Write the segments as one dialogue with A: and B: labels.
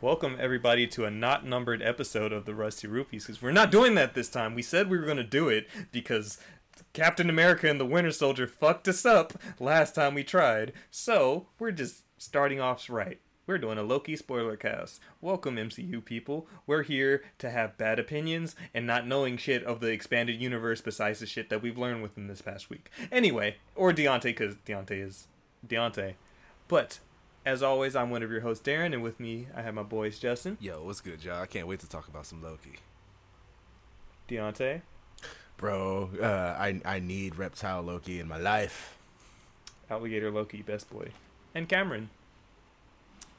A: Welcome everybody to a not numbered episode of the Rusty Rupees because we're not doing that this time. We said we were going to do it because Captain America and the Winter Soldier fucked us up last time we tried. So we're just starting off right. We're doing a Loki spoiler cast. Welcome MCU people. We're here to have bad opinions and not knowing shit of the expanded universe besides the shit that we've learned within this past week. Anyway, or Deontay because Deontay is Deontay. But as always, I'm one of your hosts, Darren, and with me I have my boys Justin,
B: Yo, what's good, y'all? I can't wait to talk about some Loki.
A: Deontay,
B: Bro, uh, I I need reptile Loki in my life.
A: Alligator Loki, best boy, and Cameron.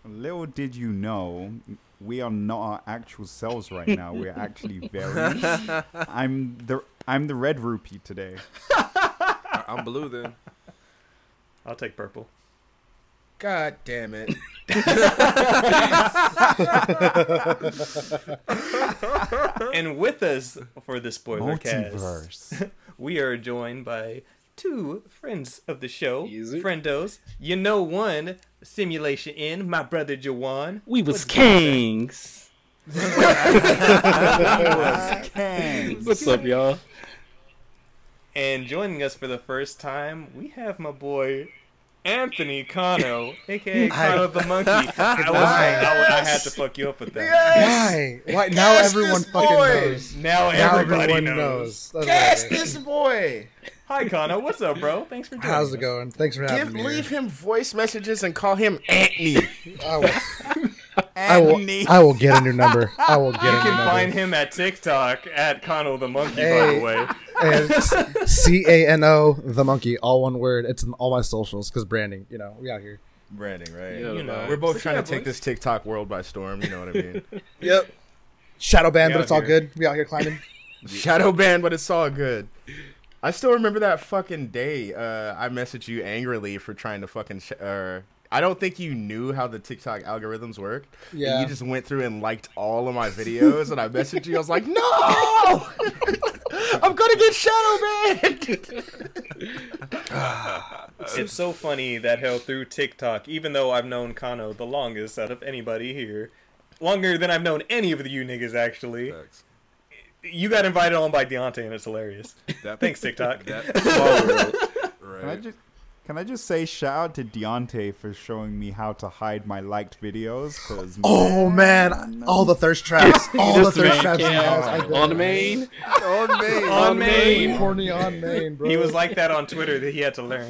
C: Little did you know, we are not our actual selves right now. We're actually very. I'm the I'm the red rupee today.
B: I- I'm blue then.
A: I'll take purple.
D: God damn it.
A: and with us for the spoiler cast, we are joined by two friends of the show,
D: Easy.
A: friendos. You know one, Simulation In, my brother Jawan.
E: We was kings. What's up, y'all?
A: And joining us for the first time, we have my boy Anthony Cano, aka Cano the Monkey. I, was, I, was- I had to fuck you up with that.
D: Why? Why? Now everyone fucking knows.
A: Now
D: Now
A: everybody
D: everyone
A: knows.
D: knows. That's
B: Cast
D: what it is.
B: this boy.
A: Hi, Cano. What's up, bro? Thanks for joining
D: How's
A: us.
D: it going? Thanks for having
B: Give
D: me.
B: leave him voice messages and call him Antony.
D: here. I will, I will, I will get a new number. I will get
A: You
D: a new
A: can find
D: number.
A: him at TikTok at Connell the Monkey, by
D: Hey.
A: the way.
D: And C A N O the monkey, all one word. It's in all my socials because branding. You know, we out here.
B: Branding, right?
E: You know.
B: We're both
A: It's
B: trying
A: okay,
B: to take
A: boys.
B: this TikTok world by storm. You know what I mean?
D: Yep. Shadow ban,
A: We
D: but
A: out
D: it's all
A: here.
D: good. We out here climbing.
B: Shadow banned, but it's all good. I still remember that fucking day. Uh, I messaged you angrily for trying to fucking. Sh- uh, I don't think you knew how the TikTok algorithms work. And
D: Yeah.
B: you just went through and liked all of my videos, and I messaged you. I was like, "No, I'm gonna get shadow banned."
A: It's so funny that how through TikTok, even though I've known Kano the longest out of anybody here, longer than I've known any of you niggas actually, you got invited on by Deontay and it's hilarious. Thanks, TikTok.
C: Can I just can I just say shout out to Deontay for showing me how to hide my liked videos? Cause
D: Oh man, all the thirst traps, all the
E: This
D: thirst
E: man
D: traps. in the
E: can't.
D: house. I did.
E: On the main.
B: on me.
A: on
E: main.
A: main.
D: horny on main, bro.
A: He was like that on Twitter that he had to learn.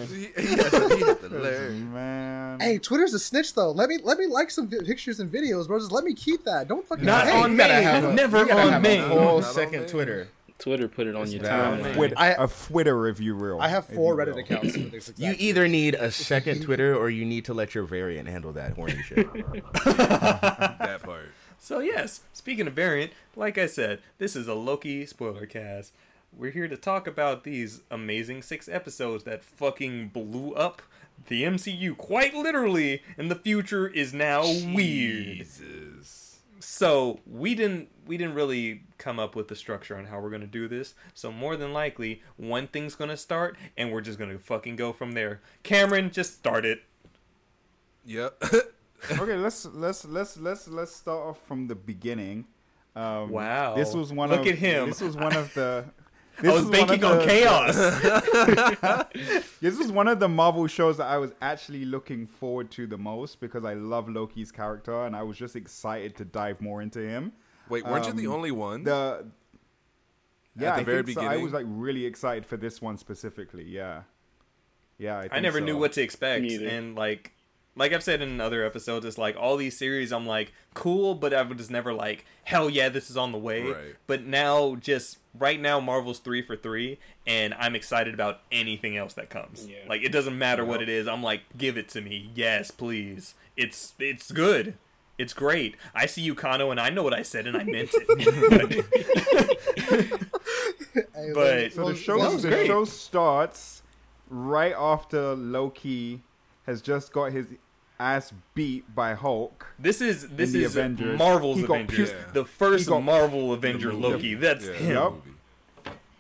C: man,
D: Hey, Twitter's a snitch though. Let me let me like some vi- pictures and videos, bro. Just let me keep that. Don't fucking
A: Not
D: hey,
A: on
B: gotta
A: main.
B: have a-
A: Never on
B: a
A: main.
B: whole
E: Not on
B: second
E: me.
B: Twitter.
E: Twitter put it on your
A: bad.
E: timeline.
C: Twitter,
D: I-
C: a Twitter if you will.
D: I have
C: if
D: four
C: you
D: Reddit
C: will.
D: accounts. For this
B: You
D: exact-
B: either need a second Twitter or you need to let your variant handle that horny shit. that part.
A: So yes, speaking of variant, like I said, this is a Loki spoiler cast. We're here to talk about these amazing six episodes that fucking blew up the MCU quite literally, and the future is now weird. So we didn't we didn't really come up with the structure on how we're gonna do this. So more than likely, one thing's gonna start, and we're just gonna fucking go from there. Cameron, just start it.
F: Yep.
C: okay, let's let's let's let's let's start off from the beginning. Um,
A: Wow.
C: this was one.
A: Look
C: of,
A: at him.
C: This was one of the.
A: I
C: This
A: was
C: one of
A: banking on
C: the-
A: chaos.
C: This was one of the Marvel shows that I was actually looking forward to the most because I love Loki's character and I was just excited to dive more into him.
F: Wait, weren't you the
C: Um,
F: only one?
C: The yeah,
F: the
C: I
F: very
C: think so. I
F: beginning?
C: was like really excited for this one specifically. Yeah, yeah. I,
A: I
C: think
A: never
C: so.
A: knew what to expect,
E: Me either.
A: and like, like I've said in other episodes, it's like all these series I'm like cool, but I was never like hell yeah, this is on the way.
F: Right.
A: But now, just right now, Marvel's three for three, and I'm excited about anything else that comes.
E: Yeah.
A: Like it doesn't matter what it is, I'm like give it to me, yes please. It's it's good. It's great. I see you, Kano, and I know what I said, and I meant it.
D: Hey,
A: but-
D: let me-
C: So
D: well,
C: the show
D: well,
A: was
C: the
A: great.
C: show starts right after Loki has just got his ass beat by Hulk.
A: This is this
C: the
A: is
C: Avengers.
A: Marvel's
C: He got
A: Avengers,
F: puked.
A: the first
C: He got-
A: Marvel Avenger
F: movie.
A: Loki. That's
F: Yeah,
A: him.
C: Yup.
F: movie.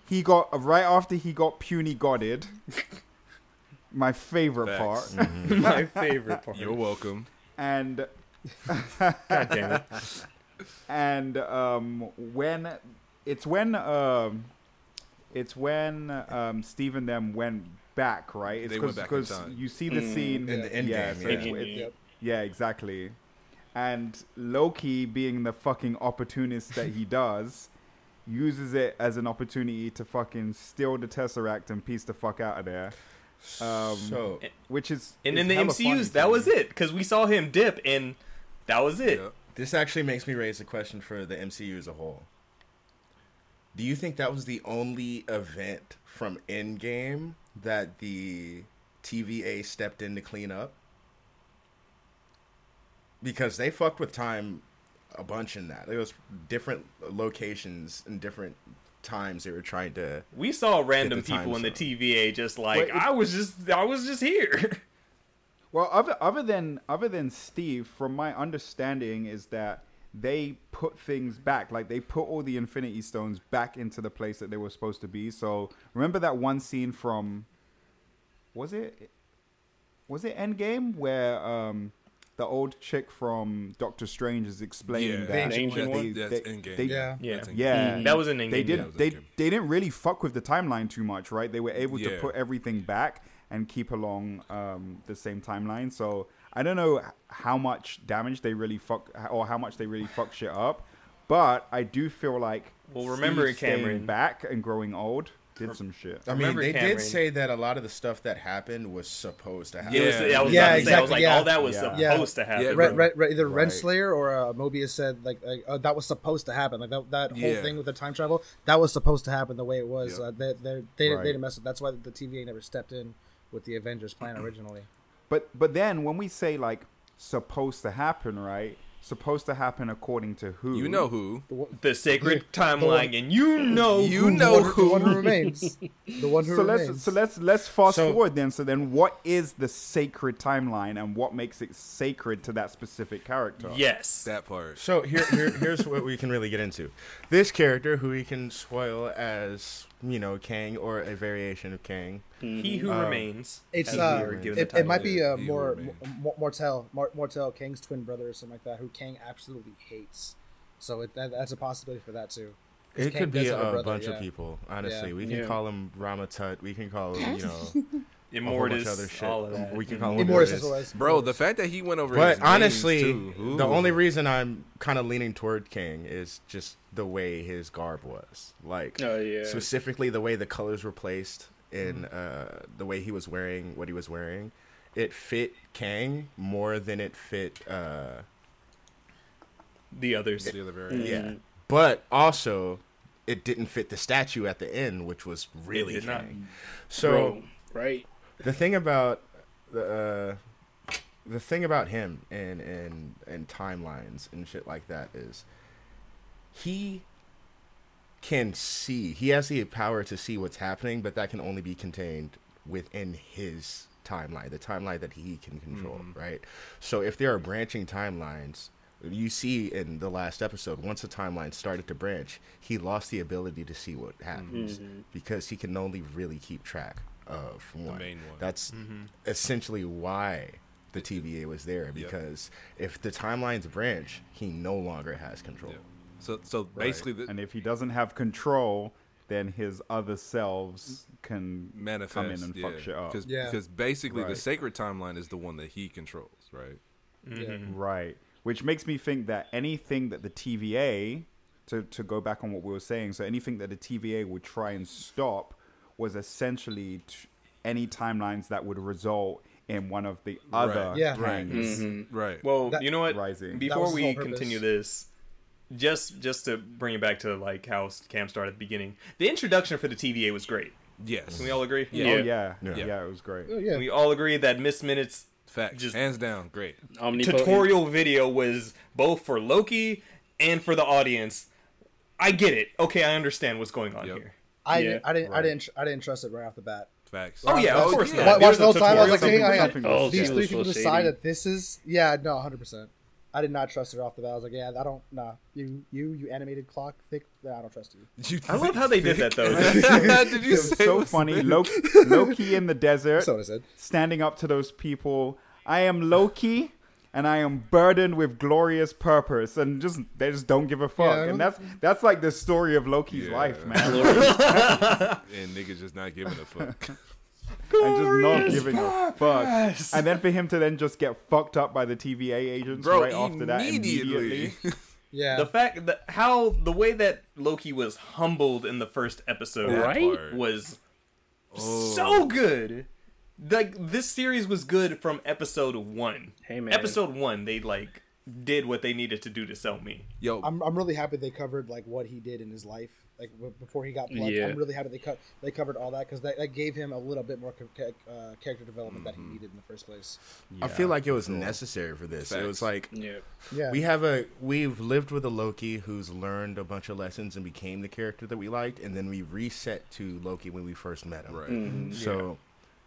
C: He got right after he got puny godded. my favorite
F: Facts.
C: part.
A: My favorite part.
F: You're welcome.
C: and
A: God damn it.
C: and um, when it's when um, it's when um, Steve and them went back, right? It's
F: They went back in time.
C: you see the scene
B: In the end
C: yeah,
B: game,
C: so
B: yeah.
C: it's-
E: End
C: it's-
E: game.
C: yeah, exactly. And Loki, being the fucking opportunist that he does, uses it as an opportunity to fucking steal the Tesseract and piece the fuck out of there. Um,
B: so
C: which is
A: And
C: is
A: in the
C: hella funny
A: MCU's,
C: to
A: that
C: me.
A: was it because we saw him dip, and that was it.
F: Yep.
B: this actually makes me raise a question for the MCU as a whole. Do you think that was the only event from Endgame that the TVA stepped in to clean up? Because they fucked with time a bunch in that. There was different locations and different times they were trying to
A: We saw random people
B: time
A: in the
B: zone.
A: TVA just like
C: Wait, it-
A: I was just I was just here.
C: Well, other other than other than Steve, from my understanding, is that they put things back, like they put all the Infinity Stones back into the place that they were supposed to be. So remember that one scene from, was it, was it Endgame where um the old chick from Doctor Strange is explaining
F: Yeah,
C: that
E: Ancient
C: that
E: one.
C: they-
F: That's
C: they-
F: Endgame.
C: they-
D: Yeah.
A: Yeah.
F: That's Endgame.
C: yeah,
A: that was an Endgame.
C: they
A: yeah.
C: didn't
F: was
C: they
F: okay.
C: they didn't really fuck with the timeline too much, right? They were able to
F: Yeah.
C: put everything back and keep along um, the same timeline. So I don't know h- how much damage they really fuck or how much they really fuck shit up, but I do feel like
A: Well, remember it,
C: Steve staying
A: Cameron.
C: back and growing old did some shit.
B: I mean,
A: Remember,
B: they
A: Cameron-
B: did say that a lot of about that happened was supposed to happen.
A: It was,
F: Yeah.
A: I was about to
D: Yeah,
A: say, I was
D: exactly,
A: like,
D: yeah.
A: all that was
C: Yeah.
D: Yeah.
A: supposed to happen.
F: Yeah,
D: Re- re- re- either
C: Right.
D: Renslayer or uh, Mobius said like, like uh, that was supposed to happen. Like that, that whole
F: Yeah.
D: thing with the time travel that was supposed to happen the way it was.
F: Yeah.
D: Uh, they they they,
C: Right.
D: they didn't mess up. That's why the TVA never stepped in with the Avengers plan originally.
C: But but then when we say like supposed to happen, right? Supposed to happen according to who?
F: You know who?
A: The sacred timeline, and you know,
F: You
A: who-
F: know
D: the one who
F: who?
D: remains. The one who
C: so
D: remains.
C: let's so let's let's fast
B: So-
C: forward then. So then, what is the sacred timeline, and what makes it sacred to that specific character?
A: Yes,
F: That part.
B: So here, here here's what we can really get into. This character, who we can spoil as you know Kang or a variation of Kang.
A: he who remains.
D: it's
A: as
D: uh,
A: were given the
D: it, it might
A: title.
D: be uh,
F: He
D: more
F: remains.
D: Mor- Mortel Mor- Mortel Kang's twin brother or something like that, who Kang absolutely hates. So it, that, that's a possibility for that too. 'Cause
B: It
D: Kang
B: could
D: does
B: be a
D: have brother,
B: bunch
D: yeah.
B: of people. Honestly,
D: Yeah.
B: we can
E: Yeah.
B: call him Rama Tut. We can call him you know a whole bunch
A: Immortus,
B: of other shit.
A: all of that.
B: We can call him
D: Immortus
B: whatever it is.
D: is always
F: Bro, the fact that he went over his
B: But
F: names,
B: honestly,
F: too. Ooh.
B: the only reason I'm kind of leaning toward King is just the way his garb was. Like,
E: Oh, yeah.
B: specifically the way the colors were placed and
D: Mm.
B: uh, the way he was wearing what he was wearing. It fit Kang more than it fit. Uh,
A: the others.
F: The other variant.
B: Yeah. But also, it didn't fit the statue at the end, which was really
A: did not.
B: Kang. So.
E: Bro, right?
B: the thing about the uh, the thing about him and and and timelines and shit like that is he can see he has the power to see what's happening but that can only be contained within his timeline the timeline that he can control
F: Mm-hmm.
B: right so if there are branching timelines you see in the last episode once a timeline started to branch he lost the ability to see
F: Mm-hmm.
B: what happens because he can only really keep track of one
F: main one.
B: that's essentially why the TVA was there because if the timelines branch he no longer has control
F: Yeah. So, so basically, the,
C: And if he doesn't have control, then his other selves can
F: manifest.
C: come in and fuck shit up.
F: Cause,
D: Yeah.
F: Because basically, the
C: Right.
F: sacred timeline is the one that he controls, right?
B: Mm-hmm.
C: Right. Which makes me think that anything that the TVA, to, to go back on what we were saying, so anything that the TVA would try and stop was essentially t- any timelines that would result in one of the other
F: Right. Mm-hmm.
D: Yeah.
C: gangs
F: Right.
A: Well,
D: That-
A: you know what?
C: Rising. That
D: was
A: Before
D: his
A: we
D: whole purpose.
A: continue this, just just to bring it back to like how Cam started at the beginning, the introduction for the TVA was great.
F: yes.
A: Can we all agree?
C: Oh,
F: Yeah.
C: yeah.
B: Yeah.
C: yeah. it was great.
D: Oh, yeah.
A: We all agree that Miss Minutes
F: Fact.
A: Just-
F: Hands down. Great.
E: Omnipotent.
A: tutorial video was both for Loki and for the audience. I get it. Okay, I understand what's going on
F: Yep.
A: here.
D: I,
E: Yeah.
D: didn't, I didn't I didn't tr- I didn't trust it right off the bat.
F: Facts.
A: Oh yeah, of course
F: yeah.
A: not.
D: Wa- Watch the whole
A: There's a
D: time. I was like,
A: tutorial.
D: hang on, hang on.
C: something-
E: Oh,
D: These
E: yeah.
D: three
E: It
D: people
E: was so
D: decide
E: shady.
D: that this is yeah no 100. percent I did not trust it off the bat. I was like, yeah, I don't nah. You you you animated clock thick. Nah, I don't trust you.
F: You-
A: I love how they did that though.
F: Did
C: It
F: you
C: was
F: say
C: so
F: what's-
C: funny. Loki, Loki in the desert,
D: That's what I said.
C: standing up to those people. I am Loki. and I am burdened with glorious purpose, and just they just don't give a fuck.
D: Yeah.
C: and that's that's like the story of Loki's
F: Yeah.
C: life, man.
F: and niggas just not giving a fuck.
C: and just not giving a fuck. And then for him to then just get fucked up by the TVA agents
F: Bro,
C: right after that immediately.
F: immediately.
D: Yeah.
A: The fact that how the way that Loki was humbled in the first episode
E: Right?
F: part.
A: was so good. Like this series was good from episode one.
E: Hey, man.
A: Episode one, they like did what they needed to do to sell me.
F: Yo,
D: I'm, I'm really happy they covered like what he did in his life, like w- before he got plugged.
E: Yeah.
D: I'm really happy they cut they covered all that because that, that gave him a little bit more ca- ca- uh, character development that he needed in the first place.
B: I feel like it was necessary for this. It was like
E: Yeah.
D: Yeah,
B: we have a we've lived with a Loki who's learned a bunch of lessons and became the character that we liked, and then we reset to Loki when we first met him.
F: right.
E: Mm-hmm.
B: So,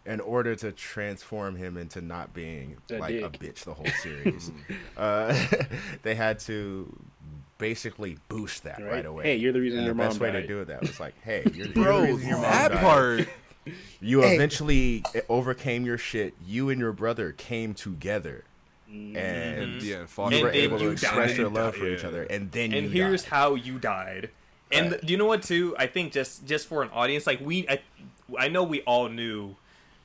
B: in order to transform him into not being
E: A
B: like a
E: dick.
B: bitch the whole series, uh, they had to basically boost that right,
E: Right?
B: away.
E: Hey, you're the reason
B: and the
E: your
B: best
E: mom
B: way to
E: died.
B: do that was like, hey, you're, you're the
F: Bro,
B: reason your mom
F: that
B: died.
F: part.
B: You
D: Hey.
B: eventually overcame your shit. You and your brother came together, and
F: Yeah, and fought
B: you
A: And
B: were
A: then
B: able to
A: you
B: express
A: died.
B: your love for
F: Yeah.
B: each other, and then
A: and
B: you
A: here's
B: died.
A: how you died. And
B: Right.
A: do you know what too? I think just just for an audience, like we, I, I know we all knew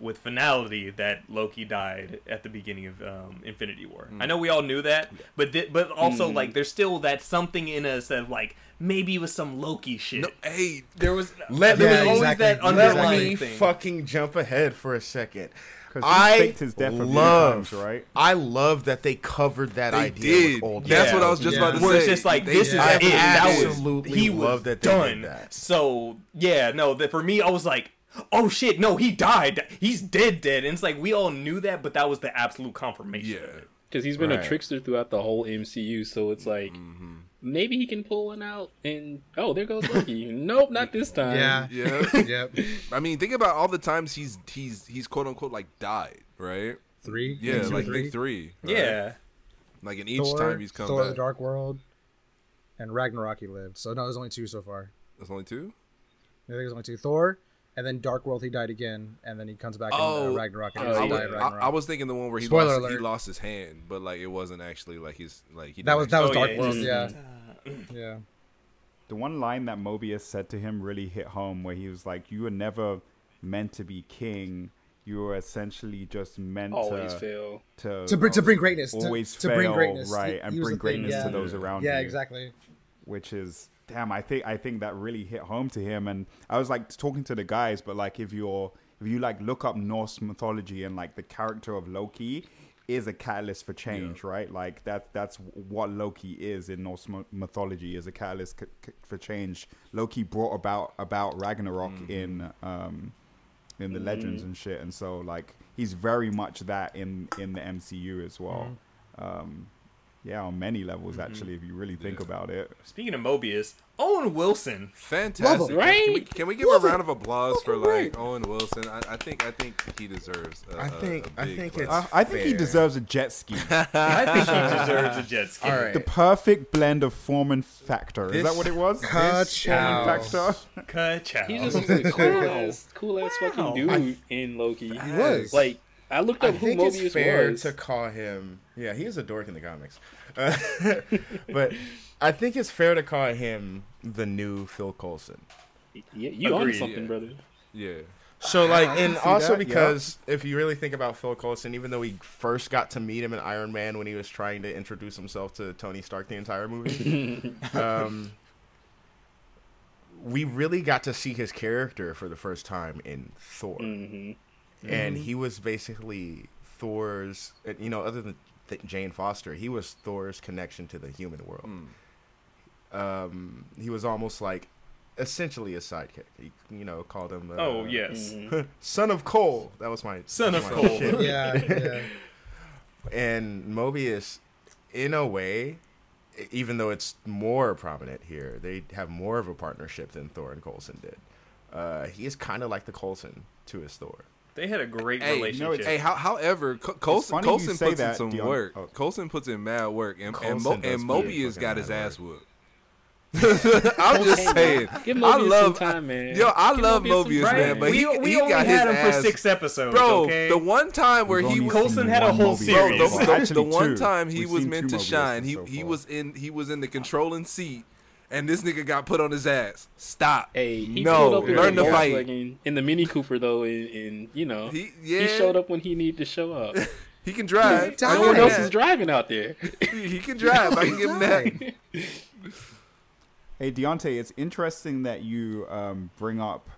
A: with finality that Loki died at the beginning of um, Infinity War. I know we all knew that, but th- but also like there's still that something in us that like maybe it was some Loki shit.
F: No, hey,
A: There was
B: Let
A: there
B: me-
A: was always
D: exactly.
A: that
D: Let
A: underlying
B: Let me
A: thing.
B: fucking jump ahead for a second.
C: 'Cause he
B: I
C: faked his death a few
B: love,
C: times, right?
B: I love that they covered that
F: they
B: idea
F: did.
B: with old.
F: That's
A: Yeah.
F: what I was just
D: Yeah.
F: about to
A: Where
F: say.
A: it's just like
F: They
A: this is
F: did.
B: I
A: it. That was
B: absolutely
A: he was
B: love that they did
A: done.
B: that.
A: So yeah, no. That for me, I was like, oh shit, no, he died. He's dead, dead. And it's like we all knew that, but that was the absolute confirmation.
F: Yeah.
A: of it.
E: Because he's been
B: Right. Mm-hmm.
E: a trickster throughout the whole MCU, so it's like maybe he can pull one out and oh, there goes Loki. nope, not this time.
F: Yeah.
D: Yep.
F: I mean, think about all the times he's he's he's quote unquote like died, right?
D: Three.
F: Yeah,
D: Thing two,
F: like
D: three.
F: Nick three. right?
A: Yeah.
F: Like in each
D: Thor,
F: time he's come
D: Thor: The
F: back.
D: Dark World, and Ragnarok. He lived. So no, there's only two so far.
F: That's only two.
D: I think there's only two. Thor, and then Dark World. He died again, and then he comes back in
F: Oh,
D: uh, Ragnarok. And
E: I
F: I
D: he
E: yeah.
F: was,
D: died in
F: I,
D: Ragnarok.
F: I was thinking the one where he
D: Spoiler
F: lost, he
D: alert.
F: lost his hand, but like it wasn't actually like his like he.
D: that was that was
A: Oh,
D: Dark
A: yeah,
D: World.
E: just-
D: Yeah. Yeah.
C: The one line that Mobius said to him really hit home where he was like, You were never meant to be king. You were essentially just meant
E: Always
B: uh,
C: to,
E: fail.
C: to
D: To bring to bring greatness. To,
C: always
D: to bring
C: fail,
D: greatness.
C: right,
D: He-
C: and
D: he was
C: bring
D: the thing,
C: greatness to
D: yeah.
C: those around
D: Yeah,
C: you.
D: exactly.
C: which is damn i think i think that really hit home to him and i was like talking to the guys but like if you're if you like look up norse mythology and like the character of loki is a catalyst for change right like that that's what loki is in norse mo- mythology is a catalyst c- c- for change loki brought about about ragnarok in um in the legends and shit and so like he's very much that in in the mcu as well um yeah on many levels actually if you really think about it
A: Speaking of Mobius, Owen Wilson.
F: Fantastic,
D: Love
E: him.
F: Can- Can we,
E: Right?
F: can we give
D: Love
F: a
D: it.
F: round of applause for
D: Fucking
F: like
D: right.
F: Owen Wilson? I, I think I think he deserves. a-
B: I
F: a-
B: think-
F: a
B: I
F: big
B: think
F: clap.
B: it's-
C: I, I think he
B: Fair.
C: deserves a jet ski.
A: I think he deserves a jet ski.
B: All right.
C: the perfect blend of form and factor. Is
B: This-
C: that what it was?
B: this-
C: Form and
D: Ka-chow.
C: factor.
A: Ka-chow.
E: He just was a cool ass, cool ass
A: Wow.
E: fucking dude in Loki.
B: He was.
E: Like I looked
B: I
E: up who
B: think it's
E: Mobius
B: fair
E: was.
B: to call him. Yeah, he is a dork in the comics, Uh, but I think it's fair to call him the new Phil Coulson.
E: Yeah, you own
A: Agreed,
E: something,
F: yeah.
E: brother.
F: Yeah.
B: So like,
C: can
B: and
C: see
B: also
C: that, yeah.
B: because if you really think about Phil Coulson, even though we first got to meet him in Iron Man when he was trying to introduce himself to Tony Stark the entire movie, um, we really got to see his character for the first time in Thor,
C: Mm-hmm.
E: hmm
B: and he was basically Thor's, uh, you know, other than th- Jane Foster, he was Thor's connection to the human world.
C: Hmm.
B: Um, he was almost like, essentially a sidekick. He, you know, called him. Uh,
A: Oh yes.
F: Mm-hmm.
B: Son of Coal. That was my
A: Son
B: that was
A: of
B: my
A: Coal.
B: shit.
D: Yeah, yeah.
B: And Mobius, in a way, e- even though it's more prominent here, they have more of a partnership than Thor and Coulson did. Uh, he is kind of like the Coulson to his Thor.
A: They had a great
F: Hey,
A: relationship.
C: no, it's-
F: Hey, how, however, Co- Colson,
C: funny you
F: Colson
C: say
F: puts in
C: that,
F: some
C: Dion.
F: work.
C: Oh.
F: Colson puts in mad work, and and,
B: Coulson
F: Mo-
B: does
F: and
B: put in
F: Mobius
B: fucking
F: got his
B: mad
F: ass whooped. I'm just saying.
E: Give Mobius
F: I love
E: some time, man.
F: Yo, I
E: Give
F: love
E: Mobius some
F: Mobius,
E: time.
F: man, but
A: we
F: he,
A: we
F: he
A: only
F: got his
A: had him
F: ass.
A: for six episodes,
F: Bro,
A: okay?
F: the one time where
C: We've
F: he
C: only
F: was
A: Colson
C: seen
A: had a
C: one
A: whole
C: Mobius.
A: series.
F: Bro,
A: Well,
F: the, the-
C: actually
F: the one
C: two.
F: time he
C: We've
F: was
C: seen
F: meant
C: two
F: to
C: Mobiuses
F: shine, he
C: so
F: he
C: far.
F: was in he was in the controlling seat, and this nigga got put on his ass. Stop.
E: Hey, he
F: no,
E: pulled up in
F: learn
E: the
F: to fight.
E: Volkswagen- in the Mini Cooper though, and, and you know
F: He- yeah.
E: he showed up when he needed to show up.
F: He can drive.
D: He's
F: I
E: No one
F: give
E: else
F: him
E: is driving out there.
F: that. He can drive. I can give him that.
C: Hey Deontay, it's interesting that you um, bring up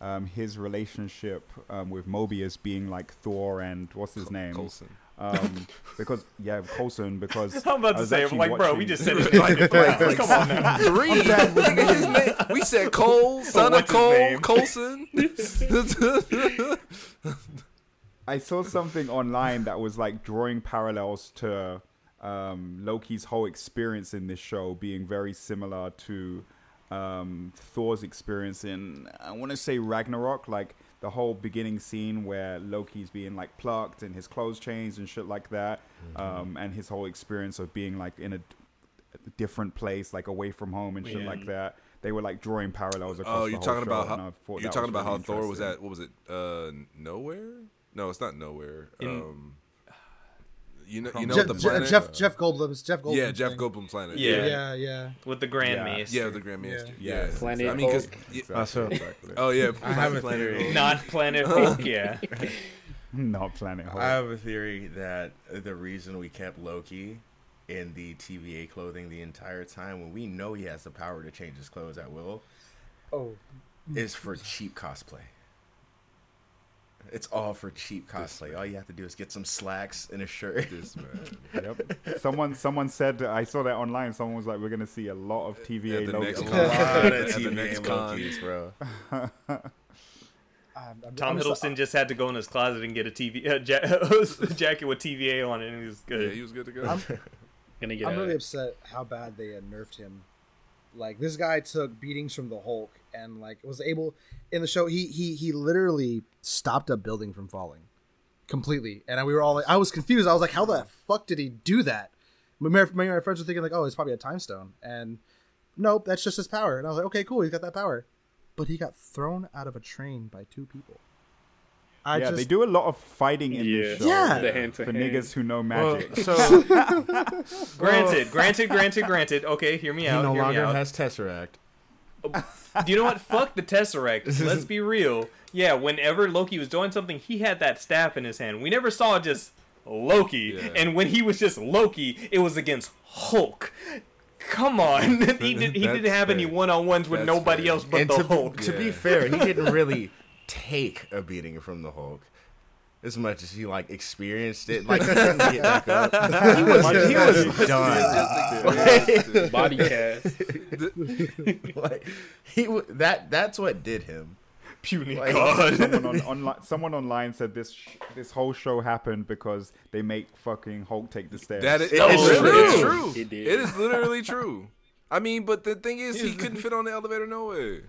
C: um, his relationship um, with Mobius being like Thor and what's his name?
F: Coulson.
C: Um, because yeah, Coulson. Because
A: I'm about
C: I
A: to
C: was
A: say,
C: actually
A: like, bro, we
C: watching-
A: just said it like it's like, Come on now.
F: Three. Look at his name. We said Cole, son of
A: what's his
F: Cole,
A: name?
F: Colson.
C: I saw something online that was like drawing parallels to um, Loki's whole experience in this show being very similar to um, Thor's experience in, I want to say Ragnarok, like the whole beginning scene where Loki's being like plucked and his clothes changed and shit like that,
F: Mm-hmm.
C: um, and his whole experience of being like in a d- different place, like away from home and shit
A: Yeah.
C: like that. They were like drawing parallels across.
F: Oh,
C: the
F: you're
C: whole
F: talking
C: show,
F: about
C: and I
F: how
C: thought
F: you're
C: that
F: talking
C: was
F: about how
C: really
F: Thor was
C: interesting.
F: at. What was it? Uh, nowhere? No, it's not nowhere. um, you know, you know
D: Jeff,
F: the
D: Jeff,
F: planet.
D: Jeff Jeff Goldblum's Jeff Goldblum.
F: yeah, Jeff
D: thing.
F: Goldblum planet.
A: Yeah.
D: Yeah, yeah.
A: With the Grand
C: Yeah.
A: Mace.
F: Yeah, the Grand Master. Yeah.
C: Yeah.
E: Planet
F: I mean, 'cause-
E: Hulk.
F: yeah,
B: Also,
F: oh yeah,
B: I have a
F: Planet
B: theory.
F: Hulk.
A: Not Planet Hulk, yeah.
C: Not Planet Hulk.
B: I have a theory that the reason we kept Loki in the TVA clothing the entire time, when we know he has the power to change his clothes at will,
D: Oh,
B: is for cheap cosplay. It's all for cheap cosplay. All you have to do is get some slacks and a shirt.
F: This man.
C: Yep. Someone, someone said I saw that online. Someone was like, "We're gonna see a lot of
F: At
C: TVA
F: the next
C: logos."
F: con.
B: A lot of
F: At the next
B: TVA
F: con.
B: Lokis, bro.
D: I'm, I'm,
A: Tom
D: I'm so-
A: Hiddleston just had to go in his closet and get a TV uh, ja- jacket with TVA on it, and he was
F: Yeah,
A: good.
F: he was good to go.
E: Gonna get
D: I'm
E: a-
D: really upset how bad they uh, nerfed him. Like this guy took beatings from the Hulk and like was able in the show he he he literally stopped a building from falling completely. And we were all like, I was confused. I was like, how the fuck did he do that? Many of my friends were thinking like, oh, it's probably a time stone. And nope, that's just his power. And I was like, okay, cool, he's got that power. But he got thrown out of a train by two people. I
C: yeah,
D: just
C: they do a lot of fighting in
E: yeah,
C: this show
D: Yeah.
E: the hand to
C: for
E: hand.
C: niggas who know magic.
B: so he
F: Oh.
A: Granted, granted, granted, granted. Okay, hear me out.
B: no
A: hear me
B: longer
A: out.
B: has Tesseract.
A: Do you know what? Fuck the Tesseract. Let's be real. Yeah, whenever Loki was doing something, he had that staff in his hand. We never saw just Loki.
F: Yeah.
A: And when he was just Loki, it was against Hulk. Come on. he, did, he didn't
F: That's
A: have any
F: fair.
A: one on ones with
F: That's
A: nobody
F: fair.
A: else but
B: and
A: the
B: to, be-
A: Hulk.
B: to be
F: Yeah.
B: fair, he didn't really take a beating from the Hulk as much as he like experienced it. Like he didn't get back up. He was, he was done. Like,
E: body cast.
B: like, he wa- that that's what did him.
A: Puny
B: Like-
A: God.
C: someone, on, online, someone online said this sh- this whole show happened because they make fucking Hulk take the stairs.
F: That is
B: It- it's
F: it's
B: true.
F: true.
E: It
F: It's true.
E: did.
F: It is literally true. I mean, but the thing is, he couldn't fit on the elevator nowhere.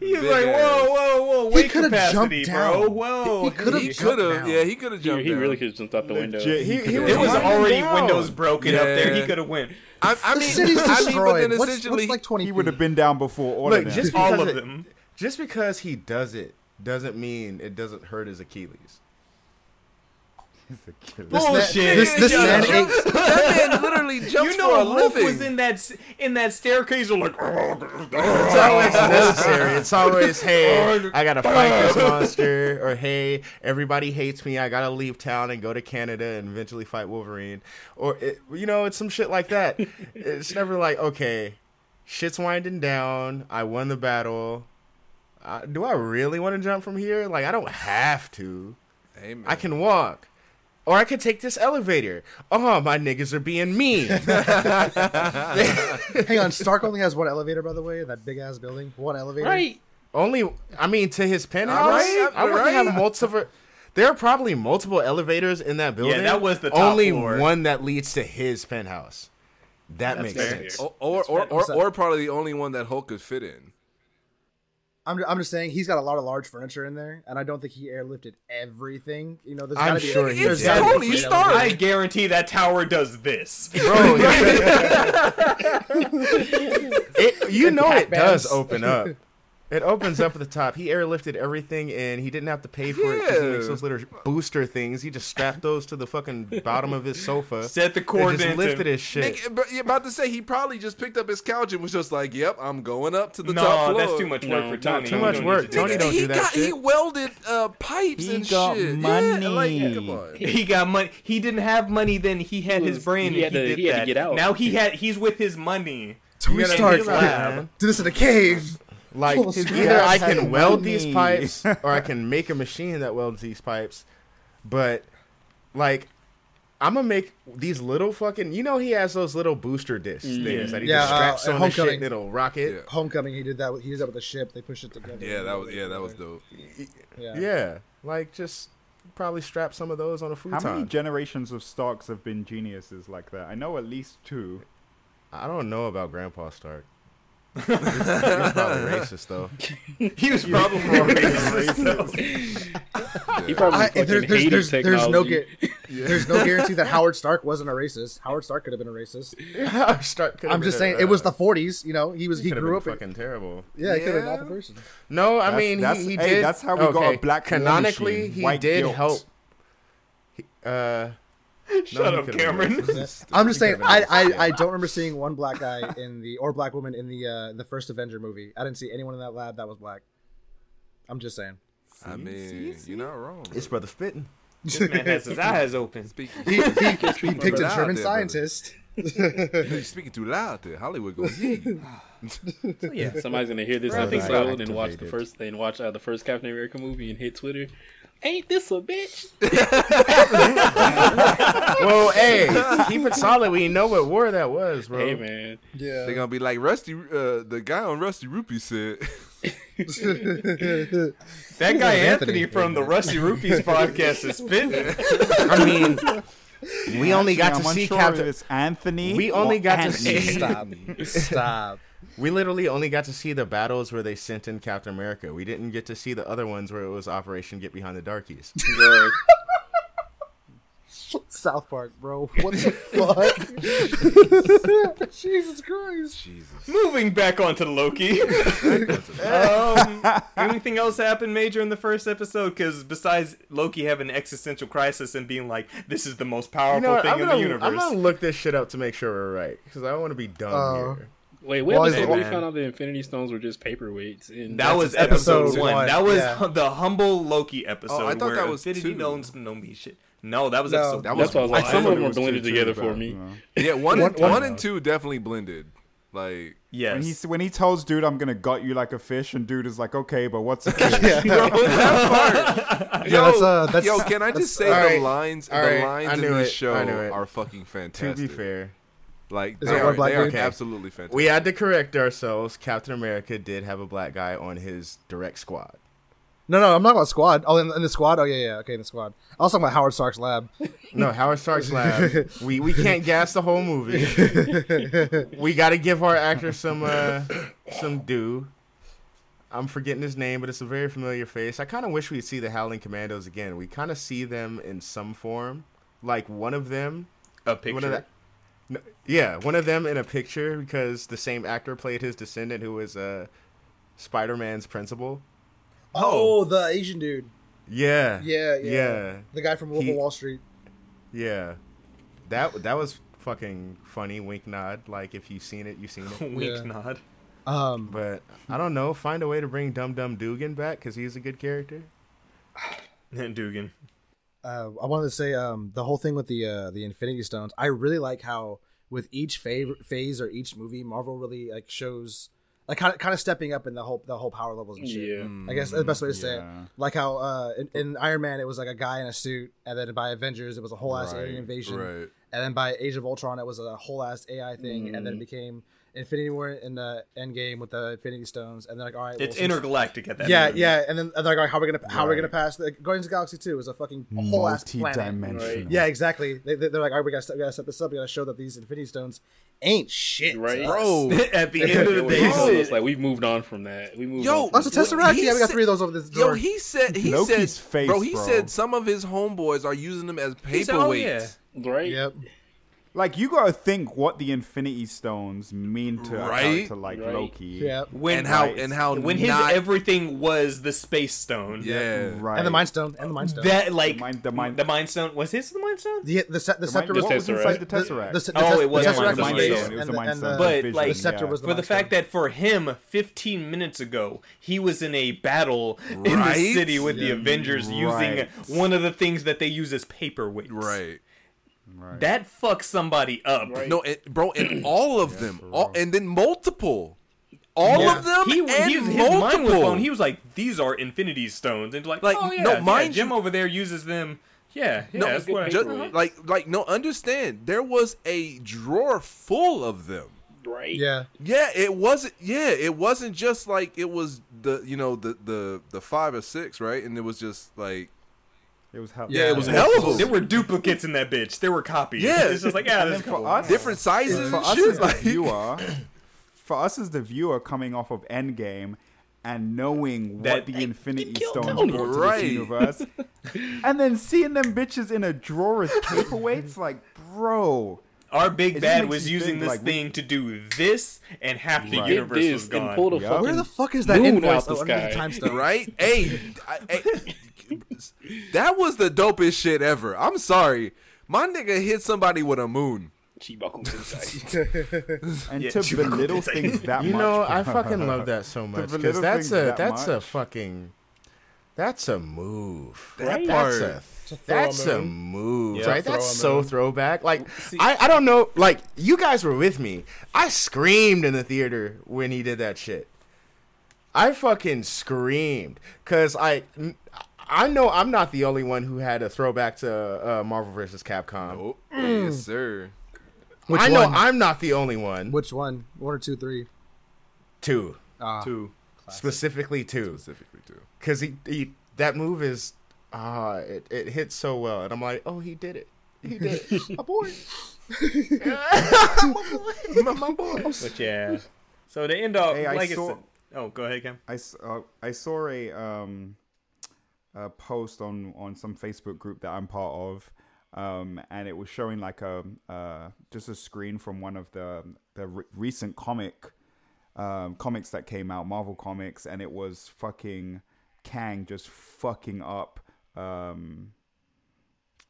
A: He was
F: Big
A: like,
F: ass.
A: whoa, whoa, whoa, weight
D: could've
A: capacity,
D: jumped
A: bro.
D: down.
A: Whoa.
D: He could've
F: He
D: jumped
F: could have.
D: down.
F: Yeah, he could have
E: He,
F: jumped.
E: he really
F: down.
E: could have jumped out the window.
C: Legit, he could've-
A: It was
F: Climbing
A: already
C: down.
A: windows broken up there. He
F: Yeah.
A: could have went.
F: I, I
D: the
F: mean,
D: city's
F: I mean, but
D: destroyed.
F: then
D: what's,
F: essentially,
D: what's like twenty?
C: He would
D: feet?
C: have been down before all
B: Look,
C: of them.
B: just
A: All
B: because
A: of
B: it-
A: them.
B: Just because he does it doesn't mean it doesn't hurt his Achilles.
D: This man-
A: Bullshit.
D: This, this
A: Yeah,
D: man
A: yeah.
D: ate
F: that man literally jumps
A: You know,
F: for a
A: Hulk
F: living.
A: was in that s- in that staircase. You're like,
B: It's always necessary. It's always, hey, I gotta fight this monster, or hey, everybody hates me. I gotta leave town and go to Canada and eventually fight Wolverine, or it, you know, it's some shit like that. It's never like, okay, shit's winding down. I won the battle. I, do I really want to jump from here? Like, I don't have to.
F: Hey, man.
B: I can walk. Or I could take this elevator. Oh, my niggas are being mean.
D: Hang on, Stark only has one elevator, by the way, in that big ass building. One elevator.
E: Right.
B: Only, I mean, to his penthouse.
F: Alright,
B: I wouldn't
F: alright.
B: have multiple. There are probably multiple elevators in that building.
A: that was the top
B: only
A: floor.
B: one that leads to his penthouse. That makes
A: fair. Oh.
B: sense.
F: Or or, or, or or probably the only one that Hulk could fit in.
D: I'm, I'm just saying he's got a lot of large furniture in there, and I don't think he airlifted everything. You know, there's
B: I'm
D: gotta be.
B: sure he
D: there's
B: did.
D: gotta be
F: Tony
D: an
F: Stark.
D: elevator.
A: I guarantee that tower does this.
B: Bro, It, you know it
D: Pac-Mans.
B: does open up. It opens up at the top. He airlifted everything and he didn't have to pay for it 'cause he makes
F: Yeah.
B: those little booster things. He just strapped those to the fucking bottom of his sofa.
A: Set the
B: and
A: coordinates.
B: just lifted
A: and-
B: his shit.
F: Nigga, but you're eh, about to say he probably just picked up his couch and was just like, "Yep, I'm going up to the top
A: No,
F: floor."
A: that's too much work
E: No,
A: for
E: not
A: Tony.
E: too
A: You
B: much
A: don't
B: work.
A: need to do
B: Tony
A: that.
B: don't
F: he
B: do that
F: got he
B: shit.
F: welded uh, pipes
C: He
F: and
C: got
F: shit.
C: money.
F: Yeah, like, come on.
A: He got money. He didn't have money then. He had
E: He
A: his
E: was-
A: brain.
E: he
A: and
E: had
A: he
E: to-
A: did
E: he had to
A: that.
E: get out.
A: Now he had. He's with his money.
D: Tony
A: gotta
D: Stark
A: make it
D: did
A: laugh.
B: man.
D: this in a cave.
B: Like
D: Full of
B: it's
D: screws.
B: either I
C: Hey,
B: can weld these
C: money.
B: pipes or I can make a machine that welds these pipes. But like I'm gonna make these little fucking you know he has those little booster discs things that he
D: Yeah,
B: just straps
D: uh,
B: on his shit
D: Homecoming.
B: and it'll rocket.
F: Yeah.
D: Homecoming, he did that. With, he did that with the ship. They pushed it together.
F: Yeah, that was yeah, that was dope.
D: Yeah.
B: Yeah. like just probably strap some of those on a
C: How
B: futon.
C: many generations of Starks have been geniuses like that? I know at least two.
B: I don't know about Grandpa Stark. he was probably racist though.
A: He was probably racist.
E: He probably
D: I,
E: fucking
D: there, there's,
E: hated
D: there's,
E: technology.
D: there's no gu- there's no guarantee that Howard Stark wasn't a racist. Howard Stark could have been a racist.
B: Stark could've
D: I'm
B: been
D: just
B: a-
D: saying it was the 40s. You know, he was he
B: could've
D: grew
B: been
D: up. in-
B: fucking terrible.
D: yeah, he could have been
F: Yeah.
D: an alpha person.
B: No, I
C: That's-
B: mean
C: that's-
B: he, he
C: hey,
B: did.
C: that's how we got a black war
B: Canonically,
C: machine,
B: he
C: white
B: did
C: guilt.
B: help. He- uh,
A: Shut up, Cameron.
D: I'm just
B: He
D: saying
B: could've
D: I,
B: been
D: I, I don't remember seeing one black guy in the or black woman in the uh, the first Avenger movie. I didn't see anyone in that lab that was black. I'm just saying.
F: I mean, you're not wrong.
B: It's brother spitting.
A: This man has his eyes open.
F: Speaking,
D: He
F: speaking
D: picked
F: too
D: a German
F: loud there, brother.
D: scientist.
F: You're speaking too loud there. Hollywood going, yeah.
A: Yeah.
E: Somebody's gonna hear this
B: Right.
E: episode and watch the
B: Activated.
E: first and watch uh, the first Captain America movie and hit Twitter. Ain't this a bitch?
B: Well, hey, keep it solid. We know what war that was, bro.
E: Hey man,
F: They're
D: Yeah.
F: gonna be like Rusty. Uh, the guy on Rusty Rupee said,
A: That guy
D: Anthony
A: Anthony from the Rusty Rupees podcast is spitting.
B: I mean, we only got
C: Actually,
B: to
C: I'm
B: see
C: unsure if
B: Captain.
C: It's Anthony.
B: We
C: or
B: only got to
C: Anthony.
B: see.
D: Stop. Stop.
B: We literally only got to see the battles where they sent in Captain America. We didn't get to see the other ones where it was Operation Get Behind the Darkies.
E: Bro,
D: South Park, bro. What the fuck? Jesus Christ.
F: "Jesus,
A: Moving back onto Loki. um, anything else happened major in the first episode? Because besides Loki having an existential crisis and being like, "This is the most powerful
B: You know what?
A: thing
B: I'm
A: in
B: gonna,
A: the universe,"
B: I'm gonna look this shit up to make sure we're right because I don't want to be dumb
D: Oh.
B: here.
E: wait, wait
D: Well,
E: a
D: is
E: minute.
D: it-
E: We found out the Infinity Stones were just paperweights. And
A: that was episode,
D: episode
A: one.
D: one,
A: That was
D: yeah.
A: hu- the humble Loki episode.
F: Oh, I thought
A: where
F: that was
A: Infinity
F: two.
A: Stones know me shit. No, that was
D: No.
A: episode.
F: that
A: one.
F: was."
E: that's why I was like,
F: wild.
E: some of
C: it
E: them are
C: was too
E: blended
C: true,
E: together for
C: but,
E: me.
C: you know.
F: yeah, one, and,
D: One-
F: one, and two definitely blended. Like,
A: yes.
C: When he when he tells dude I'm gonna gut you like a fish and dude is like okay but what's a fish?
F: yo,
D: that's, uh, that's-
F: yo, can I just say
B: all right,
F: the lines,
B: all
F: the
B: right, I
F: lines
B: knew
F: in this
B: it,
F: show
B: I knew it.
F: are fucking
B: To
F: fantastic.
B: be fair,
F: like
D: Is
F: they
D: it one
F: are,
D: black
F: they are
D: dude?
F: absolutely fantastic.
B: we had to correct ourselves. Captain America did have a black guy on his direct squad.
D: No, no, I'm not about squad. Oh, in, in the squad. Oh, yeah, yeah, okay, in the squad. I was talking about Howard Stark's lab.
B: No, Howard Stark's lab. We we can't gas the whole movie. we got to give our actor some uh, some due. I'm forgetting his name, but it's a very familiar face. I kind of wish we'd see the Howling Commandos again. We kind of see them in some form, like one of them.
A: a picture.
B: One of the, no, yeah, one of them in a picture because the same actor played his descendant, who was uh, Spider-Man's principal.
D: Oh, the Asian dude.
B: Yeah.
D: Yeah, yeah.
B: Yeah.
D: The guy from Wolf
B: He-
D: of Wall Street.
B: Yeah. That that was fucking funny. Wink, nod. Like if you've seen it, you've seen it.
A: Wink
D: Yeah.
A: nod.
D: Um,
B: But I don't know. Find a way to bring Dum Dum Dugan back because he's a good character.
A: And Dugan.
D: uh, I wanted to say um, the whole thing with the uh, the Infinity Stones. I really like how with each fav- phase or each movie, Marvel really like shows like kind of kind of stepping up in the whole the whole power levels and shit.
E: Yeah.
D: I guess that's the best way to say it.
C: Yeah.
D: Like how uh, in, in Iron Man it was like a guy in a suit, and then by Avengers it was a whole ass
B: Right,
D: alien invasion,
F: right.
D: and then by Age of Ultron it was a whole ass AI thing, and then it became Infinity War in the Endgame with the Infinity Stones, and they're like, all right,
A: It's
D: well, since-
A: intergalactic at that.
D: Yeah,
A: moment.
D: yeah, and then and they're like, how are we gonna how are we
B: Right.
D: gonna pass the Guardians of the Galaxy Two is a fucking whole ass planet.
C: Multi-dimensional.
E: Right.
D: Yeah, exactly. They, they- they're like, all right, we gotta, we gotta set this up. We gotta show that these Infinity Stones ain't shit,
E: Right.
F: Bro,
A: at the end of the day, it's
F: Bro.
E: it's like we've moved on from that. We moved.
F: Yo,
E: on
D: That's
E: from
D: a Tesseract.
F: What? He
D: Yeah, we got
F: said-
D: three of those over this
F: Yo,
D: door.
F: he said he
C: Loki's
F: said
C: face,
F: bro. He
C: bro.
F: said some of his homeboys are using them as
A: He said, oh, yeah.
F: paperweights.
E: right.
D: yep.
C: Like you gotta think what the Infinity Stones mean to a
F: Right?
C: character like
E: Right.
C: Loki.
D: Yeah.
A: When
F: and how
C: Right.
F: and how
A: when his
F: not-
A: everything was the space stone.
F: yeah
C: Right.
D: And the Mind Stone. And the Mind Stone.
A: That like the
C: The
A: mind,
C: mind- the mind-
A: stone was his the mind stone.
D: the the, se- the scepter
C: mind-
D: was
C: what was inside the
D: the,
C: Tesseract?
D: The, the,
A: Oh,
D: tes-
A: it was
D: the
A: a Mind
D: Tesseract was
A: Stone.
D: space,
A: It was
D: and
C: a
D: the,
C: Mind
D: and
C: Stone.
D: the,
A: But,
D: the
A: like,
D: scepter was the
A: For
D: Mind
A: the
D: Stone.
A: fact that for him, 15 minutes ago, he was in a battle in the
F: Right?
A: city with the Avengers
C: Right.
A: using one of the things that they use as paperweights.
F: right
A: That fucks somebody up.
E: Right.
F: no and, bro and all of them all, and then multiple all
A: Yeah.
F: of them
A: He,
F: and
A: he, his mind was
F: multiple
A: blown. He was like, "These are Infinity Stones," and like,
F: Like,
A: "Oh yeah,
F: no,
A: yeah,
F: mind
A: Jim
F: you-
A: over there uses them." Yeah, yeah,
F: no,
A: that's what I
F: ju-
A: Uh-huh.
F: like like no understand there was a drawer full of them
E: right?
D: yeah,
F: Yeah, it wasn't. Yeah, it wasn't just like it was the you know the the the five or six right, and it was just like
C: it was hell.
F: yeah, it was
D: Yeah.
F: hell of
A: There
F: them.
A: were duplicates in that bitch. There were copies.
F: Yeah.
A: it's just like yeah,
C: And
A: there's
C: then
A: a couple.
C: for us,
F: different sizes
C: for
F: and
C: us
F: shit.
C: as
F: Like,
C: the viewer, for us as the viewer coming off of Endgame and knowing
A: That
C: what the
A: they-
C: Infinity
E: killed
C: Stones
E: Tony.
C: brought to
F: Right.
C: this universe, and then seeing them bitches in a drawer as paperweights, like bro,
A: Our big
C: It just
A: bad
C: makes
A: was
C: you
A: using
C: think,
A: this
C: like, we-
A: thing to do this, and half the
E: Did
A: universe
E: this
A: was
E: and
A: gone.
E: pulled a
C: Yeah.
E: fucking
D: where the fuck is that
E: moon
D: invoice?
E: out the
D: Oh, under
E: sky.
D: the time stone.
F: right? hey, I, hey, that was the dopest shit ever. I'm sorry, my nigga hit somebody with a moon.
E: Chibaku Sensei.
C: and
A: Yeah,
C: to
A: you could
C: belittle
A: say-
C: things that
B: You
C: much.
B: know, I fucking love that so much because
C: belittle
B: that's
C: things
B: a
C: that
B: that's a
C: much.
B: fucking that's a move.
F: That
B: That's
F: part.
B: a
D: throw
B: that's
D: a
B: a move,
A: Yeah.
B: right?
D: Throw
B: That's
D: a
B: so
D: moon.
B: throwback. Like I, I don't know, like you guys were with me. I screamed in the theater when he did that shit. I fucking screamed because I I know I'm not the only one who had a throwback to uh, Marvel vs. Capcom.
F: Oh,
A: Mm.
F: yes, sir.
D: Which
B: I know
D: one?
B: I'm not the only one.
D: Which one? One or two, three?
B: two
D: Ah,
A: Two.
B: specifically two.
F: Specifically too.
B: because he, he that move is ah it, it hits so well and i'm like oh he did it he did it. my boy my, boy. my boy
A: But yeah, so to end off,
C: Hey, I
A: like
C: saw-
A: it's oh, go ahead, Cam.
C: I, s- uh, I saw a um a post on on some Facebook group that I'm part of, um, and it was showing like a uh, just a screen from one of the the re- recent comic um, comics that came out, Marvel comics, and it was fucking Kang just fucking up. Um,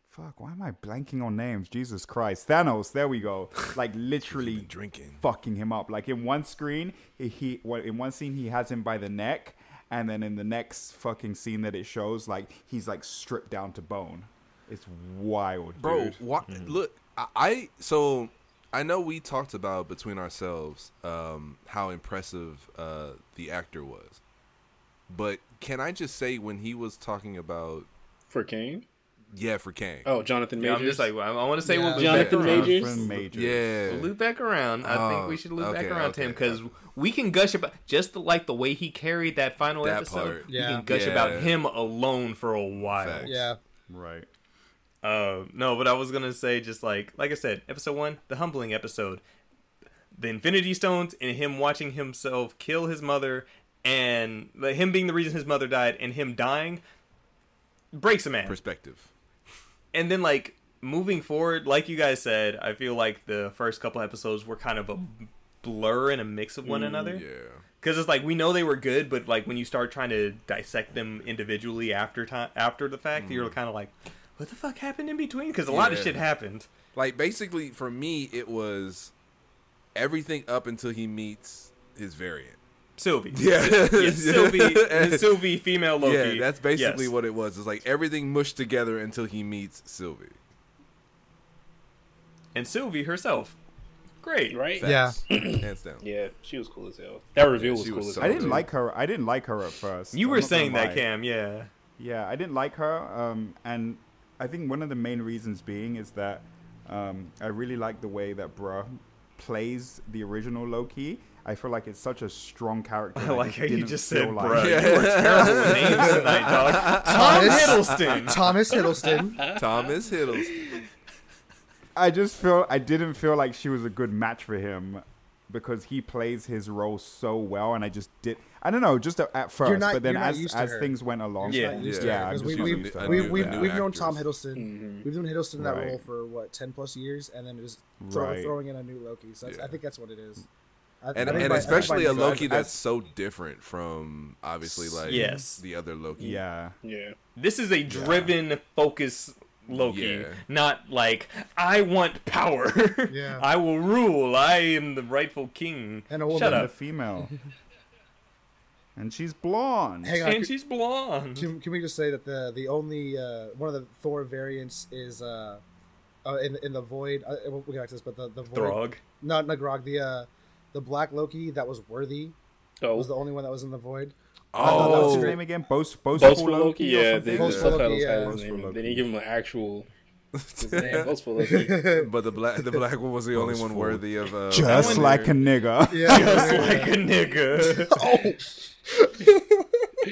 C: fuck, why am I blanking on names? Jesus Christ, Thanos. There we go. Like literally
F: Drinking.
C: fucking him up. Like in one screen, he- he well, in one scene he has him by the neck, and then in the next fucking scene that it shows, like he's like stripped down to bone. It's wild,
F: bro
C: dude.
F: why,
A: Mm-hmm.
F: look I, I so i know we talked about between ourselves um how impressive uh the actor was but can i just say when he was talking about
E: For Kane?
F: yeah for kang
E: Oh, Jonathan
A: Yeah,
E: Majors.
A: I'm just like I want to say
D: Yeah.
A: we'll loop
E: Jonathan
A: back around.
E: Majors?
C: Jonathan Majors.
F: yeah
A: We'll loop back around. I think
F: Oh,
A: we should loop back
F: okay,
A: around to him
F: okay.
A: because we can gush about just the, like the way he carried that final
F: That
A: episode.
F: part.
A: We
D: Yeah.
A: can gush
F: Yeah.
A: about him alone for a while.
F: Facts.
D: Yeah.
C: Right.
A: Uh, no, but I was gonna say just like like I said, episode one, the humbling episode, the Infinity Stones, and him watching himself kill his mother, and like, him being the reason his mother died, and him dying breaks a man.
F: perspective
A: and then like moving forward, like you guys said, I feel like the first couple episodes were kind of a blur and a mix of one another
F: yeah
A: because it's like we know they were good, but like when you start trying to dissect them individually after time after the fact, you're kind of like, what the fuck happened in between? Because a lot of
F: Mm. Yeah.
A: shit happened.
F: like basically for me it was everything up until he meets his variant
A: Sylvie,
F: Yeah.
A: yeah,
F: Yeah.
A: Sylvie, Sylvie, female Loki.
F: yeah that's basically
A: Yes.
F: what it was it's like everything mushed together until he meets sylvie
A: And Sylvie herself, great,
E: right?
F: Facts. hands down
E: Yeah, she was cool as hell. That reveal
F: Yeah,
E: was
F: she
E: cool
F: was
E: as
F: so
E: hell.
C: I didn't
F: dude.
C: like her. I didn't like her at first.
A: You
C: I'm
A: were
C: not gonna
A: saying that,
C: lie.
A: Cam. Yeah,
C: Yeah, I didn't like her, um, and I think one of the main reasons being is that um, I really like the way that Bra plays the original Loki. I feel like it's such a strong character.
A: I
C: that
A: like how you
C: didn't
A: just
C: feel
A: said,
C: like-
A: "Bruh, you were terrible with names tonight, dog." Tom
D: Thomas.
A: Hiddleston.
D: Thomas Hiddleston.
F: thomas hiddleston
C: I just feel I didn't feel like she was a good match for him because he plays his role so well, and I just did. I don't know, just at first,
D: not-
C: but then
D: you're not
C: as
D: used to
C: as
D: her.
C: things went along,
A: You're
C: yeah,
A: just
D: not
C: yeah,
D: used
F: to her,
C: I'm
D: because
C: just
D: we,
F: used
C: used
D: we've,
F: to
C: to
F: it.
D: we,
C: it,
F: I
D: have
F: do
D: we've,
F: that.
D: we've known Tom
F: Actors.
D: Hiddleston. We've known Hiddleston in that
C: Right.
D: role for what ten plus years, and then just throw,
C: Right.
D: throwing in a new Loki. So that's, I
F: Yeah.
D: think that's what it is. I,
F: and,
D: I think
F: and
D: by- I think by
F: especially a
D: next-
F: Loki
C: I've-
F: that's so different from obviously like
A: Yes.
F: the other Loki.
C: yeah.
E: Yeah.
A: This is a driven focus Loki,
F: Yeah.
A: not like I want power.
D: Yeah.
A: I will rule. I am the rightful king.
D: And a woman.
A: Shut
C: and a
A: up.
C: female, and she's blonde.
D: Hang on,
A: And
D: can,
A: she's blonde.
D: can, can we just say that the the only uh, one of the Thor variants is uh, uh in in the void. Uh, we'll we'll get back to this, but the the void.
A: Throg.
D: Not Nagrog. The uh, the black Loki that was worthy
E: Oh,
D: was the only one that was in the void.
C: Oh, what's
F: Oh,
C: his name again? Boast, boastful,
E: Boastful Loki.
C: or
E: Yeah,
C: something?
E: they,
D: Boastful
E: the
D: Loki,
E: subtitles had
D: yeah.
E: his
C: Boastful
E: name.
C: Loki.
E: They didn't give him an actual his name. Boastful Loki.
F: but the black the black one was the only one worthy of uh,
C: just
A: wonder-
C: like a nigga.
D: Yeah.
A: Just like a nigga.
D: oh,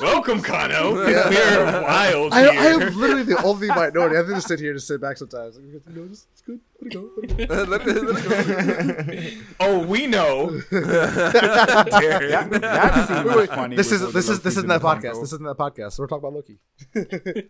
A: Welcome, Kano. We're wild
D: I,
A: here.
D: I am literally the only minority. I have to just sit here and sit back sometimes. You know, this it's good. Let it go. Let it go.
A: Oh, we know.
C: That scene was funny.
D: This
C: with
D: is
C: all the
D: this is this
C: Lokis
D: isn't
C: in
D: that
C: the
D: podcast.
C: jungle.
D: This isn't that podcast. So we're talking about Loki.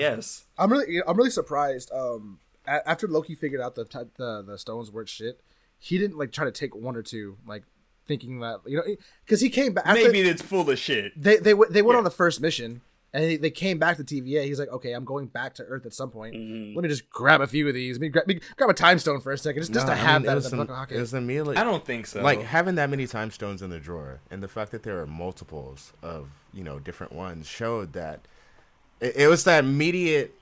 A: yes.
D: I'm really I'm really surprised. Um, a- after Loki figured out the t- the the stones weren't shit, he didn't like try to take one or two, like thinking that you know, because he came back. After,
A: Maybe it's full of shit.
D: they they went- they went on the first mission and they, they came back to TVA. He's like, okay, I'm going back to Earth at some point.
B: Mm-hmm.
D: Let me just grab a few of these. Let me grab, let me grab a time stone for a second, just, just
B: No,
D: to
B: I
D: have
B: mean, it
D: that in
B: was
D: the
B: some-
D: fucking pocket.
B: It was immediately
A: I don't think so.
B: like having that many time stones in the drawer, and the fact that there are multiples of you know different ones showed that it, it was that immediate.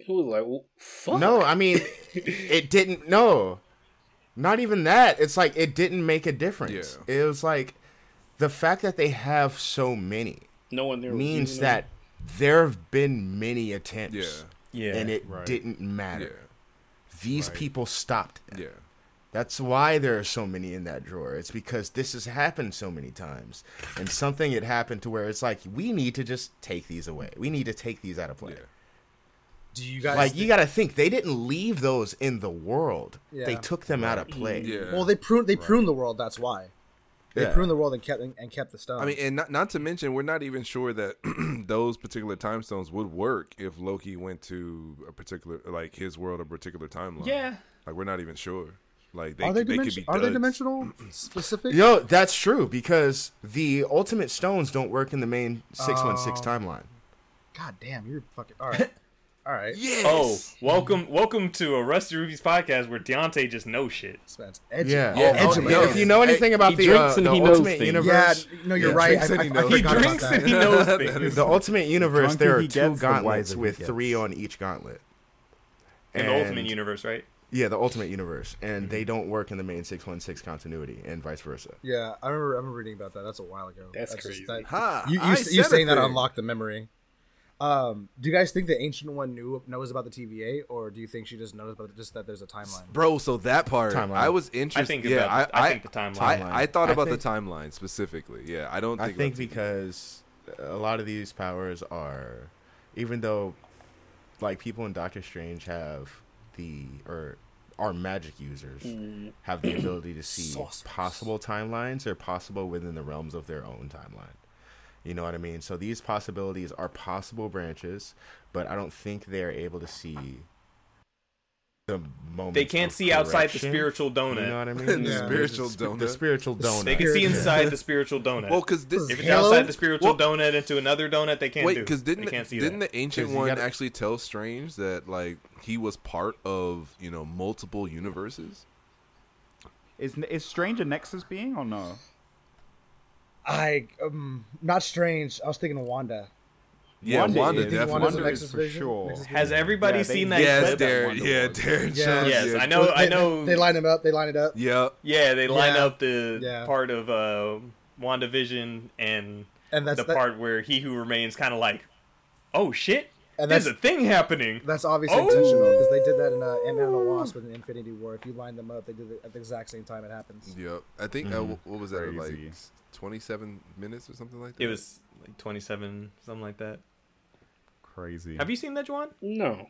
E: He was like, well, fuck.
B: No, I mean, it didn't. No, not even that. It's like it didn't make a difference. It was like the fact that they have so many
E: no one there was
B: means
E: using
B: that there have been many attempts.
F: yeah,
A: yeah.
B: and it
C: Right.
B: didn't
F: yeah,
B: matter. These people stopped.
F: yeah.
B: That's why there are so many in that drawer. It's because this has happened so many times. And something had happened to where it's like, we need to just take these away. We need to take these out of play.
F: Yeah.
D: Do you guys
B: Like, you got to think, they didn't leave those in the world. They
D: Yeah.
B: took them out of play.
F: yeah.
D: Well, they pruned they pruned the world. That's why they
B: Yeah.
D: pruned the world and kept and, and kept the stone.
F: I mean, and not, not to mention, we're not even sure that those particular time stones would work if Loki went to a particular, like his world, a particular timeline.
A: Yeah.
F: like we're not even sure. Like they,
D: are
F: they,
D: they, dimension-
F: could be.
D: are they
F: duds.
D: dimensional specific?
B: Yo, that's true because the ultimate stones don't work in the main 616 timeline.
D: God damn, you're fucking all right. All right,
F: Yes.
A: Oh, welcome, welcome to a Rusty Rubies podcast where Deontay just knows shit.
D: Spence. Edgy.
B: Yeah.
D: All
F: Yeah.
D: edgy.
F: Oh,
B: Yo, if you know anything about the, uh,
E: drinks and
B: the
E: he knows
B: ultimate
E: things.
D: yeah,
B: universe,
D: no, you're
F: Yeah,
D: right. I,
F: Spence
D: I,
F: said he
D: I
F: knows.
A: He
D: forgot about
A: drinks
D: that.
A: and he knows
F: That
A: things.
F: is-
B: the ultimate universe,
C: drunker
B: there are
C: he
B: two
C: gets, the
B: gauntlets
C: wiser he
B: with
C: gets.
B: three on each gauntlet.
A: In the
B: And-
A: Ultimate Universe, right?
B: Yeah, the Ultimate Universe, and they don't work in the main six one six continuity, and vice versa.
D: Yeah, I remember. I remember reading about that. That's a while ago.
E: That's
D: just-
E: crazy.
F: Ha,
D: you you,
F: I
D: you
F: said a
D: saying that
F: thing.
D: unlocked the memory. Um, do you guys think the ancient one knew knows about the TVA, or do you think she just knows about just that there's a timeline?
F: Bro, so that part,
B: Timeline.
F: I was interested.
A: think
F: yeah,
A: about-
F: I,
A: I think the timeline.
F: I, I thought
B: I
F: about
B: think-
F: the timeline specifically. Yeah, I don't
B: I think
F: think. about-
B: because a lot of these powers are, even though, like people in Doctor Strange have the or are magic users
A: Mm.
B: have the ability to see
D: Sorcerers.
B: possible timelines or possible within the realms of their own timeline. You know what I mean? So these possibilities are possible branches, but I don't think they're able to see the moment.
A: They can't see outside the spiritual donut.
B: You know what I mean?
F: The
B: Yeah.
F: spiritual
B: The sp-
F: donut.
B: The spiritual donut.
A: They can see inside the spiritual donut.
F: well, because this
A: if it's
D: Halo?
A: outside the spiritual
F: Well-
A: donut into another donut, they can't
F: wait,
A: do.
F: because didn't
A: they can't see
F: didn't
A: that.
F: the ancient
B: 'Cause you
F: one
B: gotta-
F: actually tell Strange that like he was part of you know multiple universes?
C: Is is Strange a Nexus being or no?
D: I um, not strange. I was thinking of Wanda.
F: Yeah,
C: Wanda
F: Wanda,
C: is- I think
F: definitely.
C: Wanda
D: Wanda's
C: is
D: an Nexus
C: for
D: vision.
C: sure.
D: Nexus
A: Has everybody
C: Yeah, they-
A: seen that
F: yes,
A: clip?
C: that
F: Darren.
C: Wanda
F: Yeah,
C: was.
F: Darren.
D: Yeah.
F: Sharp,
A: Yes,
F: yeah.
A: I know. I
D: They-
A: know.
D: They line him up. They line it up.
F: Yep.
A: yeah, they line
D: Yeah.
A: up the
D: Yeah.
A: part of uh, WandaVision and
D: And that's
A: the
D: that-
A: part where He Who Remains kind of like, oh shit,
D: And
A: there's a
D: that's-
A: thing happening.
D: That's obviously
A: Oh!
D: intentional because they did that in uh, Ant-Man and the Wasp in Infinity War. If you line them up, they do it at the exact same time it happens.
F: Yep. I think uh, wh- what was that
C: Crazy.
F: like twenty-seven minutes or something like that.
A: It was like 27, something like that.
C: Crazy.
A: Have you seen that, Juan?
E: No.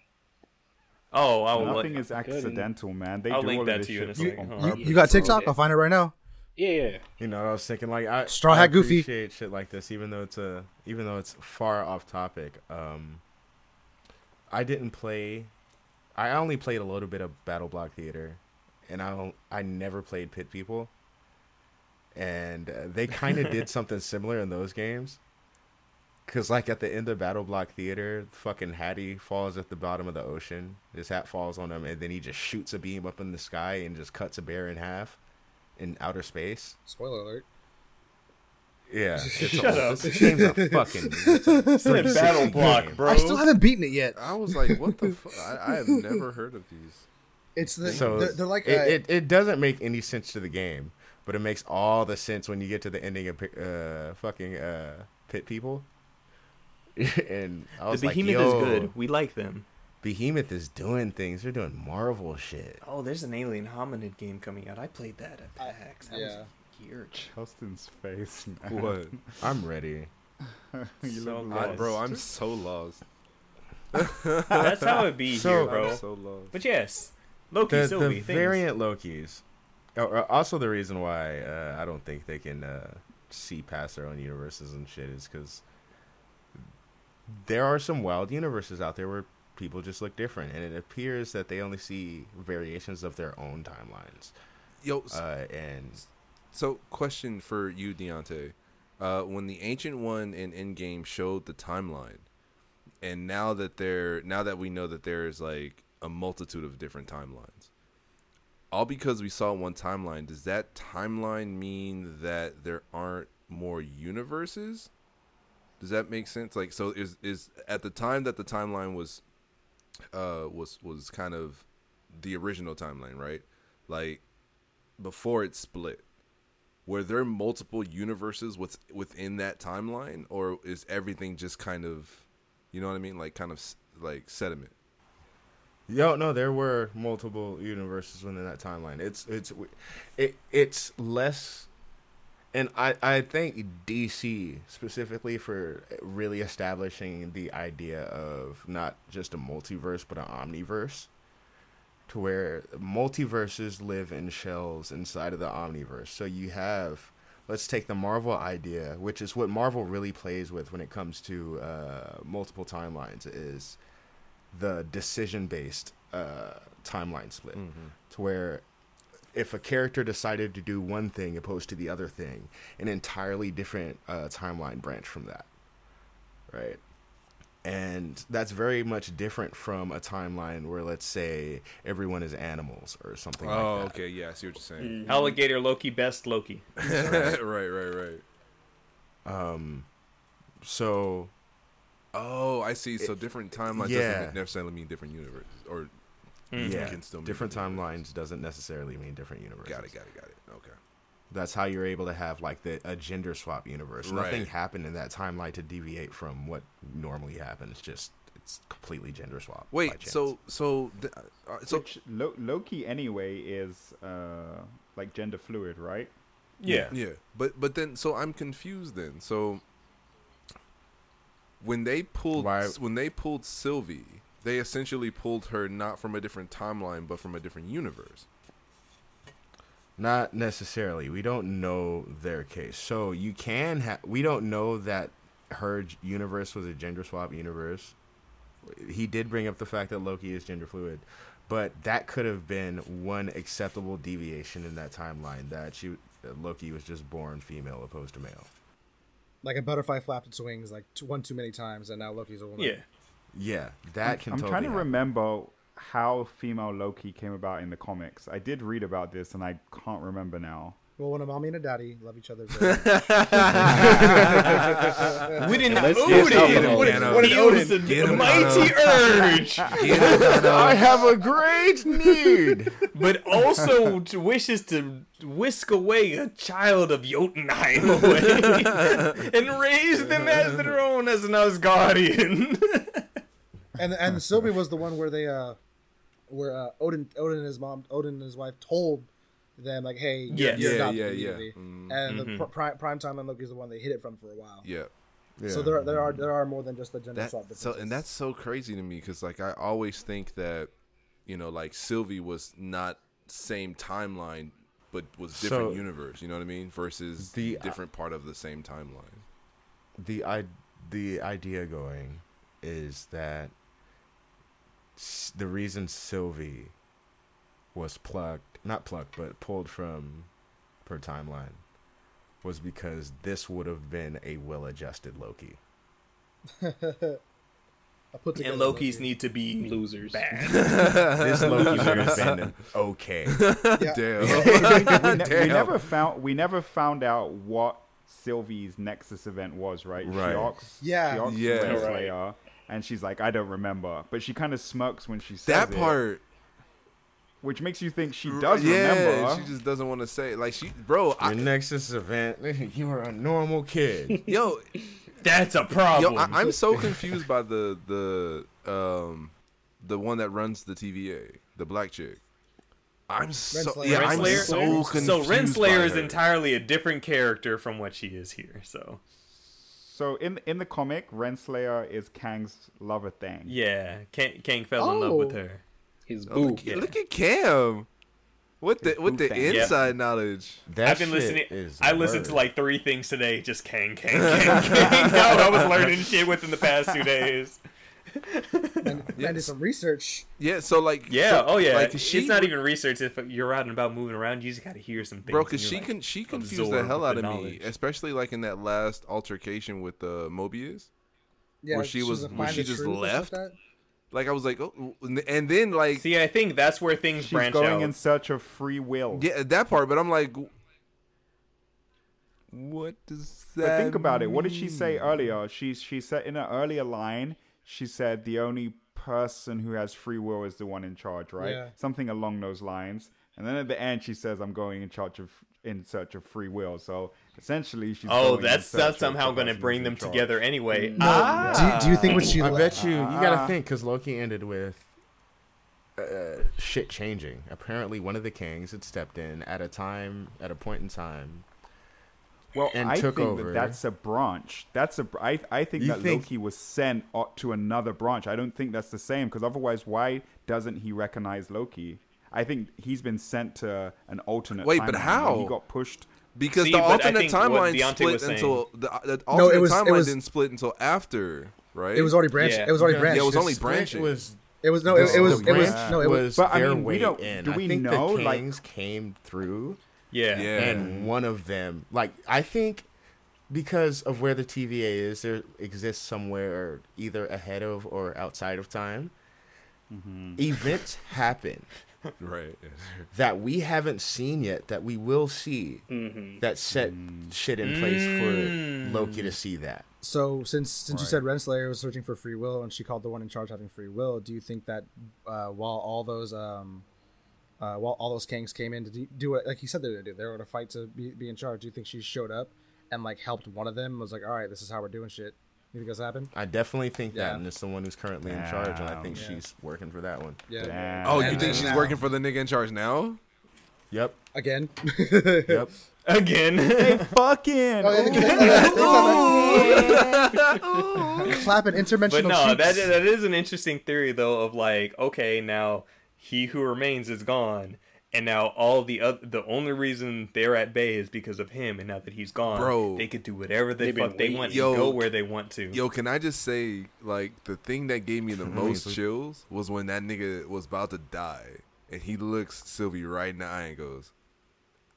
A: Oh, I will.
C: Nothing
A: Like,
C: is accidental, man. They
A: I'll
C: do
A: link
C: all
A: that
C: of this
A: to you in a
C: shit for
A: second.
C: on
A: You-
D: You,
C: purpose.
D: you got
E: So
D: TikTok?
E: that-
D: I'll find it right now.
E: Yeah, yeah.
B: You know, what I was thinking like I
D: Straw
B: I
D: Hat Goofy.
B: appreciate shit like this, even though it's a even though it's far off topic. Um, I didn't play. I only played a little bit of Battle Block Theater, and I don't, I never played Pit People. And uh, they kind of did something similar in those games, because like at the end of Battle Block Theater, fucking Hattie falls at the bottom of the ocean. His hat falls on him, and then he just shoots a beam up in the sky and just cuts a bear in half in outer space.
D: Spoiler alert.
B: Yeah. It's
A: Shut
B: a,
A: up.
B: This game's a fucking it's a
A: It's a battle
B: 360
A: block,
B: game.
A: bro.
D: I still haven't beaten it yet.
F: I was like, what the fuck? I, I have never heard of these.
D: It's the,
B: So
D: they're, they're like
B: it,
D: uh,
B: it, it doesn't make any sense to the game, but it makes all the sense when you get to the ending of uh, fucking uh, Pit People. and I was
A: the
B: like,
A: behemoth
B: "Yo,
A: is good. We like them.
B: Behemoth is doing things. They're doing Marvel shit.
A: Oh, there's an alien hominid game coming out. I played that at PAX. That
D: yeah.
A: was huge.
C: Justin's face. man.
F: What?
B: I'm ready.
C: You
A: So
C: look
A: good.
C: lost.
F: bro, I'm so lost.
A: That's how it be
B: So-
A: here,
B: I'm
A: bro.
F: I'm so lost.
A: But yes, Loki,
B: the, the
A: Sylvie, things.
B: variant Lokis. Oh, uh, also, the reason why uh, I don't think they can uh, see past their own universes and shit is because there are some wild universes out there where people just look different, and it appears that they only see variations of their own timelines.
F: Yo, s-
B: Uh, and
F: so question for you, Deontay. Uh, when the Ancient One in Endgame showed the timeline, and now that there, now that we know that there is like a multitude of different timelines, all because we saw one timeline, does that timeline mean that there aren't more universes? Does that make sense? Like, so is is at the time that the timeline was, uh, was was kind of the original timeline, right? Like before it split were there multiple universes with, within that timeline or is everything just kind of you know what i mean like kind of s- like sediment
B: Yo, no, there were multiple universes within that timeline. It's it's it, it's less, and I I think DC specifically for really establishing the idea of not just a multiverse but an omniverse, to where multiverses live in shells inside of the omniverse. So you have. Let's take the Marvel idea, which is what Marvel really plays with when it comes to uh, multiple timelines. Is the decision based uh, timeline split
F: Mm-hmm.
B: to where if a character decided to do one thing opposed to the other thing, an entirely different uh, timeline branch from that, right? And that's very much different from a timeline where, let's say, everyone is animals or something
F: oh
B: like that.
F: okay yeah i see what you're saying
A: Alligator Loki, best Loki.
F: right right right
B: So
F: oh i see so different timelines
B: yeah.
F: doesn't necessarily mean different universes or
B: yeah,
F: Mm-hmm. can still mean
B: different
F: Hmm. different
B: timelines doesn't necessarily mean different universes.
F: got it got it got it okay
B: that's how you're able to have like the a gender swap universe.
F: Right.
B: Nothing happened in that timeline to deviate from what normally happens. Just it's completely gender swap. by
F: wait
B: chance.
F: so so th- uh, so
C: Which Lo- Loki anyway is uh, like gender fluid, right?
A: Yeah.
F: Yeah, but but then so I'm confused then. So when they pulled
B: Why-
F: when they pulled Sylvie, they essentially pulled her not from a different timeline but from a different universe.
B: not necessarily. We don't know their case. So you can have. We don't know that her g- universe was a gender swap universe. He did bring up the fact that Loki is gender fluid, but that could have been one acceptable deviation in that timeline that she that Loki was just born female opposed to male.
D: like a butterfly flapped its wings like t- one too many times, and now Loki's a woman.
A: Yeah.
B: Yeah, that can.
C: I'm
B: totally
C: trying to
B: happen.
C: remember how female Loki came about in the comics. I did read about this and I can't remember now.
D: Well, when a mommy and a daddy love each other, very much.
A: We didn't
E: Let's just help
A: Odin.
E: him out,
A: What,
F: Thanos.
A: a- what an
F: Get
A: Odin.
F: Get him,
A: mighty urge,
B: I have a great need.
A: but also t- wishes to whisk away a child of Jotunheim away and raise them as their own as an Asgardian.
D: and and Sylvie was the one where they uh, where uh, Odin Odin and his mom Odin and his wife told them like, hey, you're,
A: Yes.
D: you're
A: Yeah,
D: adopted
F: yeah, yeah. Mm-hmm.
D: immediately. And
A: Mm-hmm.
D: the pr- prime prime time on Loki's the one they hid it from for a while.
F: Yeah.
D: So there are, there are there are more than just the gender
F: That
D: swap
F: so
D: differences.
F: and that's so crazy to me cuz like I always think that You know, like Sylvie was not same timeline, but was different
B: So-
F: universe. You know what I mean? Versus the uh,
B: The-
F: different part of the same timeline.
B: the I- the idea going is that s- the reason Sylvie was plucked, not plucked, but pulled from her timeline was because this would have been a well-adjusted Loki.
D: I put together
A: And Loki's
D: Loki.
A: need to be
E: Losers.
A: bad.
B: This Loki would have been okay.
F: Damn.
C: we, ne- we
F: Damn.
C: never found we never found out what Sylvie's Nexus event was, right?
F: Right.
C: She asks,
D: Yeah.
C: she asks
F: Yeah.
C: where
E: Right.
C: Slayer, and she's like, I don't remember, but she kind of smirks when she says
F: that
C: it,
F: part.
C: which makes you think she does
F: yeah,
C: remember.
F: she just doesn't want to say it. like she, bro.
B: Your
F: I,
B: Nexus event, you were a normal kid.
F: yo,
A: That's a problem.
F: Yo, I, I'm so confused by the the um the one that runs the TVA, the black chick. I'm so
D: Renslayer.
F: yeah, I'm
A: Renslayer?
F: so
E: So
F: confused.
A: so Renslayer
F: by
A: is
F: her.
A: entirely a different character from what she is here. So
C: so in in the comic, Renslayer is Kang's lover thing.
A: yeah, Kang, Kang fell in love with
D: Oh.
A: her.
E: His
F: Oh,
E: boo.
F: look, at- look at Cam. With the with the
C: boot thing.
A: Yeah.
F: inside knowledge.
B: That
A: I've been
B: shit
A: listening.
B: is
A: I listened to
B: word.
A: like three things today. Just Kang, Kang, Kang, Kang. No, I was learning shit within the past two days.
D: I did some research.
F: Yeah, so like
A: Yeah.
F: so,
A: oh yeah.
F: Like
A: she's
F: she
A: not even research. If you're out and about moving around, you just gotta hear some things.
F: bro,
A: and
F: because
A: you're
F: she
A: like,
F: can she confused
A: absorb
F: the hell
A: the
F: out of me,
A: knowledge.
F: especially like in that last altercation with uh, Mobius.
D: Yeah,
F: Where she
D: she's
F: was-
D: gonna
F: where
D: find
F: she
D: the
F: just
D: truth or something
F: left?
D: like that.
F: Like I was like, oh, and then like
A: See, I think that's where things
C: She's
A: branch out.
C: going in search of free will.
F: Yeah, that part, but I'm like, what does that?
C: But think about it. What did she
F: mean?
C: say earlier? She she said in an earlier line, she said the only person who has free will is the one in charge, right?
D: Yeah.
C: Something along those lines. And then at the end, she says, "I'm going in charge of in search of free will." So essentially, she's
A: Oh,
C: going in
A: that's
C: search
A: that's
C: of
A: somehow
C: the
A: going to
C: person
A: bring
C: who's
A: them
C: in charge.
A: together anyway. Um,
D: No, do, do you
F: Ah.
D: think what she
B: I
D: left?
B: bet you. You gotta think because Loki ended with uh, shit changing. Apparently, one of the kings had stepped in at a time, at a point in time.
C: Well,
B: and
C: I
B: took
C: think
B: over.
C: That that's a branch. That's a. br- I I think
B: You
C: that
B: think-
C: Loki was sent o- to another branch. I don't think that's the same because otherwise, why doesn't he recognize Loki? I think he's been sent to an alternate.
F: Wait, but
C: timeline.
F: how?
C: He got pushed.
F: Because
A: See,
F: the
A: but I
F: alternate
A: think what
F: timeline
A: Deontay
F: split
A: was saying-
F: until the, uh, the
D: No,
F: alternate
D: it was- it
F: timeline
D: was-
F: didn't split until after, right?
D: It was already branched.
A: Yeah.
D: It was already
B: Yeah, it
D: branched.
F: was only
D: It's-
F: br- branching.
B: Oh, It was.
D: It was no. It, it
B: the
D: was. It was
B: branch
D: no. It was.
B: was
C: But, I
B: their
C: mean, we
B: way
C: don't-
B: in.
C: do
B: I
C: we
B: think
C: know,
B: the
C: like-
B: kings came through,
A: Yeah.
F: Yeah.
B: and one of them, like I think, because of where the TVA is, there exists somewhere either ahead of or outside of time.
C: Mm-hmm.
B: Events happen.
F: right.
B: that we haven't seen yet that we will see
C: Mm-hmm.
B: that set shit in place
C: Mm.
B: for Loki to see that.
D: So since since you said Renslayer was searching for free will and she called the one in charge having free will, do you think that uh, while all those um, uh, while all those kangs came in to do, do what like he said they were gonna do, they were gonna fight to be, be in charge. Do you think she showed up and like helped one of them? and Was like, all right, this is how we're doing shit. You think that's happened?
B: I definitely think that,
D: Yeah.
B: and it's the one who's currently in charge, and I think
D: Yeah.
B: she's working for that one.
D: Yeah.
C: Damn.
F: Oh,
D: Yeah,
F: you think
D: yeah.
F: she's
D: Now.
F: working for the nigga in charge now?
B: Yep.
D: Again.
B: Yep.
A: Again.
C: fucking.
F: Oh,
D: Clap an interdimensional
A: but no,
D: cheeks.
A: that that is an interesting theory though of like, okay, now he who remains is gone. And now all the other, the only reason they're at bay is because of him. And now that he's gone,
F: Bro.
A: they could do whatever the
E: They've been
A: fuck they want and
F: waiting. Yo.
A: go where they want to.
F: Yo, can I just say, like, the thing that gave me the most chills was when that nigga was about to die, and he looks Sylvie right in the eye and goes,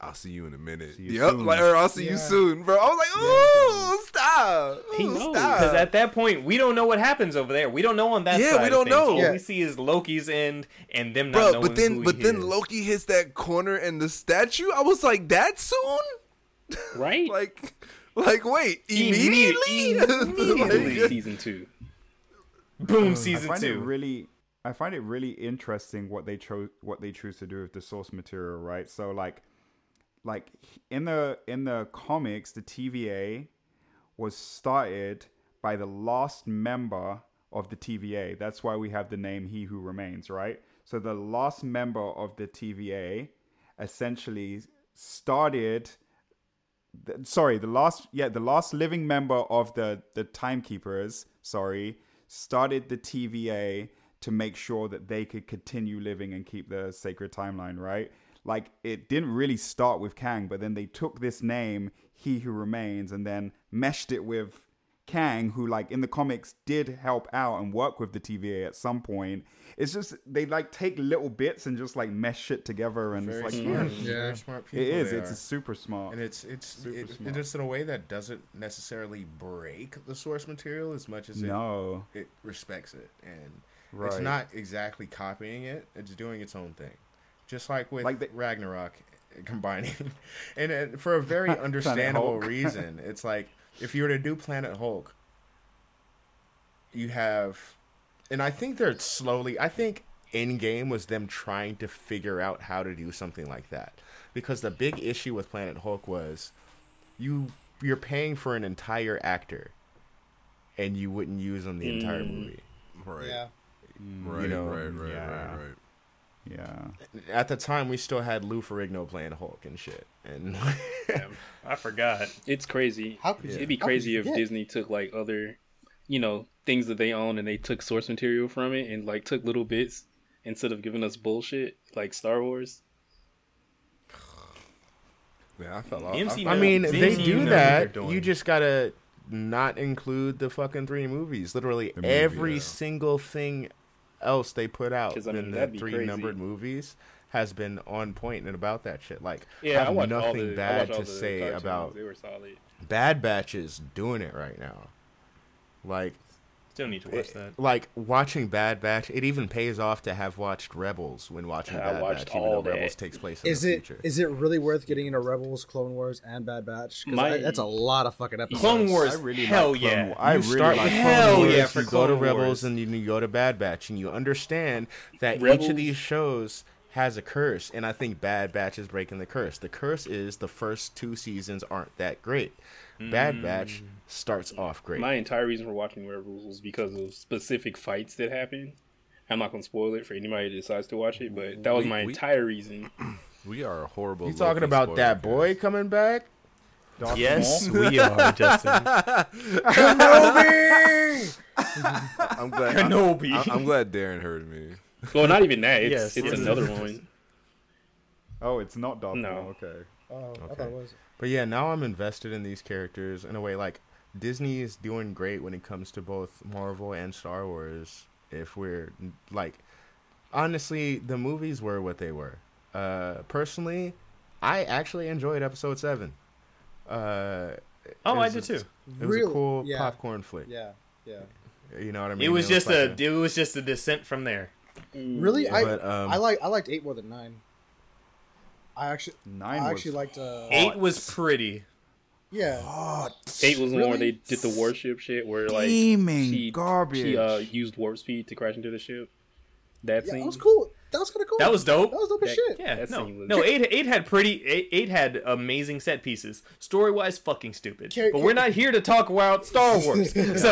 F: "I'll see you in a minute."
C: See you
F: yep,
C: soon.
F: like, or I'll see
D: Yeah.
F: you soon, bro. I was like, "Ooh, stop!
E: He
F: Ooh,
E: knows.
F: stop!"
A: Because at that point, we don't know what happens over there. We don't know on that
F: Yeah,
A: side.
F: we
A: of
F: don't
A: things.
F: know.
A: All
D: Yeah.
A: we see is Loki's end and them not
F: bro.
A: knowing
F: But
A: who
F: then,
A: he
F: but then
A: is.
F: Loki hits that corner and the statue. I was like, that soon?
E: Right?
F: Like, like wait,
A: Immediate-
F: immediately?
E: Immediately
F: Like,
E: season two.
A: boom,
C: I
A: season
C: find it
A: two.
C: really. I find it really interesting what they chose, what they choose to do with the source material, right? So, like, like in the in the comics, the TVA was started by the last member of the TVA. That's why we have the name He Who Remains, right? So the last member of the TVA essentially started th- sorry, the last yeah, the last living member of the the timekeepers, sorry, started the TVA to make sure that they could continue living and keep the sacred timeline, right? Like it didn't really start with Kang, but then they took this name, He Who Remains, and then meshed it with Kang, who like in the comics did help out and work with the TVA at some point. It's just they like take little bits and just like mesh it together, and
B: Very
C: it's like
B: smart.
C: yeah,
B: Very smart people.
C: it is.
B: they
C: It's
B: are.
C: a super smart.
B: and it's it's
C: super
B: it, it-
C: smart.
B: just in a way that doesn't necessarily break the source material as much as it
C: no,
B: it respects it and it's
C: Right.
B: not exactly copying it it's doing its own thing just like with
C: Like the-
B: ragnarok combining and it, for a very understandable
C: Hulk.
B: reason it's like if you were to do planet hulk you have and i think they're slowly i think endgame was them trying to figure out how to do something like that because the big issue with planet hulk was you you're paying for an entire actor and you wouldn't use them the entire movie
F: Right.
D: Yeah.
F: Right,
B: You know,
F: right, right,
C: yeah.
F: right, right.
C: yeah.
B: at the time we still had Lou Ferrigno playing Hulk and shit. And
A: Damn, I forgot.
E: It's crazy.
D: How could you-
E: It'd be
D: how could
E: crazy
D: you
E: if
D: forget?
E: Disney took like other, you know, things that they own and they took source material from it and like took little bits instead of giving us bullshit like Star Wars.
F: Yeah, I fell off.
A: MC
B: I mean,
A: knows-
B: they
A: MC
B: do
A: knows
B: that.
A: what they're
B: You
A: doing.
B: just gotta not include the fucking three movies. Literally
C: movie,
B: every
F: yeah.
B: single thing else they put out
E: 'Cause, I mean,
B: in
E: that'd
B: the
E: be
B: three
E: crazy.
B: numbered movies has been on point and about that shit. Like,
E: Yeah, I
B: have
E: watched all
B: nothing
E: the, I
B: bad
E: watched all
B: to
E: the
B: say
E: cartoons.
B: about
E: They were solid.
B: Bad Batch is doing it right now. Like,
A: Still need to watch that.
B: like watching Bad Batch, it even pays off to have watched Rebels when watching
E: I
B: Bad
E: watched
B: Batch, even though
E: all that.
B: Rebels takes place in
D: Is
B: the
D: it is
B: future.
D: it really worth getting into Rebels, Clone Wars, and Bad Batch? 'Cause
E: My-
D: I- that's a lot of fucking episodes.
A: Clone Wars,
C: I really
A: hell
C: like Clone
A: yeah.
C: Wa- I
B: you
C: really
B: start
C: like
B: with
C: Clone
B: Hell
A: Wars.
B: yeah! For
A: You
B: you
A: go
B: go
A: to
B: to
A: Wars.
B: Rebels and you, you go to Bad Batch, and you understand that each
E: Rebels-
B: of these shows has a curse, and I think Bad Batch is breaking the curse. The curse is the first two seasons aren't that great. Bad Batch starts off great.
E: My entire reason for watching Rebels was because of specific fights that happened. I'm not gonna spoil it for anybody that decides to watch it, but that was
F: We-
E: my
F: we-
E: entire reason.
F: We are a horrible.
B: you talking
F: Loki
B: about that
F: spoiler
B: boy
F: cast.
B: coming back?
C: Darth Maul?
A: we are, Justin.
F: I'm glad.
A: Kenobi.
F: I, am glad Darren heard me.
E: Well, not even that.
A: Yes.
E: It's, it's another one.
C: Oh, it's not Darth
E: No.
C: Maul. Okay.
D: Oh, I thought it was.
B: But yeah, now I'm invested in these characters in a way like Disney is doing great when it comes to both Marvel and Star Wars. If we're like, honestly, the movies were what they were. Uh, personally, I actually enjoyed Episode Seven. Uh,
A: Oh,
B: it
A: I
B: was
A: did
B: a-
A: too.
B: It was
D: Really?
B: a cool
D: Yeah.
B: popcorn flick.
D: Yeah, yeah.
B: You know what I mean?
A: It was just
B: like
A: a it was just a descent from there.
D: Really, I
B: But, um,
D: I like I liked eight more than nine. I actually
C: Nine
D: I
C: was
D: actually liked uh,
A: Eight was pretty.
D: Yeah,
E: Eight was the one where
D: Really?
E: they did the warship shit, where like
C: Steaming
E: she, she
C: garbage.
E: uh, used warp speed to crash into the ship. That
D: yeah,
E: scene
D: that was cool. That was kind of cool.
A: That was dope.
D: That was dope as
E: That-
D: shit.
A: Yeah,
E: That
A: no,
E: scene was-
A: no. Eight, eight had pretty. Eight, eight had amazing set pieces. Story wise, fucking stupid.
D: Car-
A: But we're not here to talk about Star Wars. So,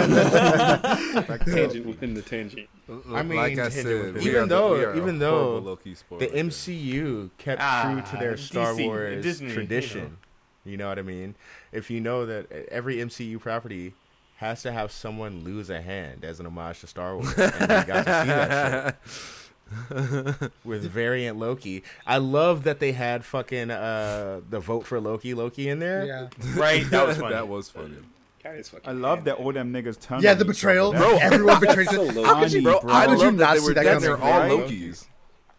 E: tangent within the tangent.
B: I mean,
F: like I said, we
B: even
F: are the-
B: though
F: we are a
B: even though
F: horrible Loki spoiler
B: the
F: cast.
B: MCU kept
A: Ah,
B: true to their Star
A: DC,
B: Wars
A: Disney, you know.
B: tradition. You know. what I mean? If you know that e, every MCU property has to have someone lose a hand as an homage to Star Wars, and we got to see that shit. With variant Loki, I love that they had fucking uh, the vote for Loki Loki in there.
D: Yeah,
A: right, that was funny.
F: That was funny.
E: God, it's fucking
C: I love that all them niggas turned.
D: yeah.
C: on each other.
D: The betrayal,
C: That-
D: bro. Everyone betrayed.
E: so
D: each-
E: low.
D: How could you,
F: Bro,
D: How
F: I
D: could you
F: love
D: not
F: that they
D: see
F: were
D: that
F: that
D: coming?
F: they're all
D: right?
F: Lokis,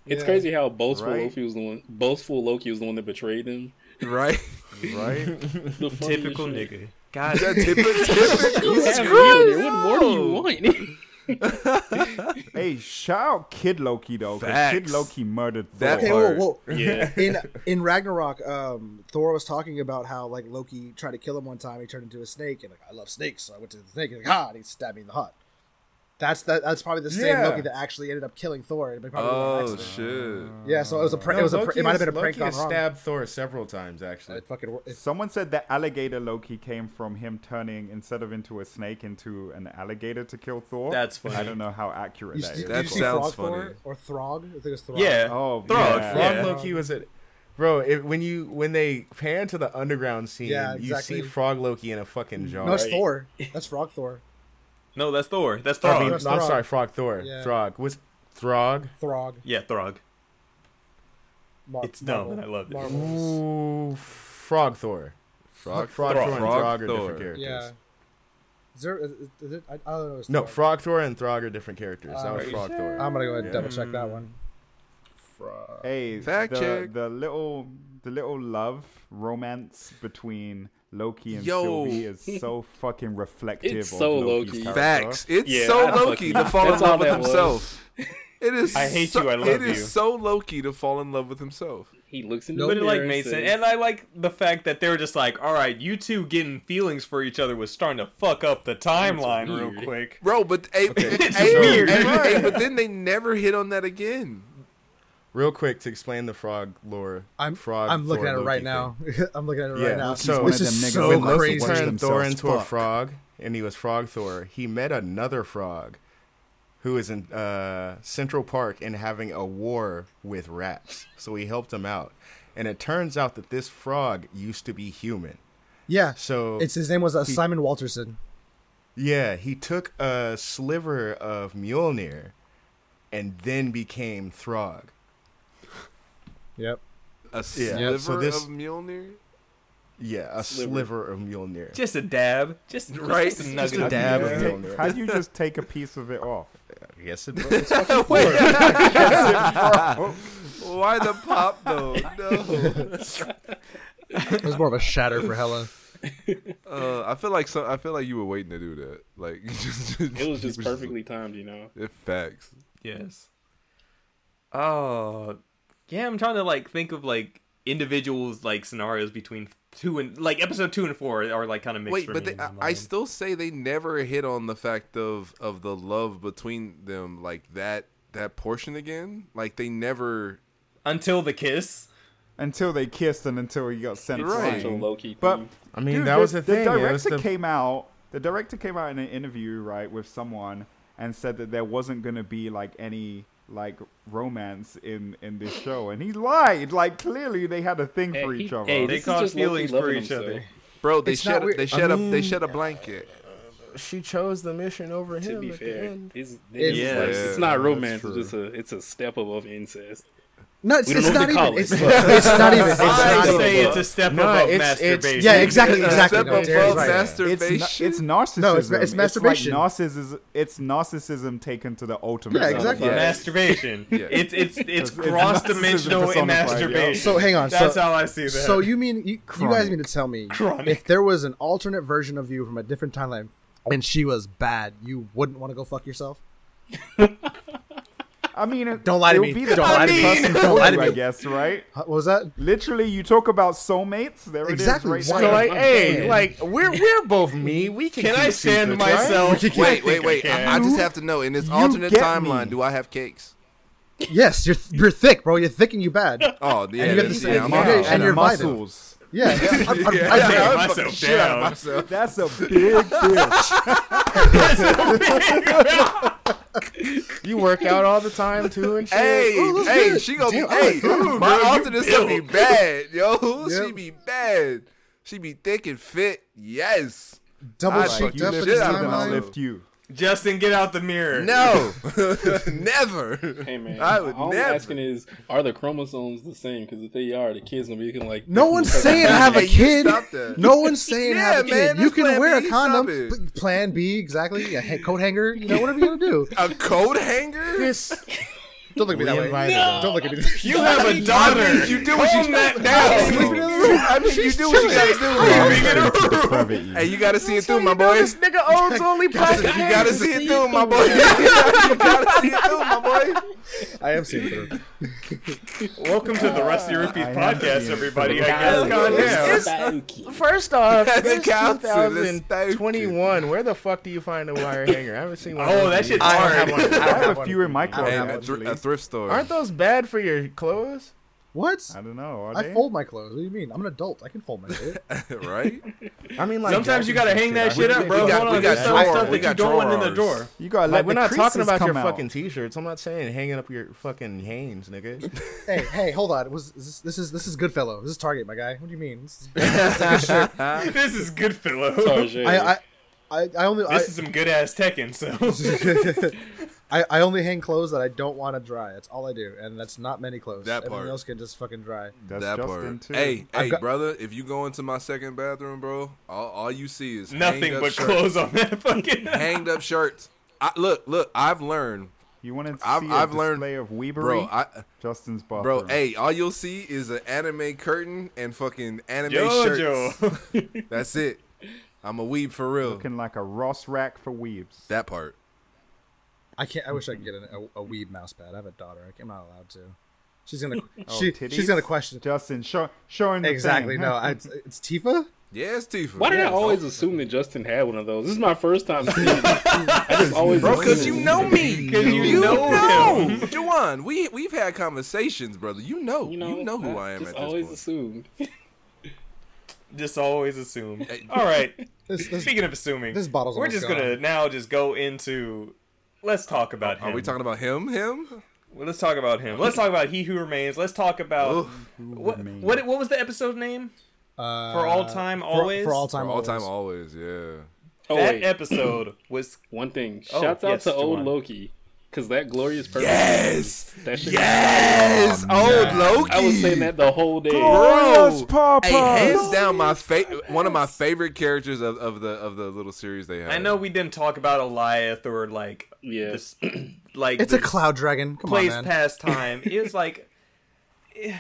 E: It's crazy how boastful
C: Right?
E: Loki was the one. Boastful Loki was the one that betrayed them.
F: right?
C: right?
E: The funniest
A: Typical
E: shit.
A: nigga.
F: God, that typical, typical.
E: Have you in there. What more do you want?
C: hey, shout out Kid Loki though, 'cause Kid
F: Facts.
C: Loki murdered
F: That
C: Thor.
D: Okay, whoa,
F: part.
D: whoa.
A: Yeah.
D: In in Ragnarok, um, Thor was talking about how like Loki tried to kill him one time. He turned into a snake, and like I love snakes, so I went to the snake and like, ah, and he stabbed me in the heart. That's that, that's probably the same
B: Yeah.
D: Loki that actually ended up killing Thor. It probably was an
F: Oh
D: accident.
F: shit!
D: Yeah, so it was a prank. it was a pr-
B: Loki
D: it might have
B: is-
D: been a prank
B: Loki has
D: gone wrong.
B: stabbed Thor several times actually.
D: It fucking wor- it-
C: Someone said that alligator Loki came from him turning instead of into a snake into an alligator to kill Thor.
A: That's funny.
C: I don't know how accurate
D: you,
C: that
D: did
C: is.
D: you
F: That
D: see Throg
F: sounds
D: for
F: funny.
D: it? or Throg? I think it's Throg.
A: Yeah.
C: Oh,
A: Throg.
C: yeah.
B: Frog
A: Yeah.
B: Loki was it, bro. It, when you when they pan to the underground scene,
D: Yeah,
B: you see
D: exactly.
B: Frog Loki in a fucking jar.
D: No, it's
E: Right.
D: Thor. That's Frog Thor.
A: No, that's Thor. That's
B: I
A: Throg.
B: mean,
D: That's
B: I'm
D: Throg.
B: sorry, Frog Thor.
D: Yeah.
B: Throg was Throg.
D: Throg.
A: yeah, Throg.
D: Mar-
A: It's dumb,
D: Marvel-
A: and I loved it.
D: Marvel.
B: Ooh, Frog Thor.
F: Frog,
B: Frog Thor,
F: Throg,
B: and
F: Frog
B: Throg are
F: Thor.
B: different characters.
D: Yeah. Is there? Is, is it? I, I don't know. It's
B: No,
D: Throg.
B: Frog Thor and Throg are different characters. That was
D: Alright.
B: Frog Thor.
D: I'm gonna go ahead and
F: Yeah.
D: double check that one.
C: Hey,
F: Fact
C: the,
F: check.
C: the little the little love romance between Loki and
F: Yo.
C: Sylvie is so fucking reflective.
E: It's
C: of
E: so
C: Loki's
E: low-key.
C: character.
F: Facts. It's
E: Yeah,
F: so
E: that's Loki.
F: Loki to fall in
E: That's all
F: love with
E: that was.
F: himself. It is.
A: I hate
F: so,
A: you, I love
F: It
A: you.
F: is so Loki to fall in love with himself.
E: He looks in the
A: But it like
E: mirror
A: made
E: says,
A: sense, and I like the fact that they were just like, "All right, you two getting feelings for each other was starting to fuck up the timeline real
E: weird.
A: quick."
F: Bro, but hey,
A: It's
F: hey,
A: weird.
F: hey, hey, but then they never hit on that again.
B: Real quick to explain the Frog lore.
D: I'm
B: Frog.
D: I'm looking
B: Thor,
D: at it
B: Loki
D: right
B: thing.
D: now. I'm looking at it
B: Yeah,
D: right now.
B: so-
D: this
C: One of them
D: is
C: niggas
D: so
C: with
B: when
C: no
B: Loki
D: crazy.
C: support.
B: turned Thor into a
C: themselves. Fuck.
B: frog, and he was Frog Thor, he met another frog who is in uh, Central Park and having a war with rats. So he helped him out. And it turns out that this frog used to be human.
D: Yeah.
B: So
D: It's his name was uh,
B: He-
D: Simon Walterson.
B: yeah, he took a sliver of Mjolnir and then became Throg.
D: Yep.
F: A
B: Yeah,
F: sliver
B: so this-
F: of Mjolnir.
B: Yeah, a
E: Sliver.
B: sliver of Mjolnir.
A: Just a dab, just
F: Right?
A: just a
F: Just
A: nugget
B: a
A: of
B: dab
A: Mjolnir.
B: of
C: Take-
B: Mjolnir.
C: How'd you just take a piece of it off?
B: Yes, it was.
F: Why the pop though? No.
D: It was more of a shatter for Hella.
F: Uh, I feel like some, I feel like you were waiting to do that. Like just,
E: It was just perfectly timed, you know.
F: It facts.
A: Yes. Oh, yeah. I'm trying to like think of like individuals like scenarios between two and like episode two and four are like kind of mixed.
F: Wait,
A: for
F: but
A: me
F: they,
A: in my
F: I, I
A: mind.
F: still say they never hit on the fact of of the love between them, like that that portion again. Like they never.
A: until the kiss.
C: Until they kissed and until he got sent
E: It's
F: Right.
E: such a
C: flying.
E: low key
C: But
E: thing.
B: I mean,
C: Dude,
B: that was the thing.
C: The
B: it
C: director
B: was the-
C: came out. The director came out in an interview, right, with someone, and said that there wasn't going to be like any like romance in in this show, and he lied. Like clearly, they had a thing for
E: Hey,
C: each
E: he-
C: other.
E: hey,
A: They
E: this is
A: caught
E: just low-key
A: feelings for
E: loving
A: each
E: himself.
A: other.
F: Bro, they
D: It's not
F: shed a,
D: weird.
F: they shed
B: I
F: a they
B: mean-
F: shed a blanket.
B: she chose the mission over
E: To
B: him.
E: be
B: at the
E: fair,
B: end.
E: it's,
D: It's-
E: it's,
A: Yeah,
E: like-
F: yeah,
E: it's not
B: that's
E: romance.
B: true.
E: It's just a it's a step above incest.
D: No, it's,
E: We don't
D: it's
E: know what
D: not
E: they
D: even.
E: call it,
D: It's,
E: but-
D: it's not even. It's
A: I
D: not
E: not
A: say
E: even-
A: it's a step
B: No,
A: above
B: it's- it's-
A: masturbation.
D: Yeah, exactly,
F: A
D: exactly.
F: step
D: No, Terry's
F: above
D: right.
C: It's,
F: masturbation.
C: na- it's narcissism.
D: No, it's- it's masturbation.
C: Like narcissism. It's narcissism taken to the ultimate.
D: Yeah,
C: level.
D: exactly.
F: Yeah.
A: Masturbation.
F: Yeah.
A: It's it's it's
C: it's
A: cross dimensional
C: narcissism
A: in
C: personified, yeah.
A: masturbation.
D: So, hang on, so-
A: That's how I see that.
D: So you mean you, you guys
C: Chronic.
D: mean to tell me
A: Chronic.
D: if there was an alternate version of you from a different timeline and she was bad, you wouldn't want to go fuck yourself?
C: I mean, it,
D: Don't lie to
C: it would
D: me.
C: be the
D: Don't lie to me.
C: person
D: Don't lie to
C: I
D: me.
C: guess right.
D: Huh, What was that?
C: Literally, you talk about soulmates. There
D: Exactly.
C: it is.
B: So
C: Right
D: Why-
C: there.
B: like,
D: I'm
B: hey,
D: dead.
B: like we're we're both me. We can.
A: can I
B: keep
A: stand
B: secrets, right?
A: myself?
F: wait,
A: I
F: wait,
A: think
F: wait!
A: I,
F: I, I
A: can.
F: just have to know in this
C: You
F: alternate
C: get
F: timeline,
C: me.
F: do I have cakes?
D: Yes, you're you're thick, bro. You're thick and you bad.
F: Oh, yeah,
D: you got
F: this-
D: the
F: yeah,
D: same-
F: I'm
D: you
F: out.
D: get- and you're vital.
C: muscles.
D: Yeah, I'm- I'm- I-
F: Yeah, I'm
A: Take
F: fucking
A: myself
F: shit out of
A: down.
F: myself.
C: That's a big deal.
B: You work out all the time too, and shit.
F: Hey,
D: Ooh, look
F: hey,
D: good.
F: she gonna
B: Damn,
F: be hey.
A: ooh,
F: my
A: girl, you
F: alternate gonna be
A: built.
F: bad, yo. She
D: Yep.
F: be bad. She be thick and fit. Yes.
D: double
F: I fuck
D: cheeked
F: you
D: up at
F: lift
D: the
F: it out of
C: Then I'll
F: my
D: timeline.
F: lips.
C: lift you.
A: Justin, get out the mirror.
F: No. Never.
E: Hey man,
F: I would
E: all
F: never.
E: I'm asking is, are the chromosomes the same? Because if they are, the kids gonna be looking like
D: No one's saying have
F: Hey,
D: a
F: you
D: kid.
F: stop that.
D: No one's saying
F: Yeah,
D: have a
F: man,
D: kid. You
F: that's
D: can
F: plan
D: wear
F: B,
D: a
F: stop
D: condom.
F: it.
D: pl- Plan B, exactly. A ha- coat hanger. You know whatever you want to do.
F: A coat hanger?
B: Chris,
D: Don't look at me that
B: We
D: way.
B: invited her.
D: Don't look at me.
A: You have a daughter.
F: I mean, you do what you
A: Calm that down.
F: I mean, I mean, you do what you gotta do.
A: Leaving it
F: bro.
A: alone.
F: Hey, you gotta see it through, my boy. You
B: nigga owns only black.
F: gotta see it through, my boy. You gotta see it through, my boy.
D: I am seeing through.
A: Welcome to the Rusty Rupees
C: I have
A: podcast,
C: seen
A: everybody. I
C: it.
A: guess. Goddamn.
E: It's,
B: First off,
F: The
B: it's
F: council is
B: 2021. Where the fuck do you find a wire hanger? I haven't seen one.
A: Oh,
B: in
A: that
B: years.
A: shit's hard.
C: I have a
D: one.
C: few in my
D: don't
F: Hey,
D: have
F: a,
D: one.
C: closet.
F: thr-
C: actually.
F: a thrift store.
B: Aren't those bad for your clothes?
D: What?
C: I don't know. Are
D: I
C: they?
D: fold my clothes. What do you mean? I'm an adult. I can fold my shit.
F: right?
B: I mean, like
A: Sometimes you gotta hang that
B: I-
A: shit up, bro.
F: We got-
A: Hold
F: we
A: on,
F: got
A: there's some
F: drawer-
A: stuff
F: we
A: that you
F: got
A: don't want in the
F: drawers.
A: drawer.
C: You gotta
B: Like
C: let
B: we're
C: the
B: not talking
C: creases
B: about your
C: come out.
B: fucking t-shirts. I'm not saying hanging up your fucking Hanes, nigga.
D: hey, hey, hold on. Was is this this is this is Goodfellow? This is Target, my guy. What do you mean? This is-
A: This is good, Philo.
E: Tarjay.
D: I, I I, I only I,
A: This is some good ass Tekken, so
D: I, I only hang clothes that I don't want to dry. That's all I do, and that's not many clothes.
F: That
D: Everything
F: part.
D: else can just fucking dry.
C: That's
F: that
C: Justin
F: part.
C: too.
F: Hey,
D: I've
F: hey,
D: got-
F: brother, if you go into my second bathroom, bro, all, all you see is
A: nothing
F: hanged
A: but
F: up shirt-
A: clothes on that fucking.
F: hanged up shirts. I, look, look, I've learned,
C: you want to see
F: I've-
C: a
F: I've
C: display
F: learned-
C: of weebery?
F: bro. I,
C: Justin's bathroom.
F: bro, hey, all you'll see is an anime curtain and fucking anime shirts.
A: Jojo.
F: That's it. I'm a weeb for real.
C: looking like a Ross rack for weebs.
F: That part.
D: I can't. I wish I could get an, a, a weed mouse pad. I have a daughter. I, am not allowed to. She's gonna.
C: Oh,
D: she,
C: titties?
D: she's gonna question.
C: Justin, show, showing the
D: Exactly.
C: thing.
D: No, I, it's, it's Tifa.
F: Yes, Tifa.
E: Why did
F: yes.
E: I always assume that Justin had one of those? This is my first time seeing it. I just always
F: Bro, because
E: assumed.
F: you know me.
A: Because you,
F: You
A: know,
F: know,
A: him.
F: Juwan. We we've had conversations, brother. You know, you know, who I, am
E: Just
F: at
E: always
F: this point.
E: assumed.
A: Just always assume. All right.
D: This, this,
A: Speaking of assuming,
D: This bottle's
A: we're
D: almost
A: just gonna
D: gone.
A: now just go into. Let's talk about him.
F: Are we talking about him? Him?
A: Well, let's talk about him. Let's talk about He Who Remains. Let's talk about
F: Ugh.
A: what what what was the episode name
D: uh,
A: for all time
D: for-
A: always
D: for all time
F: For all
D: always.
F: time, always. Yeah.
E: Oh,
A: That
E: wait.
A: episode was
E: One thing.
A: Oh,
E: Shouts out
A: yes,
E: to old
A: Juwan.
E: Loki. Because that glorious person.
F: Yes.
E: That shit
F: Oh, Yes. old Loki.
E: I was saying that the whole day.
C: Glorious
F: Bro,
C: Papa.
F: hey, hands down, my fa- one of my favorite characters of, of the of the little series they have.
A: I know we didn't talk about Eliath or like
E: Yeah.
A: this like
D: It's a
A: this
D: cloud dragon. Come on,
A: plays
D: man.
A: past time. It was like
E: You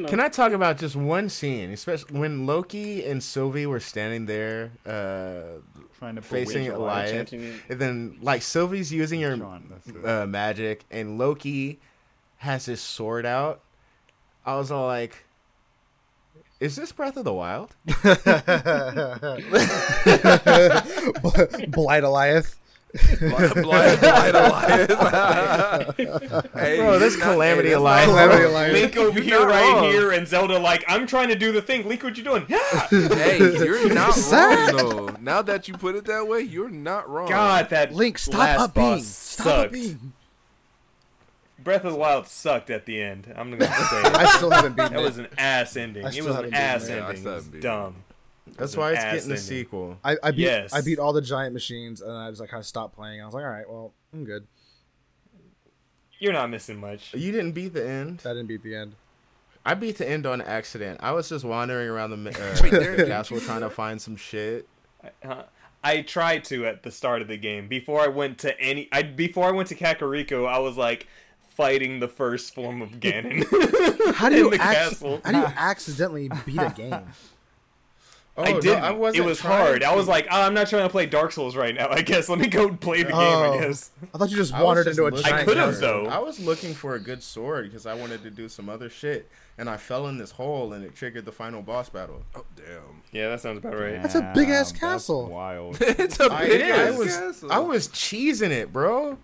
E: know,
B: Can I talk about just one scene, especially when Loki and Sylvie were standing there uh,
C: Trying to
B: facing
C: bewitch
B: Elias,
E: chanting it.
B: and then like Sylvie's using her
C: Sean, that's it.
B: uh, magic, and Loki has his sword out. I was all like, "Is this Breath of the Wild?"
D: Blight Eliath.
F: Blind, blind, blind Elias. hey,
B: Bro, this
F: you're not-
B: Calamity
F: hey, that's
B: Elias.
F: not-
D: Calamity
A: Link over here,
F: not
A: right
F: wrong.
A: here, and Zelda like I'm trying to do the thing. Link, what you doing?
F: Hey, you're not
D: Sad.
F: wrong though. Now that you put it that way, you're not wrong.
A: God, that
D: Link, stop
A: last
D: up being.
A: boss
D: Stop up
A: sucked.
D: being.
A: Breath of the Wild sucked at the end. I'm gonna say it.
D: I still haven't beaten
A: that
D: it.
A: was an ass ending.
D: I
A: It
D: still
A: was an
D: haven't beaten
A: ass
D: it.
F: Yeah, I
A: ending.
F: still
A: It's
F: haven't beaten
A: dumb.
B: That's
A: an
B: why it's
A: ass
B: getting the
A: ending.
B: sequel.
D: I, I beat
A: Yes.
D: I beat all the giant machines and I just like kind of stopped playing. I was like, all right, well, I'm good.
A: You're not missing much.
B: You didn't beat the end.
D: That didn't beat the end.
B: I beat the end on accident. I was just wandering around the mi- uh,
F: Wait, there-
B: the castle trying to find some shit.
A: Uh, I tried to at the start of the game before I went to any. I before I went to Kakariko, I was like fighting the first form of Ganon.
D: How do
A: In
D: you
A: the
D: acc-
A: castle.
D: how do you accidentally beat a game?
B: Oh,
A: I
B: no,
A: didn't.
B: wasn't
A: it was
B: trying
A: hard. I
B: to.
A: was like, "Ah, I'm not trying to play Dark Souls right now. I guess let me go play the game. I guess.
D: I thought you just
B: I was
D: wandered
B: just
D: into a
B: looking-
D: giant.
A: I could have
D: cavern.
A: though.
B: I was looking for a good sword because I wanted to do some other shit, and I fell in this hole, and it triggered the final boss battle.
F: Oh damn.
A: Yeah, that sounds about right.
D: That's a big ass
C: Damn, that's
D: castle.
C: wild.
F: It's a
B: I,
F: big
B: I
F: ass
B: was
F: castle.
B: I was cheesing it, bro.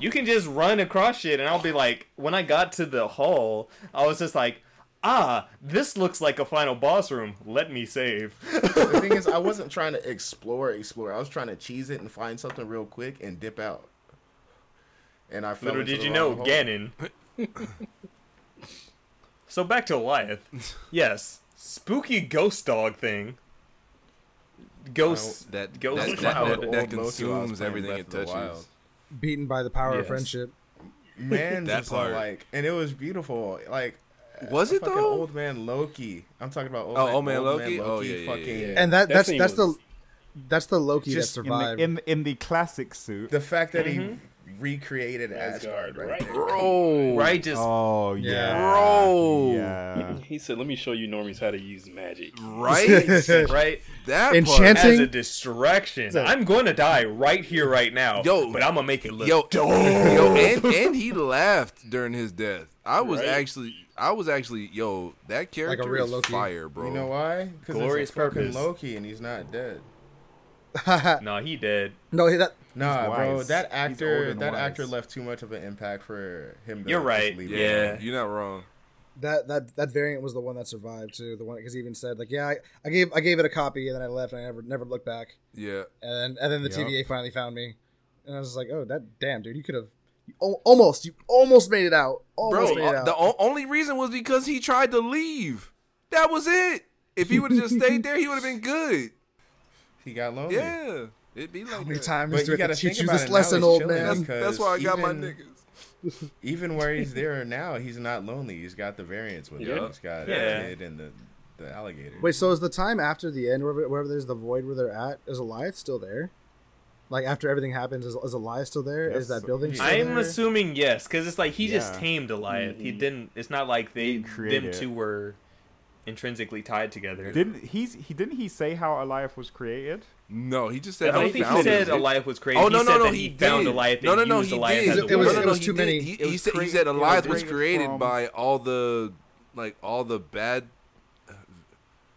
A: You can just run across shit, and I'll be like, when I got to the hall, I was just like, ah, this looks like a final boss room. Let me save.
B: the thing is, I wasn't trying to explore, explore. I was trying to cheese it and find something real quick and dip out. And I fell
A: Little
B: into
A: did
B: the
A: you know,
B: wrong hole.
A: Ganon. so back to Eliath. Yes, spooky ghost dog thing. Ghost
F: that
A: ghost
F: that, that,
A: cloud.
F: that, that,
B: Old Loki, I was
F: consumes
B: playing
F: everything
B: Breath
F: it
B: of the
F: touches.
B: Wild.
D: Beaten by the power
A: Yes.
D: of friendship.
B: Man,
F: That
B: just all
F: part.
B: like, and it was beautiful. Like,
F: Was it
B: fucking
F: though?
B: old man Loki. I'm talking about old,
F: Oh,
B: man,
F: Old Man Loki? Oh, yeah, yeah, yeah,
B: fucking
F: yeah.
D: And that,
E: That
D: that's
E: scene
D: that's
E: was-
D: the that's the Loki that
B: Just in
C: in, the,
D: survived.
C: in in the classic suit.
B: The fact that he recreated Asgard,
E: Asgard,
B: right?
E: right.
B: there.
F: Bro,
A: Right, just
C: oh yeah,
D: yeah.
F: Bro.
C: Yeah.
E: He said, "Let me show you normies how to use magic."
F: Right?
A: right
F: That
D: Enchant-
F: part.
A: as a
D: Ting.
A: distraction. I'm going to die right here, right now.
F: Yo.
A: but I'm gonna make it look.
F: Yo, yo, and, and he laughed during his death. I was
E: Right.
F: actually, I was actually, yo, that character
D: real
F: is
D: Loki.
F: fire, bro.
B: You know why? Because
A: Glorious
B: it's a fucking
A: purpose.
B: Loki, and he's not dead.
A: Nah, he dead.
D: no, he- that
B: Nah, bro,
C: wise.
B: that
C: He's old
B: actor,
C: and
B: that
C: wise.
B: actor left too much of an impact for him. To
A: You're
B: just
A: right.
B: leave it.
F: Yeah,
A: Yeah.
F: you're not wrong.
D: that that that variant was the one that survived too. The one because he even said like, yeah, I, I gave I gave it a copy and then I left and I never never looked back.
F: Yeah,
D: And then and then the
B: Yeah.
D: TVA finally found me, and I was just like, oh that damn dude, you could have you al- almost you almost made it out. Almost
F: bro.
D: made it
F: uh,
D: out.
F: The o- only reason was because he tried to leave. That was it. If he would have just stayed there, he would have been good.
B: He got lonely.
F: Yeah, It'd be like
D: How many
F: that.
D: times
B: But
D: do
B: you
D: I have
B: gotta
D: to
B: think
D: teach you
B: about it
D: this
B: now,
D: lesson,
B: it's
D: old
B: chilling.
D: man?
F: That's, that's why I got my
B: even-
F: niggas.
B: Even where he's there now, he's not lonely. He's got the variants with
E: Yeah.
B: him. He's got
A: Yeah.
B: the kid and the, the alligator.
D: Wait, so is the time after the end, wherever, wherever there's the void where they're at, is Elias still there? Like after everything happens, is, is Elias still there? Is
B: Yes.
D: that building? Still
A: I'm
D: there?
A: assuming yes, because it's like he just
B: Yeah.
A: tamed Eliath. He didn't. It's not like they
C: He created
A: them
C: it.
A: two were intrinsically tied together.
C: Didn't he's he didn't he say how Eliath was created?
F: No, he just said.
A: I don't
F: they
A: think
F: found
A: he
F: him.
A: said Eliath was crazy.
F: Oh no
A: he
F: no
A: said
F: no!
A: that
F: he,
A: he, found
F: did.
A: Eliath.
F: No no
A: and
F: no!
A: used
F: He
A: Eliath
F: did.
A: as a
D: It
A: weapon.
D: was-
F: no, no,
D: it
F: no,
D: was
F: he
D: too
F: did.
D: many.
F: He,
C: It
F: he
C: was
F: said, he
C: created-
F: said
C: it was
F: Eliath was
C: created
F: created
C: from-
F: by all the like all the bad.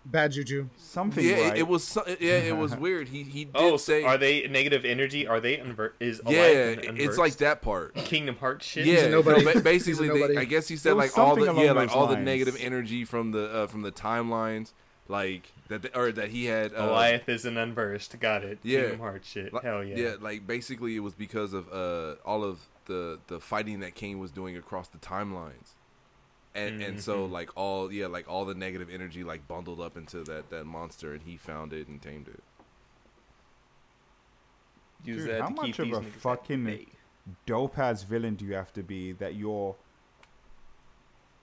D: Bad juju.
C: Something
F: Yeah,
C: right.
F: it, it was. so- Yeah, it was weird. He he did
A: Oh, so
F: say.
A: are they negative energy? Are they invert? Is
F: yeah,
A: Eliath an
F: it's like that part.
A: Kingdom Hearts shit.
F: Yeah, no,
D: nobody.
F: ba-
D: He's a
F: basically, they,
D: nobody.
F: I guess he
C: It
F: said
C: was
F: like all the
C: something
F: yeah,
C: along
F: like
C: those
F: all the
C: lines.
F: negative energy from the uh, from the timelines, like that they, or that he had. Uh,
A: Eliath is an unversed. Got it.
F: Yeah.
A: Kingdom Hearts shit.
F: li-
A: Hell yeah.
F: Yeah, like basically, it was because of uh all of the the fighting that King was doing across the timelines, and and so
C: Mm-hmm.
F: like all yeah, like all the negative energy like bundled up into that that monster, and he found it and tamed it.
A: Use
C: Dude,
A: that
C: how
A: to
C: much
A: keep
C: of
A: these
C: a
A: niggas at
C: fucking-
A: bay.
C: dope ass villain do you have to be that your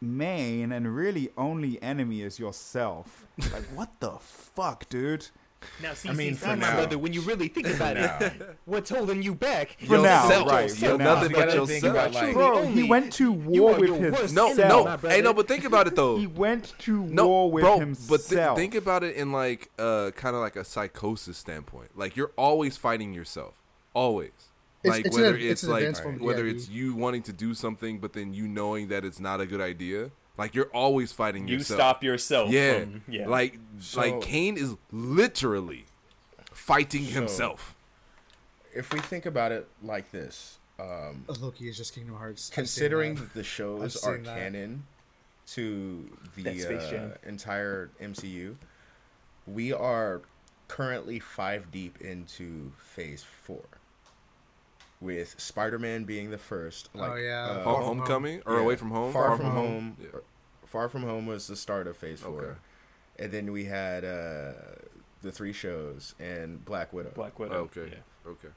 C: main and really only enemy is yourself? like what the fuck, dude?
A: Now, see,
B: I mean,
A: see,
B: for
A: see, my
B: now.
A: brother, when you really think about it, what's holding you back?
C: For now,
F: Yourself.
C: right, for
F: You're
C: now.
F: nothing
B: You
F: but
B: gotta think
F: yourself.
B: about, like-
A: Truly
C: Bro, he
A: only
C: went to
A: you
C: war
A: are
C: with
A: your worst
C: himself.
F: No,
A: enemy,
F: no,
A: my
F: hey, no,
A: brother.
F: but think about it though.
C: He went to
F: no,
C: war with
F: bro, but thi-
C: himself.
F: think about it in like uh kind of like a psychosis standpoint. Like you're always fighting yourself, always.
D: It's-
F: Like
D: it's an
F: whether
D: ad-
F: it's,
D: it's an
F: like
D: advanced form of
F: whether
D: DID.
F: it's you wanting to do something, but then you knowing that it's not a good idea. Like you're always fighting
A: You
F: yourself.
A: stop yourself.
F: Yeah, Mm-hmm.
A: From, yeah.
F: like
B: So-
F: like Kane is literally fighting himself.
B: If we think about it like this, um,
D: Oh, Loki is just Kingdom Hearts. I've seen
B: considering
D: that.
B: that the shows
D: I've
B: are
D: seen that.
B: canon to
A: That Space Jam.
B: the uh, entire MCU, we are currently five deep into Phase Four, with Spider-Man being the first. Like,
D: oh yeah.
B: uh,
D: Far
F: Home-
D: From Home.
F: homecoming or
B: Yeah.
F: away from home?
B: Far, from, home.
F: Yeah.
B: or- Far from home was the start of Phase Four,
F: Okay.
B: and then we had uh, the three shows and Black Widow.
A: Black Widow.
F: Okay.
A: yeah.
F: Okay.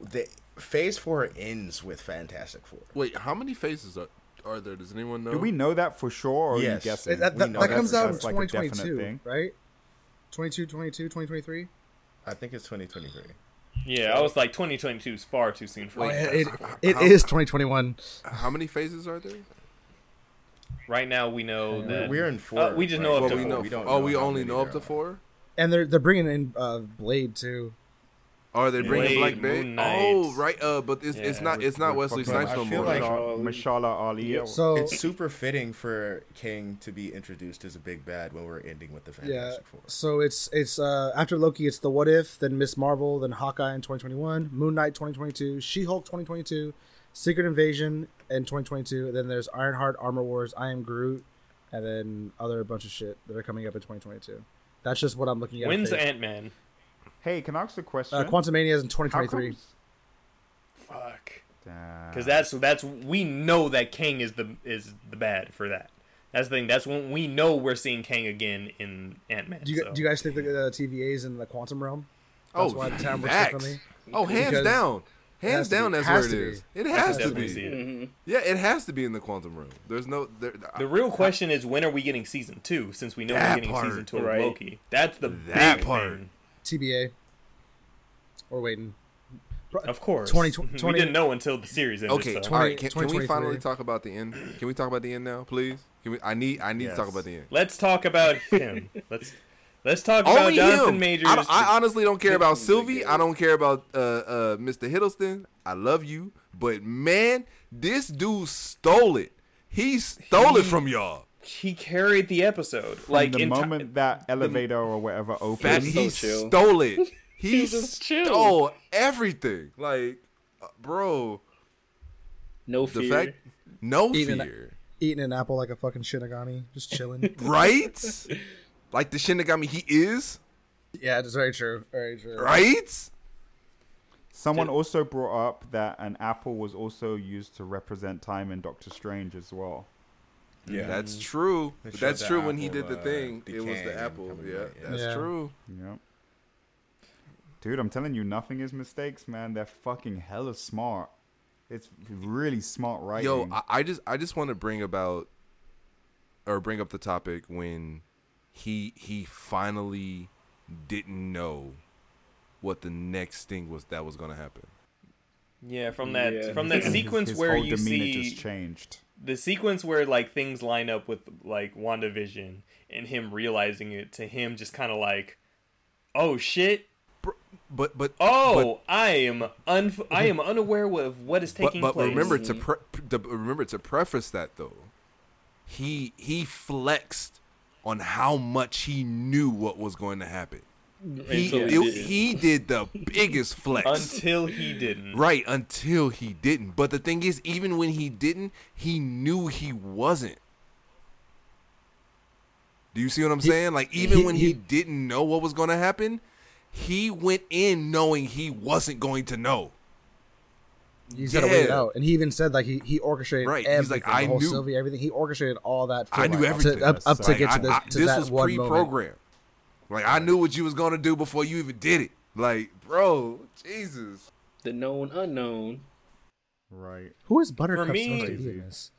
B: The Phase Four ends with Fantastic Four.
F: Wait, how many phases are are there? Does anyone know?
C: do we know that for sure, or are you
B: Yes.
C: guessing?
D: That, that,
B: We
D: that,
B: know
D: that
B: that
D: comes
B: for
D: out
B: sure.
D: in
C: That's like a definite
D: 2022,
C: thing.
D: right? 22, 22, 2023.
B: I think it's 2023.
A: Yeah, I was like, 2022 is far too soon for
D: Oh,
A: me.
D: yeah, it, it
F: how-
D: is 2021.
F: How many phases are there?
A: Right now, we know that
B: We're in four.
A: Uh, we just know
B: right?
A: up
F: Well,
A: to
F: we
A: four.
F: know.
B: We don't
F: oh,
B: know
F: we
B: how
F: only
B: many
F: know up
B: there
F: to
B: are.
F: four.
D: And they're they're bringing in uh, Blade too.
F: Are they bringing
A: Blade,
F: Black Bay?
A: Moon Knight.
F: Oh, right. Uh, but it's, it's
A: Yeah,
F: not it's not Wesley
B: fucking-
F: Snipes
B: I
F: no
B: feel
F: more.
B: like-
C: Mashallah Ali. or-
D: So
B: It's super fitting for King to be introduced as a big bad when we're ending with the
D: yeah.
B: Fantastic Four.
D: So it's it's uh, after Loki, it's the What If, then Miss Marvel, then Hawkeye in 2021, Moon Knight 2022, She Hulk 2022, Secret Invasion in 2022. Then there's Ironheart, Armor Wars, I Am Groot, and then other bunch of shit that are coming up in 2022. That's just what I'm looking at.
A: When's
D: Phase-
A: Ant Man?
C: hey, can I ask a question?
D: uh, Quantumania is in
C: How
D: 2023.
C: comes-
A: Fuck.
C: Damn.
A: Because that's that's we know that Kang is the is the bad for that. That's the thing. That's when we know we're seeing Kang again in Ant Man.
D: Do you, do you guys think the uh, TVA's in the quantum realm?
F: oh,
D: That's why the time works
F: facts.
D: differently.
F: Oh, hands
D: Because
F: down.
D: has
F: Hands
D: to be.
F: down, that's
D: Has
F: where it
D: to be.
F: is. It has to
A: definitely see
F: be.
A: it.
F: Yeah, it has to be in the quantum room. There's no. There,
A: The real question is when are we getting season two? Since we know we're
F: That
A: getting
F: part,
A: season two of
E: right.
A: Loki. That's the
F: That
A: big
F: part.
A: thing.
D: TBA. Or waiting.
A: Of course.
D: 20
A: we
D: 20
A: didn't know until the series ended.
F: okay,
A: so.
F: all right. Can, can
D: 20,
F: we finally
D: 2023.
F: talk about the end? Can we talk about the end now, please? Can we? I need. I need to talk
B: Yes.
F: about the end.
A: Let's talk about him. let's let's talk about
F: Only
A: Jonathan
F: him.
A: Majors.
F: I, don't- I honestly don't care about Sylvie. I don't care about uh, uh, Mr. Hiddleston. I love you, but man, this dude stole it. He stole it from y'all.
A: he carried the episode. Like
C: the
A: in ti-
C: moment that elevator or whatever
F: That
C: opens,
E: He
F: he
E: was so chill.
F: stole it. He,
E: was just chill.
F: stole everything. Like, uh, bro,
E: No
F: the
E: fear.
F: fact, no
D: Even-
F: fear,
D: Eating an apple like a fucking Shinigami. Just chilling.
F: right? like the Shinigami he is,
D: yeah, it's very true. Very true.
F: right?
C: someone also brought up that an apple was also used to represent time in Doctor Strange as well.
B: Yeah,
F: That's true.
B: They
F: But
B: showed
F: that's
B: the
F: true when he
B: apple,
F: did the
B: uh,
F: thing. It was
B: decaying
F: the
B: and
F: apple.
B: coming
F: Yeah,
B: back, yeah.
F: that's
D: Yeah.
F: true.
C: Yep. Dude, I'm telling you, nothing is mistakes, man. They're fucking hella smart. It's really smart writing.
F: Yo, I, I just I just want to bring about or bring up the topic when he he finally didn't know what the next thing was that was gonna happen.
A: Yeah, from that
E: Yeah.
A: from that
C: His-
A: sequence
C: his
A: where
C: whole
A: you
C: demeanor
A: see
C: just changed.
A: the sequence where like things line up with like WandaVision and him realizing it to him just kind of like oh shit
F: Br- But but
A: oh I am un- I am unaware of what is
F: but,
A: taking
F: but, but
A: place
F: remember to pre- to remember to preface that though. He he flexed on how much he knew what was going to happen. He
E: Until
F: it-
E: didn't.
F: he did the biggest flex.
A: until he didn't
F: Right, until he didn't. But the thing is, even when he didn't, he knew he wasn't. Do you see what I'm saying? Like, even
D: he-
F: when he,
D: he-
F: didn't know what was going to happen, he went in knowing he wasn't going to know.
D: He's got to wait it
F: Yeah.
D: out, and he even said like he, he orchestrated
F: Right,
D: everything.
F: he's like,
D: the
F: I
D: whole
F: knew-
D: Sylvia, everything. He orchestrated all that. for,
F: I knew
D: like,
F: everything.
D: to, up, up to
C: Like,
D: get
F: I-
D: to this.
F: I-
D: to
F: this
D: that
F: was
D: one moment.
F: pre-programmed. Like, I knew what you was going to do before you even did it. Like, bro, Jesus.
E: the known unknown.
C: Right.
D: Who is Buttercup
A: me-
D: supposed to be
C: Crazy.
D: in this?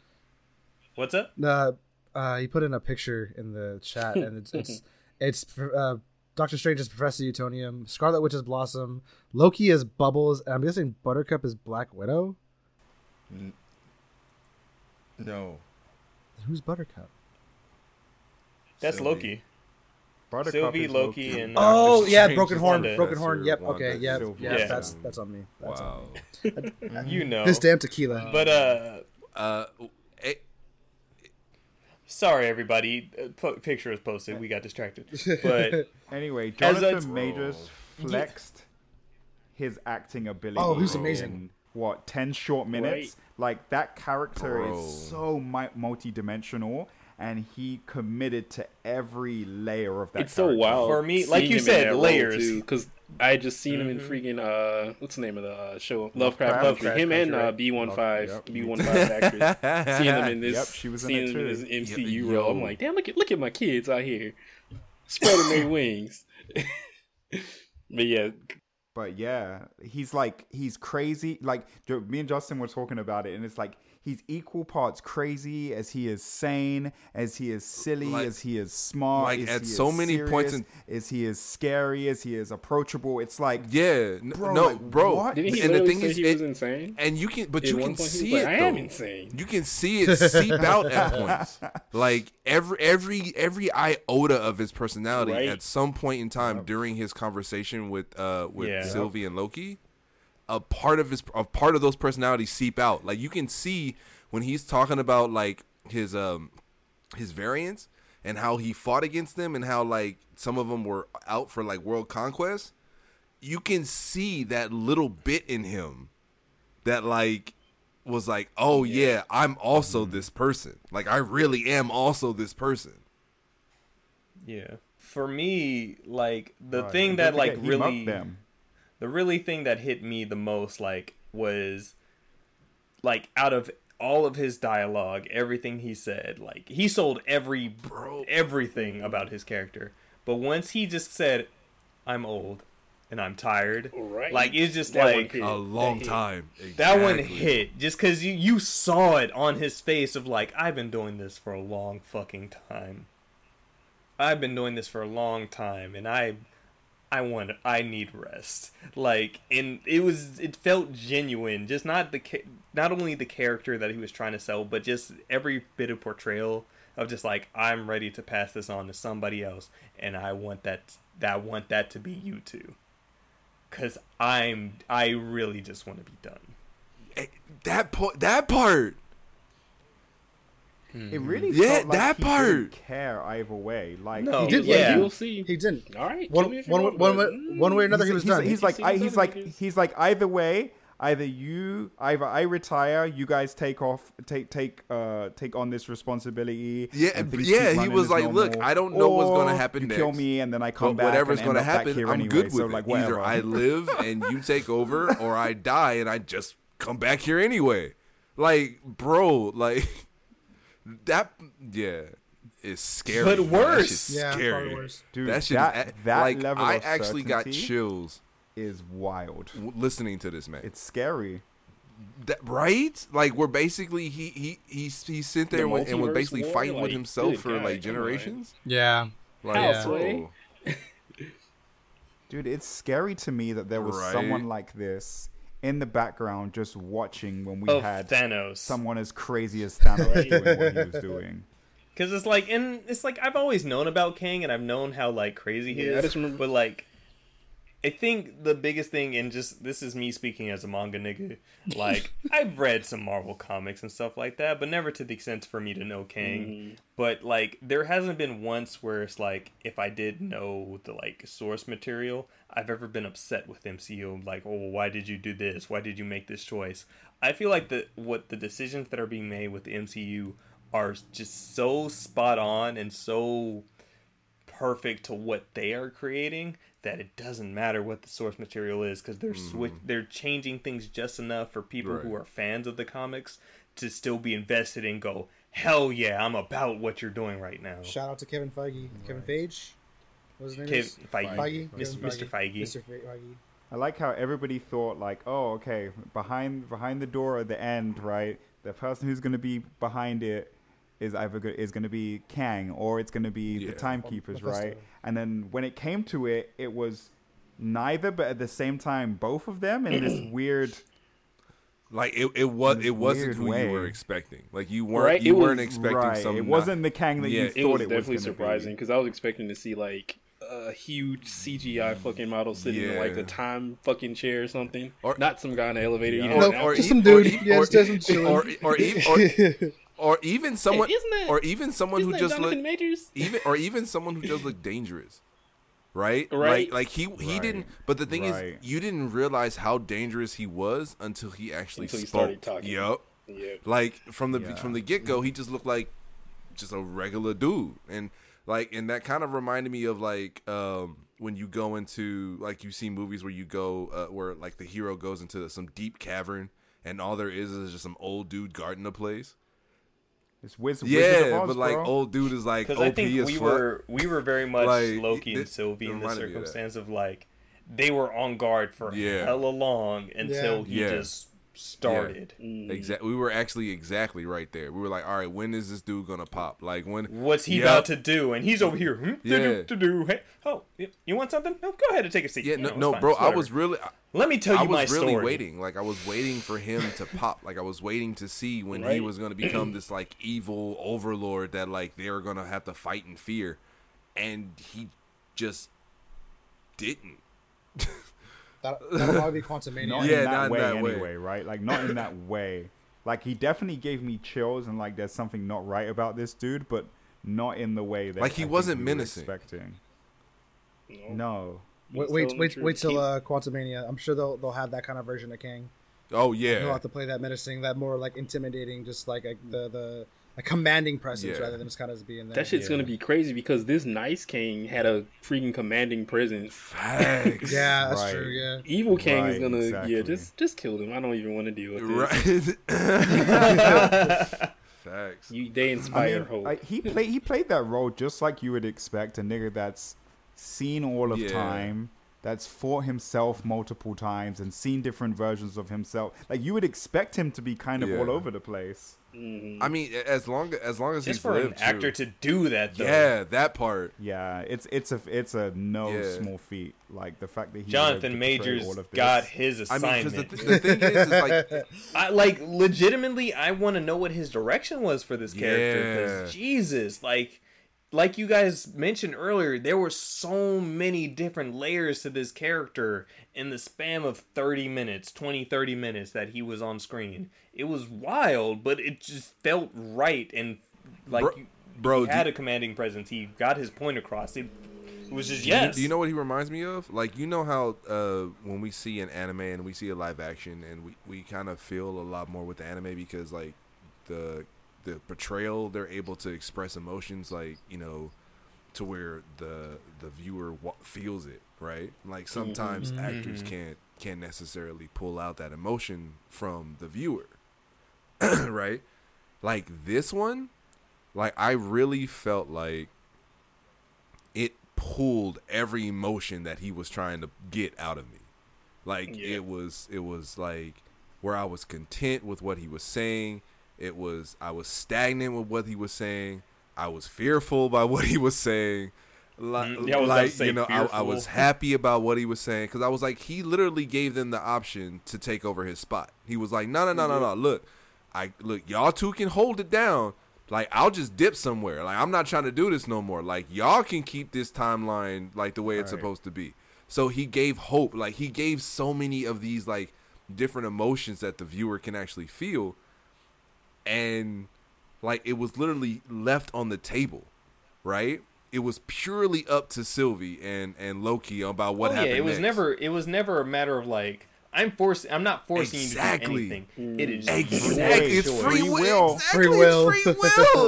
A: what's up
D: Uh, uh, he put in a picture in the chat, and it's it's, it's uh, Doctor Strange is Professor Utonium, Scarlet Witch is Blossom, Loki is Bubbles, and I'm guessing Buttercup is Black Widow.
B: No.
D: Who's Buttercup?
A: that's
F: Sylvie.
A: Loki
C: Buttercup
A: Sylvie,
C: is
A: Loki,
C: Loki.
A: and
D: Oh
A: Doctor
D: yeah,
A: Strange
D: Broken
A: is
D: Horn,
A: Wanda.
D: Broken
F: That's
D: Horn.
F: your
D: Yep.
F: Wanda.
D: Okay.
F: That's
D: Yep.
C: your
D: Yeah.
A: Wanda.
D: That's that's on me. That's on me.
F: Wow.
A: you know
D: This damn tequila.
A: but uh
F: Uh, it,
A: sorry everybody Uh, po- picture was posted we got distracted but
C: Anyway,
A: As a-
C: Jonathan Majors flexed his acting ability.
D: Oh, he's
C: in,
D: amazing.
C: what, 10 short minutes? Like, that character
F: Bro.
C: is so mi- multi-dimensional, and he committed to every layer of that
E: it's so
C: character.
E: wild
A: For me, like you said, layers.
E: Because I just seen him in freaking uh, what's the name of the uh, show?
C: Lovecraft
E: Lovecraft Country.
C: Country.
E: Him and uh, B one five, B one five actress. Seeing him in this,
C: Yep, she was in
E: seeing
C: it
E: him in
C: too.
E: his MCU
F: Yep,
E: role.
F: yo.
E: I'm like, damn, look at look at my kids out here spreading their wings. but yeah,
C: But yeah, he's like he's crazy. Like Jo- me and Justin were talking about it, and it's like he's equal parts crazy as he is sane, as he is silly,
F: Like-
C: as he is smart.
F: like,
C: as
F: at
C: he
F: so
C: is
F: many points
C: serious,
F: in-
C: as he is scary, as he is approachable. It's like
F: yeah. n-
C: Bro,
F: no,
C: like,
F: bro.
C: what?
E: didn't he
F: and the
E: literally
F: thing
E: say
F: is,
E: he
F: it-
E: was insane?
F: and you can, but
E: At
F: you
E: one
F: can
E: point, he was
F: see
E: like,
F: it.
E: I am
F: though.
E: insane.
F: You can see it seep out at points. Like every every every iota of his personality
E: Right.
F: at some point in time during his conversation with uh with
A: Yeah.
F: Sylvie and Loki, a part of his a part of those personalities seep out. Like you can see when he's talking about like his um his variants and how he fought against them and how like some of them were out for like world conquest you can see that little bit in him that like was like oh yeah, i'm also
A: Mm-hmm.
F: this person like i really am also this person
A: yeah for me like the
C: Right,
A: thing
C: and
A: that
C: don't
A: like
C: forget, he
A: really
C: loved them.
A: the really thing that hit me the most like was like out of all of his dialogue everything he said like he sold every everything about his character but once he just said i'm old and i'm tired
E: Right.
A: like it's just
E: That one
A: like
E: hit.
F: a long
E: hit.
F: time
A: that one
F: Exactly.
A: hit just because you you saw it on his face of like i've been doing this for a long fucking time i've been doing this for a long time and i i want i need rest like and it was it felt genuine just not the ca- not only the character that he was trying to sell but just every bit of portrayal of just like i'm ready to pass this on to somebody else and i want that that want that to be you too because i'm i really just want to be done
F: Eh, that po- that part
D: Mm-hmm.
C: It really
F: Yeah,
C: felt like
F: that
C: he didn't
F: part.
C: care either way. Like
A: No.
C: he
A: He did,
C: was-
A: Yeah.
E: You'll see.
D: He didn't.
E: All right,
D: One
E: kill me if you
D: one-
E: want,
D: one
E: but-
D: way- one way or another, he was
C: he's,
D: done.
C: he's like
E: He's
C: I, he's
E: done,
C: like
E: he is.
C: he's like either way, either you either I retire, you guys take off take take uh take on this responsibility.
F: Yeah,
C: and
F: but
C: things
F: yeah,
C: keep
F: he
C: running
F: was
C: as
F: like, "Look,
C: normal,"
F: I don't know what's gonna
C: or
F: happen
C: You kill
F: next,
C: me and then I come
F: but
C: back.
F: whatever's
C: going to
F: gonna happen
C: here
F: i'm
C: anyway.
F: good with
C: so,
F: it
C: like,
F: either
C: whatever.
F: i live and you take over or i die and i just come back here anyway like bro like that yeah is scary
A: But
F: That shit's
A: worse.
D: Yeah, probably
F: scary.
D: worse.
C: Dude,
F: that shit,
C: that-
F: is a-
C: that
F: like
C: level
F: I
C: of
F: actually got Mm.
C: certainty-
F: chills
C: is wild.
F: w- listening to this man.
C: It's scary.
F: that, right? Like we're basically he he he he sent there
E: The
F: with, and was
E: multiverse
F: basically
E: war,
F: fighting with
E: like,
F: himself
E: good
F: for
E: God, come
F: like
E: on.
F: generations.
D: Yeah.
F: Like
E: How,
F: bro.
E: Sway?
C: Dude, it's scary to me that there was
F: Right.
C: someone like this in the background just watching when we
E: Oh,
A: of
C: had
A: Thanos.
C: someone as crazy as Thanos doing what he was doing.
A: Because it's like, and it's like I've always known about Kang, and I've known how like crazy he
E: Yeah, I
A: is.
E: just remember-
A: But like, I think the biggest thing, and just this is me speaking as a manga nigga. Like, I've read some Marvel comics and stuff like that, but never to the extent for me to know Kang. But like, there hasn't been once where it's like, if I did know the like source material, I've ever been upset with MCU. Like, oh, why did you do this? Why did you make this choice? I feel like the what the decisions that are being made with the MCU are just so spot on and so perfect to what they are creating that it doesn't matter what the source material is because they're switch they're changing things just enough for people who
F: Mm-hmm. Right.
A: are fans of the comics to still be invested and go hell yeah i'm about what you're doing right now
D: Shout out to Kevin Feige. Kevin Feige. What's his name?
A: Kev-
D: is?
A: Feige.
D: Feige.
A: Mis-
D: Kevin
A: Mr. Feige.
D: Mr. Feige.
C: I like how everybody thought like, oh, okay, behind behind the door at the end, right? The person who's gonna be behind it is either go- is gonna be Kang or it's gonna be
F: Yeah.
C: the timekeepers,
D: Mephisto.
C: right? And then when it came to it, it was neither, but at the same time, both of them in this weird.
F: Like it, it was
C: this
F: it wasn't
C: weird
F: who
C: way.
F: you were expecting. Like you weren't
E: Right,
F: you
E: it was-
F: weren't expecting
C: right,
F: some.
C: it wasn't the Kang that
F: Yeah,
C: you
F: it
C: thought
E: It was
C: it was
E: definitely
C: gonna be.
E: surprising because I was expecting to see like a huge CGI fucking model sitting in like
F: Yeah.
E: the time fucking chair or something,
F: Or-
E: not some guy in an elevator. eating
D: No,
E: an
D: or-
E: apple.
D: just some dude.
F: e-
D: Yeah,
F: or,
D: just some chilling.
F: or, or, e- or, or even someone,
E: isn't that-
F: or even someone
E: Isn't
F: who
E: that
F: just
E: Jonathan
F: looked,
E: Majors?
F: even or even someone who just looked dangerous, right?
E: Right.
F: Like, like he he didn't. But the thing
C: Right.
F: is, you didn't realize how dangerous he was until he actually
E: Until he
F: spoke.
E: started talking.
F: Yup.
E: Yeah.
F: Like from the
C: Yeah.
F: from the get go, he just looked like just a regular dude, and like and that kind of reminded me of like um when you go into like you see movies where you go uh, where like the hero goes into some deep cavern and all there is is just some old dude guarding the place.
C: It's Wiz- Wizard of
F: Yeah,
C: Oz,
F: but like
C: bro.
F: old dude is like
A: because
F: OP
A: I think
F: as
A: we
F: fuck.
A: were we were very much
F: Like,
A: Loki and
F: it-
A: Sylvie
F: it
A: in the
F: reminded me of that.
A: circumstance of like they were on guard for
F: Yeah.
A: hella long until he
F: Yeah.
A: just started.
F: Exactly. We were actually exactly right there. We were like, all right, when is this dude gonna pop? Like when?
A: What's he
F: Yup.
A: about to do? And he's over here. Hmm,
F: Yeah.
A: yeah. do, do, hey, oh, y- you want something? No, go ahead and take a seat. You
F: Yeah, no,
A: know, it's
F: no
A: fine,
F: bro.
A: it's
F: I
A: whatever.
F: was really,
A: Let me tell you
F: I
A: my
F: was really
A: story.
F: waiting. Like I was waiting for him to pop. Like I was waiting to see when he
E: Right.
F: was gonna become this like evil overlord that like they were gonna have to fight in fear, and he just didn't.
D: That that would probably be Quantum
C: not
F: Yeah.
C: in that
F: not in
C: way
F: that way.
C: anyway, right? Like not in that way. Like he definitely gave me chills and like there's something not right about this dude, but not in the way that
F: Like, he
C: I think
F: wasn't
C: we were
F: menacing.
C: expecting. No.
D: Wait,
E: He's
D: wait,
E: telling
D: wait,
E: the
D: wait till
E: truth.
D: uh, Quantumania. I'm sure they'll they'll have that kind of version of Kang.
F: Oh
D: They'll
F: yeah,
D: have to play that menacing, that more like intimidating, just like, like the the a commanding presence
F: Yeah.
D: rather than just kind of just being there.
E: That shit's gonna be crazy because this nice king had a freaking commanding presence.
F: facts.
D: Yeah, that's
C: Right.
D: true. Yeah.
E: Evil King is
C: Right,
E: gonna yeah,
C: exactly.
E: just just kill him. I don't even want to deal with this.
F: right. facts.
E: You they
C: I
E: inspire
C: mean,
E: hope.
C: like, he played he played that role just like you would expect a nigga that's seen all of
F: Yeah.
C: time, that's fought himself multiple times and seen different versions of himself. Like you would expect him to be kind of
F: Yeah.
C: all over the place.
F: I mean, as long as long as
A: Just
F: he's
A: for an
F: lived, too.
A: actor to do that, though.
F: Yeah, that part.
C: Yeah, it's it's a it's a no
F: Yeah.
C: small feat. Like the fact that he
A: Jonathan
C: lived to portray
A: Majors
C: all of this.
A: got his
F: I mean, because
A: assignment.
F: the, th- the thing is, is like,
A: I like legitimately I want to know what his direction was for this character 'cause
F: Yeah.
A: Jesus like like you guys mentioned earlier there were so many different layers to this character in the span of 30 minutes 20 30 minutes that he was on screen it was wild but it just felt right and like
F: Bro-
A: you,
F: bro,
A: he had
F: do-
A: a commanding presence he got his point across it, it was just
F: do you-
A: yes
F: do you know what he reminds me of? Like, you know how uh, when we see an anime and we see a live action, and we, we kind of feel a lot more with the anime because like the the portrayal they're able to express emotions like you know to where the the viewer wa- feels it right like sometimes
A: Mm-hmm.
F: actors can't can't necessarily pull out that emotion from the viewer right like this one like i really felt like it pulled every emotion that he was trying to get out of me Like
E: Yeah.
F: it was it was like where I was content with what he was saying. It was I was stagnant with what he was saying. I was fearful by what he was saying. Like,
A: Mm, yeah, I was about to
F: like,
A: say
F: you know, I, I
A: fearful.
F: was happy about what he was saying because I was like, he literally gave them the option to take over his spot. He was like, no, no, no, no, no. Look, I look, y'all two can hold it down. Like I'll just dip somewhere. Like I'm not trying to do this no more. Like y'all can keep this timeline like the way it's
B: Right.
F: supposed to be. So he gave hope. Like he gave so many of these like different emotions that the viewer can actually feel, and like it was literally left on the table, right? It was purely up to Sylvie and and Loki about what
A: oh,
F: happened.
A: Yeah, it was
F: next.
A: never it was never a matter of like I'm forcing I'm not forcing
F: Exactly.
A: you to do anything. It is
F: exactly. It's free,
C: Free
F: will.
C: will.
F: Exactly.
D: Free will.
F: It's free will.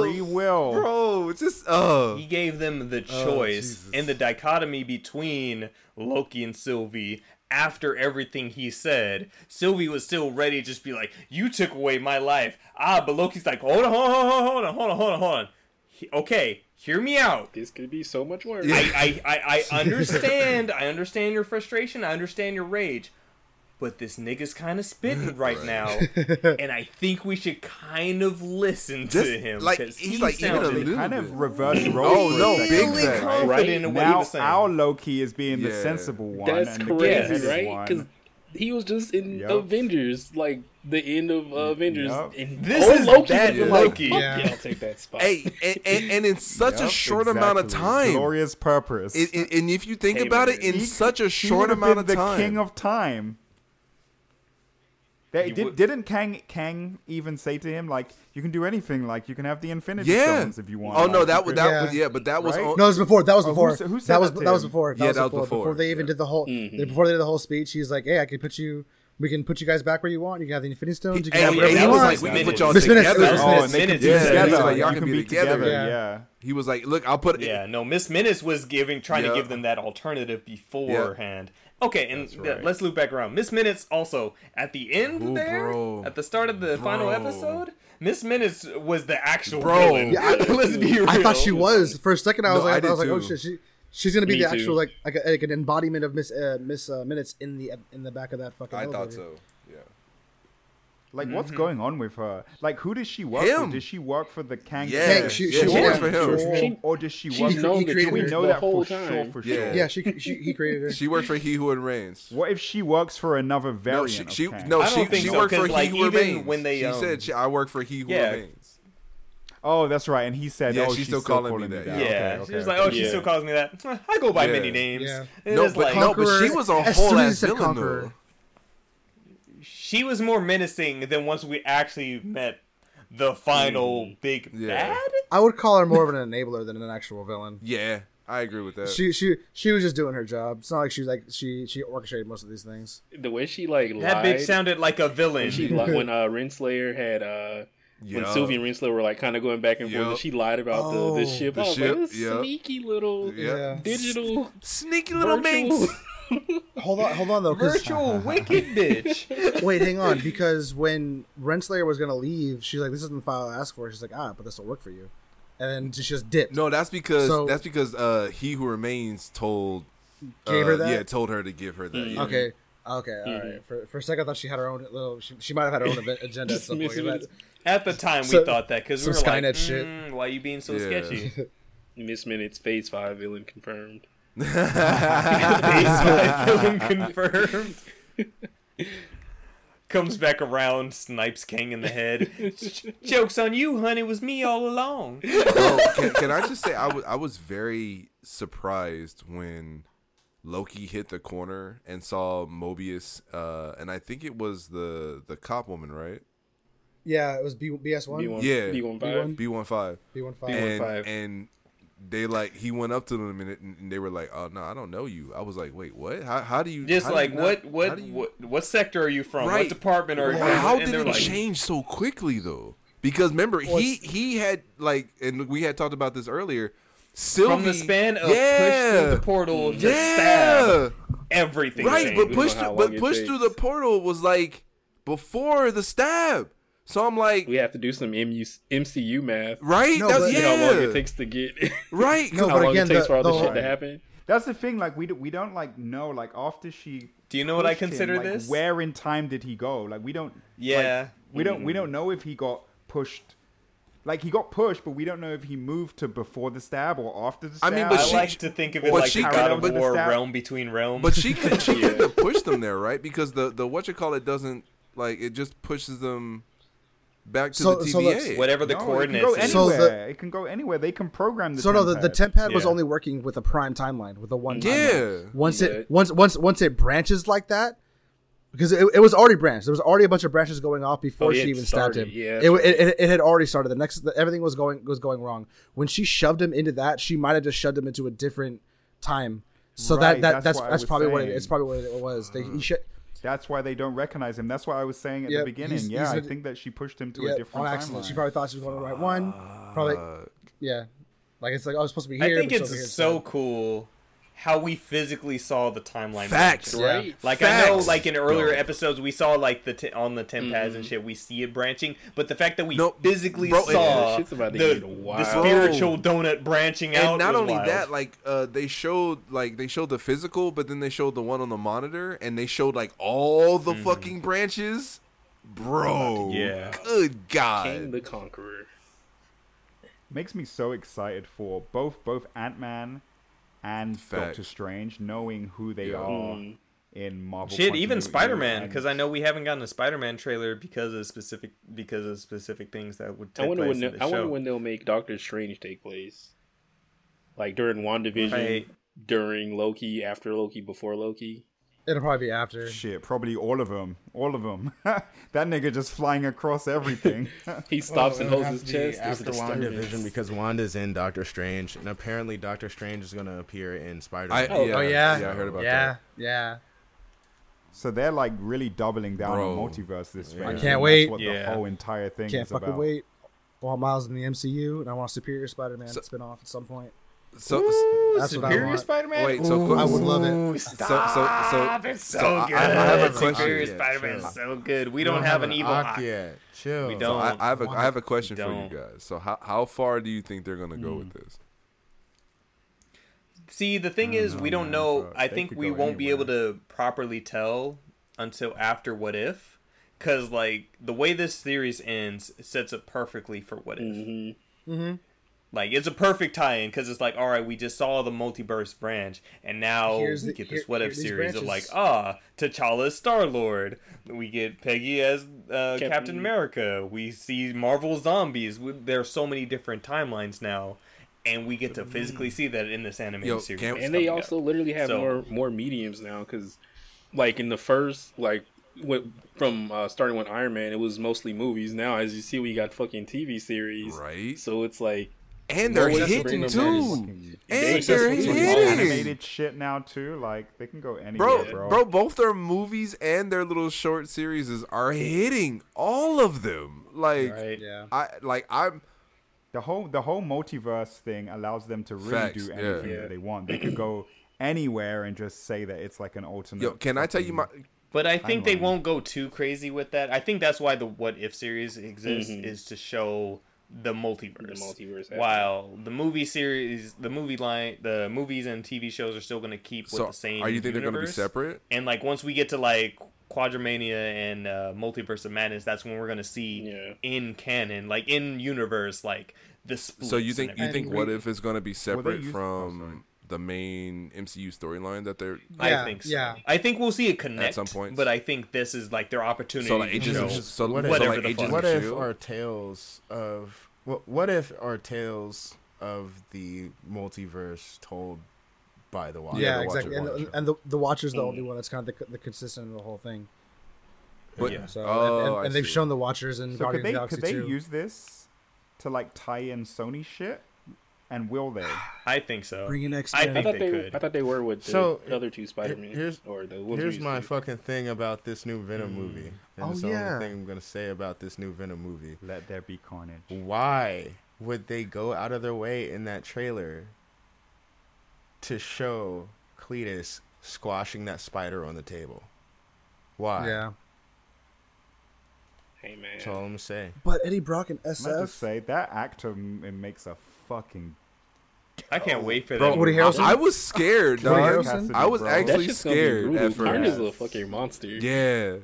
C: Free will.
F: Bro, just uh
A: He gave them the
D: Oh,
A: choice
D: Jesus.
A: and the dichotomy between Loki and Sylvie after everything he said. Sylvie was still ready to just be like, You took away my life. Ah, but Loki's like, Hold on, hold on, hold on, hold on, hold on, hold on. He- okay, hear me out.
E: This could be so much worse.
A: I, I, I, I understand. I understand your frustration. I understand your rage. But this nigga's kind of spitting right, now, and I think we should kind of listen
F: Just,
A: to him.
F: like,
A: 'cause
F: he's
A: he
F: like, even a
A: sounded
F: little-
C: Kind
F: bit.
C: of reverse role.
F: Oh,
C: for a
F: no,
C: second,
F: big
A: really
F: facts.
A: confident
E: Right?
A: in what he
C: Now
A: was saying.
C: our Loki is being the
F: Yeah.
C: sensible one.
E: That's
C: and the
E: crazy,
C: creative
A: Yes.
E: right?
C: one.
E: Because he was just in
C: Yep.
E: Avengers, like the end of uh, Avengers.
C: Yep.
E: And
A: This
E: old
A: is
E: Loki
A: bad
E: would be
A: Loki.
E: Like,
D: Yeah.
E: yeah. I'll take that spot.
F: Hey, and, and, and in such a
C: Yep,
F: short amount of
C: exactly.
F: time.
C: Glorious purpose.
F: And- and- and if you think
E: Hey,
F: about
E: man.
F: it, in
E: He-
F: such a
C: He
F: short
C: would've
F: amount
C: been
F: of
C: the
F: time,
C: king of time. They,
A: He
C: did,
A: would-
C: didn't Kang Kang even say to him like, "You can do anything. Like you can have the Infinity
F: yeah.
C: Stones if you want."
F: Oh
C: like,
F: no,
C: you
F: that was
C: could-
F: that
D: Yeah.
F: was yeah, but that was
C: Right?
F: on,
D: No, it was before. That was
C: Oh, who
D: before.
C: said- who said
D: that was
C: that
D: that,
C: to
D: was
C: him? Mm-hmm.
D: before. That
F: Yeah,
D: was
F: that was
D: before.
F: before,
D: they even
F: yeah.
D: did the whole before they did the whole speech. He's like, "Hey, I could put you. We can put you guys back where you want. You can have the Infinity Stones. You can
F: Hey,
A: Yeah,
D: have whatever
F: hey,
A: that
F: he
D: you
A: was
D: want."
F: like, we can
A: Minutes.
F: put y'all
D: It was minutes.
F: together.
D: It was
C: Oh,
A: minutes.
C: and they could be
A: Yeah,
C: together.
F: yeah,
C: like,
F: y'all
C: you
F: can
C: can
F: be
C: be
F: together.
C: together.
D: Yeah.
C: yeah.
F: He was like, "Look, I'll put it."
A: Yeah, no, Miss Minutes was giving trying
F: Yeah.
A: to give them that alternative beforehand. Okay, and th-
B: right.
A: let's loop back around. Miss Minutes also at the end
F: Ooh,
A: there,
F: bro.
A: at the start of the final
F: Bro.
A: episode, Miss Minutes was the actual
F: Bro.
A: villain.
F: Yeah,
A: let's be real.
D: I thought she was for a second. I was
F: No, I
D: like, I,
F: did
D: was like, oh
F: too.
D: shit, she she's gonna be
E: Me
D: the
E: too.
D: actual like like, a, like an embodiment of Miss uh, Miss uh, Minutes in the in the back of that fucking.
F: I thought
D: elevator.
F: so. Yeah.
C: Like what's going on with her? Like who does she work
F: Mm-hmm. Him.
C: for? Does she work for the Kang?
F: Yeah,
D: Yeah, she- she
F: yeah, she works
D: was-
F: for him.
D: she-
C: Or, or does she
E: She
C: work?
D: knows
E: known
D: he
E: the
D: created
E: truth
C: we
D: her
C: know
E: the
C: that
E: whole
C: for sure.
E: time.
C: For
F: Yeah.
C: sure.
D: Yeah, she, she he created her.
F: She works for He Who It Reigns.
C: What if she works for another
F: No,
C: variant?
F: she,
C: of
F: she
C: Kang?
F: no,
A: I don't
F: she,
A: think
F: she
A: so,
F: worked for
A: 'cause,
F: He
A: like,
F: Who
A: even
F: Remains.
A: when they,
F: she
A: um,
F: said, she, "I work for He Who
A: yeah.
F: Remains."
C: Oh, that's right. And he said,
F: Yeah,
C: "Oh,
F: she's
C: she's
F: still
C: still,
F: calling me that.
A: Yeah,
F: Yeah,
A: she was like, oh, she
E: Yeah.
A: still calls me that. I go by
F: Yeah.
A: many names.
D: Yeah.
A: And
F: No,
A: it's
F: but
A: like,
F: no, but she
D: Conqueror-
F: was a
D: as
F: whole
D: soon as you
F: ass
D: said
F: villain though.
D: Conqueror.
A: she was more menacing than once we actually met the final big
F: Yeah.
A: bad.
D: I would call her more of an enabler than an actual villain.
F: Yeah, I agree with that.
D: She she she was just doing her job. It's not like she's like she she orchestrated most of these things.
E: The way she like
A: That
E: lied.
A: bitch sounded like a villain.
E: she lied when uh, Renslayer had uh,
F: Yeah.
E: when Sylvie and Renslayer were like kind of going back and forth.
F: Yup.
E: and She lied about the,
D: Oh.
E: the ship.
F: The
E: I was like,
F: ship,
E: this
F: yup.
E: sneaky little
F: yeah.
E: digital
F: Sneaky little
E: virtual.
F: minx.
D: Hold on, hold on though. 'cause-
A: Virtual wicked bitch.
D: Wait, hang on, because when Renslayer was gonna leave, she's like, "This isn't the file I asked for." She's like, "Ah, but this will work for you," and then she just dipped.
F: No, that's because
D: So-
F: that's because uh, He Who Remains told
D: Gave
F: uh,
D: her that?
F: Yeah, told her to give her that. yeah.
D: Okay. Okay. All right. For, for a second, I thought she had her own little. She, she might have had her own event, agenda. at some point,
E: missing
D: but-
E: it.
A: At the time,
D: So-
A: we thought that because we were
D: some
A: like,
D: Skynet shit.
A: "Mm, "Why you being so
F: Yeah.
A: sketchy?"
E: Miss Minutes Phase Five villain confirmed.
A: Baseline villain confirmed. Comes back around, snipes King in the head. Jokes on you, honey. It was me all along.
F: Bro, can, can I just say I was I was very surprised when Loki hit the corner and saw Mobius, uh, and I think it was the the cop woman, right?
D: yeah, it was B, BS1.
E: B1,
F: Yeah.
E: B15.
F: B one five.
D: B15.
F: and,
A: five. and
F: and they like he went up to them a minute and and they were like, "Oh no, I don't know you." I was like, "Wait, what? How, how do you
A: Just
F: how do
A: like
F: you not-
A: what,
F: how
A: what,
F: do you-
A: what, what sector are you from?
F: Right.
A: What department are you
F: Well,
A: from?
F: how
A: And
F: did
A: they're
F: it change so quickly though? Because remember, he he had like, and we had talked about this earlier. Sylvie,
A: From the span of push
F: yeah,
A: through the portal to
F: yeah,
A: stab, everything
F: right.
A: changed.
F: But
E: We
F: push,
E: don't know how
F: through,
E: long
F: but
E: it
F: push through the
E: takes.
F: portal was like before the stab. So I'm like,
E: We have to do some MU, MCU math.
F: right?
D: No,
F: That-
D: but-
E: You know how long
F: yeah,
E: it takes to get.
F: right?
D: No,
E: how
D: but
E: long
D: again,
E: it takes
D: the-
E: for all
D: the
E: this shit
D: whole-
E: to happen.
C: That's the thing. Like we do, we don't like know. Like after she
A: Do you know what I
C: pushed him,
A: consider
C: like,
A: this?
C: Where in time did he go? Like we don't. like,
A: Yeah. Mm.
C: we don't. We don't know if he got pushed. Like he got pushed, but we don't know if he moved to before the stab or after the
F: I
C: stab.
F: mean, but
A: I
F: she-
A: like to think of it
F: but
A: like
F: she
A: God
F: kinda-
A: of
F: but-
A: War,
C: Stab-
A: realm between realms.
F: But she could she could have pushed them there, right? Because the the what you call it doesn't like it just pushes them back to
D: So-
F: the
D: so
F: TVA.
D: let's-
A: whatever the
C: No,
A: coordinates.
C: It can
A: is.
C: go
D: So
C: anywhere.
D: the-
C: it can go anywhere. They can program the.
D: So no, the, the
C: temp.
D: temp pad was
A: Yeah.
D: only working with a prime timeline, with a one. timeline.
F: yeah.
D: Once
E: Yeah.
D: it once once once it branches like that, because it, it was already branched. There was already a bunch of branches going off before
E: Oh, yeah,
D: she
E: it
D: even stabbed
E: started,
D: him.
E: yeah,
D: it,
E: that's
D: it, it, it had already started. The next the, everything was going was going wrong. When she shoved him into that, she might have just shoved him into a different time. So
C: Right,
D: that, that
C: that's
D: that's
C: what I
D: that's
C: was
D: probably what it,
C: saying.
D: it's probably what it was. They, he sho-
C: That's why they don't recognize him. That's why I was saying at
D: Yep,
C: the beginning.
D: he's-
C: yeah,
D: he's
C: I
D: a-
C: think that she pushed him to
D: yeah,
C: a different
D: on accident.
C: timeline.
D: She probably thought she was going to the right one. Probably yeah, like it's like oh, it's supposed to be
A: I
D: here.
A: think
D: but over here
A: it's so cool how we physically saw the timeline.
F: Facts.
A: branch.
D: Yeah.
E: right?
A: Like I know,
F: Facts.
A: like in earlier
F: Yo.
A: episodes, we saw like the t- on the ten pads
E: Mm-hmm.
A: and shit. We see it branching, but the fact that we
F: Nope.
A: physically
F: Bro, it-
A: saw
E: Shit's about to
A: the,
E: get
A: the
E: wild.
A: spiritual donut branching out,
F: And not
A: was
F: only
A: wild.
F: that, like uh, they showed like they showed the physical, but then they showed the one on the monitor, and they showed like all the
D: Mm-hmm.
F: fucking branches, bro.
A: Yeah.
F: Good
E: King
F: God.
E: the Conqueror.
C: makes me so excited for both both Ant Man and
F: Facts.
C: Doctor Strange, knowing who they
F: Yeah.
C: are in Marvel.
A: Hmm. Shit, even
C: continuity
A: Spider Man, because I
C: and-
A: know we haven't gotten a Spider Man trailer because of specific because of specific things that would
E: I
A: take
E: wonder
A: place
E: when
A: in
E: they'll-
A: the
E: I wonder
A: show.
E: when they'll make Doctor Strange take place. Like during WandaVision,
A: Right.
E: during Loki, after Loki, before Loki.
D: It'll probably be after.
C: Shit, probably all of them. All of them. that nigga just flying across everything.
E: He stops
B: Well,
E: and
B: it would
E: holds his
B: have to be
E: chest. There's a
B: after WandaVision
E: disturbance.
B: because Wanda's in Doctor Strange, and apparently Doctor Strange is going to appear in Spider.
F: I,
B: man
F: yeah,
D: oh, yeah.
F: I heard about
D: yeah,
F: that.
D: yeah.
C: so they're like really doubling down
F: Bro.
C: on multiverse this phase.
B: I
C: and
D: can't wait.
C: That's what
A: Yeah.
C: the whole entire thing
D: Can't
C: is
D: fucking
C: about.
D: wait. While Miles in the MCU, and I want a Superior Spider-Man spin-off at some point.
F: So,
D: That's what I
A: Superior
D: want.
A: Spider Man.
F: Wait, so-
D: I would love it.
F: so, so, so,
A: It's so,
F: I- I
A: good.
F: have a question.
A: Superior
B: Yeah,
A: Spider Man
B: sure.
A: is so good. We, don't, have an evil
B: arc
A: eye.
B: yet.
A: Um,
B: Chill.
A: We don't.
F: I, I have a I have a question for you
A: Don't.
F: guys. So how how far do you think they're gonna go with this?
A: See, the thing is, we don't know.
B: bro.
A: I
B: They
A: think
B: uh, could
A: we
B: go
A: won't be able
B: anywhere.
A: to properly tell until after What If, because like the way this series ends sets up perfectly for What If.
E: Mhm.
D: Mm-hmm.
A: Like it's a perfect tie-in because it's like, all right, we just saw the multiverse branch, and now
D: Here's
A: we
D: the-
A: get
D: here-
A: this What
D: here
A: If
D: are these
A: series of like,
D: branches.
A: ah, T'Challa as Star Lord. We get Peggy as uh, Captain,
E: Captain-
A: America. We see Marvel zombies. We, there are so many different timelines now, and we get to
F: Mm.
A: physically see that in this animated
F: Yo,
A: series.
F: can-
A: that's
E: And they
A: coming up.
E: also literally have
A: So-
E: more more mediums now because, like in the first, like what from uh, starting with Iron Man, it was mostly movies. Now, as you see, we got fucking TV series.
F: Right?
E: So it's like
F: And they're
E: Well, it's
F: hitting
E: just bringing them
F: too.
E: They
F: And
E: just
F: they're
E: put some
F: hitting.
C: Animated shit now too. Like they can go anywhere,
F: Bro,
C: bro.
F: bro, both their movies and their little short series are hitting all of them. Like
A: Right.
D: Yeah.
F: I like I'm
C: The whole the whole multiverse thing allows them to really
F: Facts,
C: do
F: yeah.
C: anything
A: Yeah.
C: that they want. They could go anywhere and just say that it's like an alternate.
F: yo, can I tell you my
A: But I think they
C: timeline.
A: won't go too crazy with that. I think that's why the What If series exists
F: Mm-hmm.
A: is to show the multiverse.
E: The multiverse aspect.
A: While the movie series, the movie line, the movies and TV shows are still going to keep with
F: so
A: the same.
F: are you think they're gonna be
A: universe.
F: separate?
A: And like once we get to like Quadramania and uh, Multiverse of Madness, that's when we're going to see
E: Yeah.
A: in canon, like in universe, like the splits.
F: So you
A: and
F: think you
A: everything.
F: think what if it's gonna be
C: they
F: separate
C: use- oh,
F: from the main MCU storyline that they're
A: I
D: Yeah,
A: think so.
D: yeah.
A: I think we'll see it connect
F: some points.
A: But I think this is like their opportunity.
F: so like
A: to
F: Agents
A: show.
F: of, so,
B: What
F: so
A: if-
F: like
A: whatever the
F: Agents
A: fuck.
B: What
F: of
B: if
F: Shield?
B: our tales of what? What if our tales of the multiverse told by the Watcher?
D: Yeah,
B: the
D: exactly.
B: Watcher,
D: And, the, and the the Watcher's the
C: Mm.
D: only one that's kind of the, the consistent of the whole thing.
F: But-
A: Yeah.
D: So
F: Oh,
D: and, and,
F: I
D: and they've
F: see.
D: shown the Watchers in
C: So could
D: Guardians
C: they
D: of the
C: could they
D: Galaxy 2.
C: use this to like tie in Sony shit? And will they?
A: I think so.
D: Bring in X
A: I
E: I
A: think
E: thought
A: they
E: they,
A: could.
E: I thought they were with the
B: So,
E: other two Spider Man
B: here's-
E: or the ones we
B: Here's
E: used
B: my
E: to.
B: fucking thing about this new Venom movie. And
D: Oh,
B: it's the
D: yeah.
B: only thing I'm gonna say about this new Venom movie.
C: Let there be carnage.
B: Why would they go out of their way in that trailer to show Cletus squashing that spider on the table? Why?
D: Yeah,
E: Hey man,
B: That's all I'm gonna say.
D: but Eddie Brock and
C: Let's just
D: SF.
C: say that actor m- it makes a fucking
A: I can't wait for
F: Bro,
A: that.
D: Woody Harrelson?
F: I was scared, dog.
D: Harrelson?
F: I was
C: Bro.
E: That
F: actually
E: shit's gonna be
F: scared
E: brutal.
F: at
E: Karn is
F: first.
E: a fucking monster.
F: Yeah,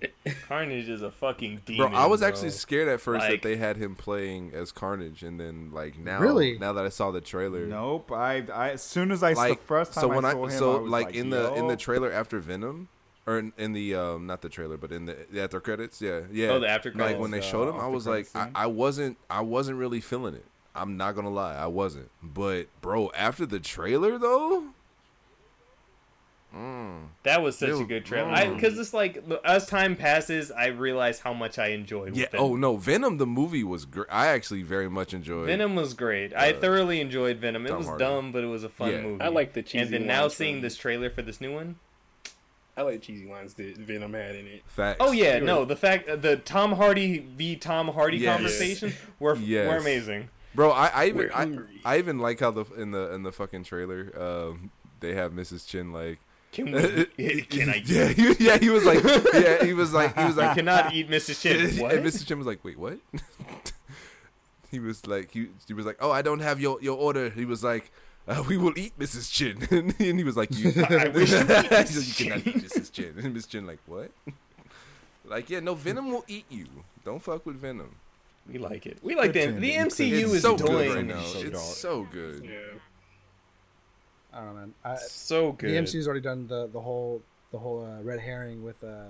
A: Carnage is a fucking demon.
F: bro, I was actually
A: bro.
F: scared at first
A: Like-
F: that they had him playing as Carnage, and then like now,
D: Really?
F: now that I saw the trailer,
C: Nope. I, I as soon as I
F: like
C: the first time
F: so when
C: I
F: I,
C: saw him,
F: so
C: I was
F: like, in the in the
C: yo.
F: trailer after Venom. Or in, in the um, not the trailer, but in the, the after credits, yeah, yeah.
A: Oh, the after
F: Like when they
C: credits,
F: showed
C: uh,
F: him, I
C: after
F: was like,
C: credits
F: I,
C: scene.
F: I wasn't, I wasn't really feeling it. I'm not gonna lie, I wasn't. But bro, after the trailer though,
A: That was such a
F: Dude,
A: good trailer. Because it's like as time passes, I realize how much I enjoyed.
F: yeah.
A: Venom.
F: Oh no, Venom the movie was great. I actually very much enjoyed.
A: Venom was great. I thoroughly enjoyed Venom. It
F: Uh, Tom
A: was
F: Hardy.
A: dumb, but it was a fun
F: Yeah.
A: movie.
E: I like the cheesy
A: And then now
E: lines
A: seeing
E: from-
A: this trailer for this new one.
E: I like cheesy lines that Venom had in it.
F: Facts.
A: Oh yeah,
E: Sure.
A: no, the fact the Tom Hardy v Tom Hardy
F: Yes.
A: conversation were
F: Yes.
A: were amazing.
F: bro. I, I even
E: We're
F: I,
E: hungry.
F: I even like how the in the in the fucking trailer, um, they have Mrs. Chin like.
A: Can we, can I?
F: yeah, he, yeah. He was like, yeah. He was like, he was like,
A: Cannot eat Mrs. Shit. What?
F: and Mr. Chin was like, "Wait, what?" he was like, he, he was like, "Oh, I don't have your, your order." He was like, uh, "We will eat Mrs. Chin," and, he was like, "You,
A: I wish you ate
F: He said, "You cannot eat Mrs. Chin." And Mrs. Chin like, "What?" Like, yeah, no, Venom will eat you. Don't fuck with Venom.
A: We like it. We like the,
B: Pretend
A: the
B: it
A: MCU
F: it's
A: is
F: so
A: doing
F: good right now.
B: so
F: it's
B: dark.
F: so good.
E: Yeah.
D: I don't know, man. I,
A: so
D: the
A: good.
D: MCU's already done the the whole the whole uh, red herring with uh,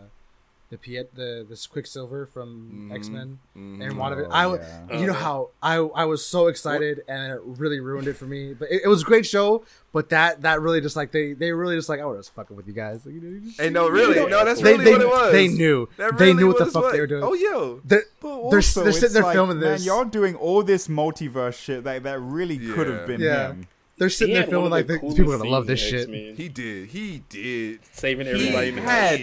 D: the Piet the this Quicksilver from
F: Mhm.
D: X Men
F: Mhm.
D: and one of it.
C: Oh,
D: I w-
C: yeah.
D: you know
E: Oh, yeah.
D: how I I was so excited and it really ruined it for me. But it, it was a great show. But that that really just like they they really just like I was fucking with you guys. Like, you know, you just-
F: Hey, no, really,
E: know,
F: no, that's
D: they
F: really
D: they,
F: what it was.
D: they knew
F: That
D: they
F: really
D: knew what the
F: was
D: fuck they were doing.
F: Oh, yo,
D: They're-
F: But
D: they're-
C: Also,
D: they're
C: it's
D: sitting there
C: like,
D: filming
C: man,
D: this.
C: y'all doing all this multiverse shit that that really could
F: Yeah.
C: have been
D: Yeah.
C: him.
D: They're
E: He
D: sitting there
E: had one
D: filming
E: of
D: like
E: the
D: these
E: coolest
D: people are gonna love this
E: scenes in
D: shit.
E: X-Men,
F: he did, he did.
E: Saving
A: he
E: everybody. from
A: had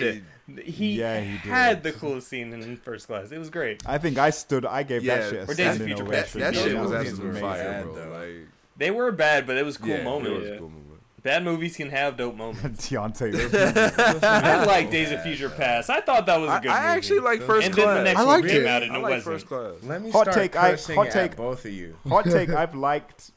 A: he
C: Yeah, he did.
A: had the coolest scene in First Class. It was great.
C: I think I stood. I gave
F: Yeah,
C: that shit a
A: or Days of
C: standing
A: Future
F: That,
C: ovation.
F: that
A: Those
F: shit was
A: movies
F: absolutely
B: were
F: fire,
B: bad,
F: bro.
B: though.
F: Like,
A: They were bad, but it was a cool
F: yeah,
A: moment.
F: It was
E: Yeah.
F: a cool moment.
A: Bad movies can have dope moments.
C: Deontay. Wilder.
A: I like Days of Future Past. I thought that was
F: I,
A: a good
F: I
A: movie.
F: actually like first
A: and
F: class.
A: then the next
D: I
A: one
D: liked
A: came
D: it.
A: out and
F: I
A: it
F: like
A: wasn't.
F: first class.
B: Let me
C: Hot
B: start
C: take, I-
B: cursing
C: hot
B: at
C: take.
B: both of you.
C: Hot take. I've liked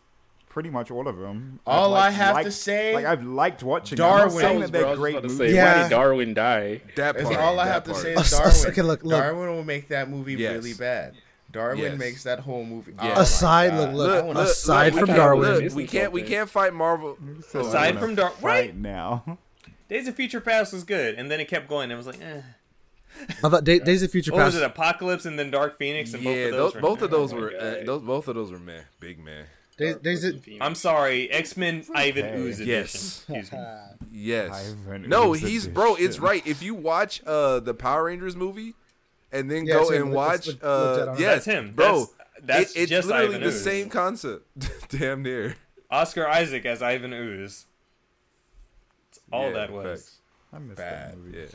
C: pretty much all of them. I've
B: All I
C: like-
B: have to
C: liked-
B: say,
C: Like I've liked watching. them. I'm not saying
B: Darwin.
C: that
E: Bro, I
C: they're
E: was
C: great
E: about to
C: movies.
E: say, Why
D: Yeah.
E: did Darwin die?
F: That
B: That's
F: part.
B: all I
F: that
B: have to
F: part.
B: say.
D: A
B: Is
D: s- a
B: Darwin.
D: second look- look.
B: Darwin will make that movie
F: Yes.
B: really bad. Darwin
F: Yes.
B: makes that whole movie. oh
F: Yeah.
B: my
D: Aside,
B: God.
D: look, look,
B: I
F: Look,
B: wanna-
F: look,
D: aside from
F: look, we can't-
D: Darwin,
F: look, we can't we
E: Something.
F: can't fight Marvel.
C: So I
A: Aside
C: wanna
A: from Dar-
C: fight
A: right?
C: now.
A: Days of Future Past was good, and then it kept going. It was like, eh.
D: I thought Da- Days of Future
A: what was
D: Past.
A: it? Apocalypse and then Dark Phoenix, and both of
F: Yeah,
A: those. were-
F: those, both of those
E: my
F: were uh,
E: God.
F: those both of those were man, big man.
D: Days, Days of,
A: I'm sorry, X Men Ivan
C: okay.
A: Ooze
F: Yes.
A: edition. Excuse me.
F: Yes.
C: Ivan
F: No,
C: is a
F: he's bro. It's
C: dish.
F: right. If you watch uh the Power Rangers movie, and then
D: Yeah,
F: go
D: it's him.
F: and
D: It's
F: watch
D: the- the Jedi.
F: uh
D: That's
F: yes,
A: him.
F: bro.
A: That's- that's
F: it- it's
A: just
F: literally
A: Ivan
F: the
A: Ooze.
F: same concept. Damn near.
A: Oscar Isaac as Ivan Ooze. That's all
F: Yeah,
A: that was
F: facts.
C: I missed
B: Bad,
C: that movie.
F: Yeah,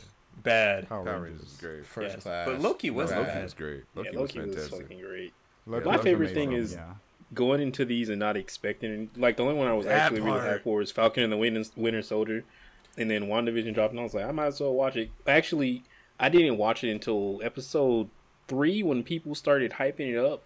A: bad.
C: Power
F: Power
C: Rangers.
F: Rangers was great.
B: First
A: Yes,
B: class.
A: but Loki was
B: Bad.
F: Loki was great. Loki,
E: yeah, Loki
F: was
E: was
F: fantastic.
E: fucking great.
C: Loki
F: My
C: was
E: favorite
C: amazing,
E: thing is-
C: yeah.
E: Going into these and not expecting, like the only one I was
F: That
E: actually really
F: part.
E: hyped for was Falcon and the Winter, Winter Soldier, and then WandaVision dropped, and I was like, I might as well watch it. Actually, I didn't watch it until episode three when people started hyping it up.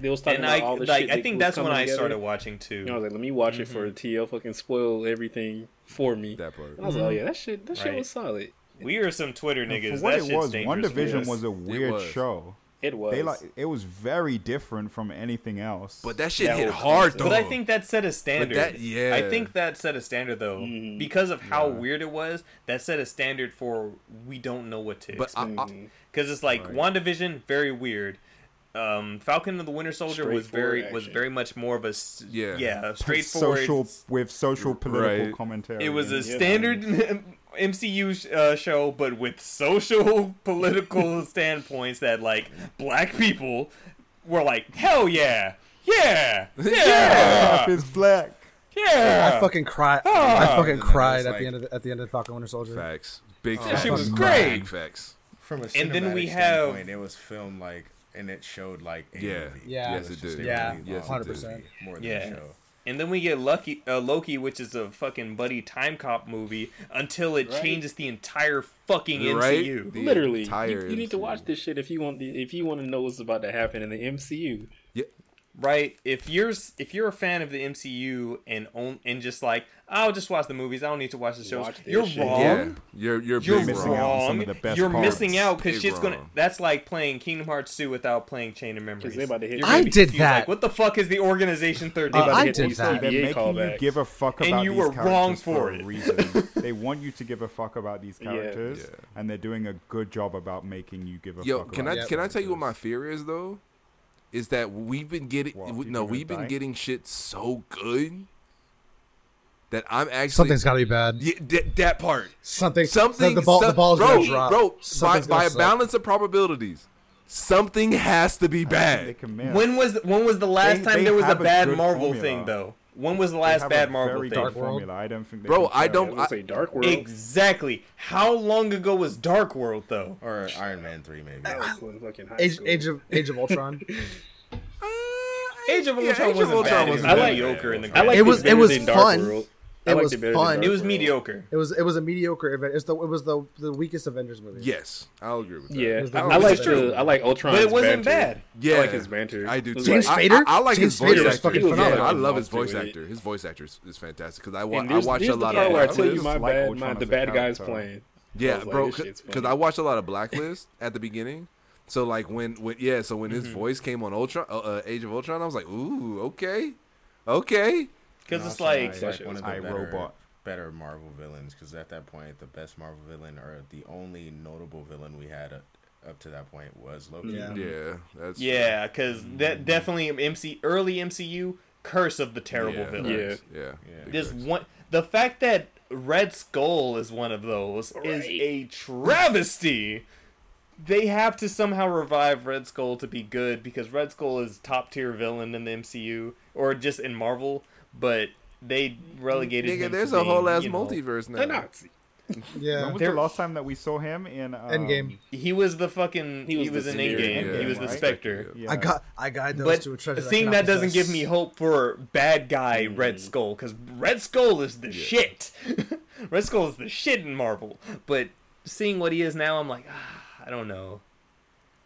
E: They was talking
A: And
E: about
A: I
E: all the
A: like
E: shit.
A: I
E: that
A: think
E: was
A: that's when
E: coming
A: I
E: together.
A: started Mm-hmm. watching too.
E: And I was like, let me watch it for TL fucking spoil everything for me.
F: That part.
E: And I was like, oh yeah, that shit, that shit
A: Right.
E: was solid.
A: we are some Twitter niggas.
C: For what
A: That
C: it
A: shit's
C: was, One
A: dangerous.
C: Division
E: Yes.
C: was a weird
F: was.
C: show.
E: It was.
C: They like it was very different from anything else.
F: But that shit
E: That
F: hit
E: was-
F: hard though.
A: But I think that set a standard.
F: that- yeah.
A: I think that set a standard though, because of how weird it was. That set a standard for we don't know what to
F: But I, I,
A: because it's like WandaVision, very weird. Um, Falcon and the Winter Soldier was very
E: Straightforward
A: was
E: action.
A: very much more of a s-
F: Yeah.
A: yeah
C: With
A: straightforward.
C: social with social political
F: Right.
C: commentary.
A: It was a
C: and-
E: Yeah.
A: standard MCU sh- uh, show, but with social political standpoints that like black people were like, hell yeah, yeah, yeah,
C: It's black.
A: yeah.
D: I fucking cried. I
F: Ah.
D: fucking cried at the end of the, at the end of Falcon Winter Soldier.
F: facts. Big
A: That
F: facts.
A: shit was
D: fucking
A: great.
F: Big facts.
B: From a
A: And then
B: cinematic
A: we have-
B: standpoint, it was filmed like, and it showed like a
F: Yeah.
B: movie.
D: Yeah.
F: Yes, it
B: Just
F: did.
B: a
D: Yeah.
B: really long
F: Yes,
D: 100%.
B: movie, More than
A: Yeah.
B: a show.
A: And then we get Lucky uh, Loki, which is a fucking buddy time cop movie, until it
E: Right.
A: changes the entire fucking
F: Right?
A: MCU.
F: The
E: literally you,
F: entire
E: you need to
F: MCU.
E: watch this shit if you want the, if you want to know what's about to happen in the MCU.
F: Yeah.
A: right? If you're s- if you're a fan of the MCU and on, and just like I'll just watch the movies, I don't need to watch the shows.
E: Watch their
A: you're
E: shit.
A: wrong.
F: Yeah, you're you're,
A: You're
F: big
A: missing
F: wrong.
A: out.
C: on some of the best
A: you're
C: parts.
A: missing out because
F: Big
A: shit's gonna.
F: wrong.
A: That's like playing Kingdom Hearts 2 without playing Chain of Memories.
E: 'Cause they about to hit
A: You're
E: you.
A: gonna
E: I
A: be
D: did
A: confused,
D: that.
A: Like, what the fuck is the organization 13?
D: Uh, I
E: hit
D: did
E: these
D: that.
C: They're
E: CBA
C: making you
E: callbacks.
C: give a fuck
A: And
C: about
A: you
C: these
A: were
C: characters
A: wrong for
C: for
A: it.
C: a reason. they want you to give a fuck about these
E: Yeah.
C: characters,
F: Yeah.
C: and they're doing a good job about making you give a
F: Yo,
C: fuck.
F: can I
C: about
D: Yeah.
F: can I tell you what my fear is though? Is that we've been getting
C: What, people
F: we- no,
C: gonna
F: we've been
C: die?
F: getting shit so good that I'm actually
D: Something's got to be bad.
F: yeah, that, that part.
D: Something.
F: Something
D: The, the, ball,
F: some-
D: the ball's
F: bro,
D: gonna drop.
F: bro. By,
D: Something's gonna
F: by a
D: suck.
F: balance of probabilities, something has to be
C: it. They
F: bad.
C: can miss.
A: When was when was the last
C: They-
A: time
C: they
A: there was a
C: have a
A: bad
C: good
A: Marvel
C: formula.
A: thing though? When was the
C: They
A: last
C: have
A: bad
C: a
A: Marvel
C: very
A: thing?
C: dark
D: Dark World.
C: formula. I don't think. They can
F: Bro, I
C: carry
F: don't-
E: I would say Dark World.
A: Exactly. How long ago was Dark World though?
B: Or Iron Man three, maybe.
E: That was when fucking high
D: Age,
E: school.
D: Age of Age of Ultron.
A: Age of
F: Uh, Yeah,
A: Ultron
F: Age of
A: wasn't
F: Ultron
A: bad.
F: wasn't
A: it was
E: bad.
A: mediocre in the
E: I
A: grand.
E: liked
D: It was-
E: better
D: it was
E: than Dark
D: fun.
E: World.
D: It
E: I liked
D: was
E: it better
D: fun.
E: Than Dark
A: it was
E: World.
A: mediocre.
D: It was it was a mediocre event. It's the it was the the weakest Avengers movie.
F: Yes, I'll agree with that.
E: Yeah,
D: was the
E: I, I
D: worst.
E: like
D: It's
E: the
D: true.
E: I like Ultron.
A: But it wasn't bad.
F: Yeah,
E: I like his banter.
F: I do.
E: It was
F: too.
E: like-
D: James Spader?
F: I, I, I like
D: James
F: his voice
D: Spader
F: actor.
D: is fucking
F: Yeah,
D: phenomenal.
F: I love his
E: Monster
F: voice
E: with it.
F: actor. His voice actor is, is fantastic because I, wa-
E: And
F: I
E: there's,
F: watch
E: there's
F: a lot
E: the part
F: of.
E: where I
C: I
E: tell you
C: just
E: my
C: like
E: bad,
C: Ultron
E: my,
C: as
E: the
C: a
E: bad guys
C: character.
E: playing. I
F: Yeah,
E: was like,
F: bro,
E: this shit's
F: because
E: funny.
F: I watched a lot of Blacklist at the beginning. So like when when yeah, so when his
E: Mm-hmm.
F: voice came on Ultron, uh, uh, Age of Ultron, I was like, ooh, okay, okay.
A: Because it's
E: Also,
A: like
E: I-
B: like one of the
C: I,
B: better,
C: Robot.
B: better Marvel villains because at that point the best Marvel villain or the only notable villain we had up, up to that point was Loki.
E: Um,
D: Yeah.
F: Yeah, that's
A: Yeah, because that definitely MC early MCU curse of the terrible
F: yeah,
A: villains.
E: Yeah.
F: yeah.
B: Yeah.
F: big
A: This
F: facts.
A: one, the fact that Red Skull is one of those is a travesty. They have to somehow revive Red Skull to be good because Red Skull is top tier villain in the MCU or just in Marvel, but they relegated him.
F: Nigga,
A: to
F: there's a
A: being,
F: whole ass
A: you know,
F: multiverse now.
E: They're not.
D: Yeah.
C: When was
A: There-
C: the last time that we saw him in um,
D: Endgame.
A: He was the fucking. He
E: He
A: was,
E: was
A: in
E: the
A: Endgame.
C: Spectre,
A: he was the
C: right?
A: Spectre.
C: Yeah.
D: I got I guide those
A: But
D: to a treasure. I
A: seeing
D: cannot
A: that doesn't
D: possess. Hmm.
A: give me hope for bad guy Red Skull because Red Skull is the shit. Red Skull is the shit in Marvel. But seeing what he is now, I'm like, ah, I don't know.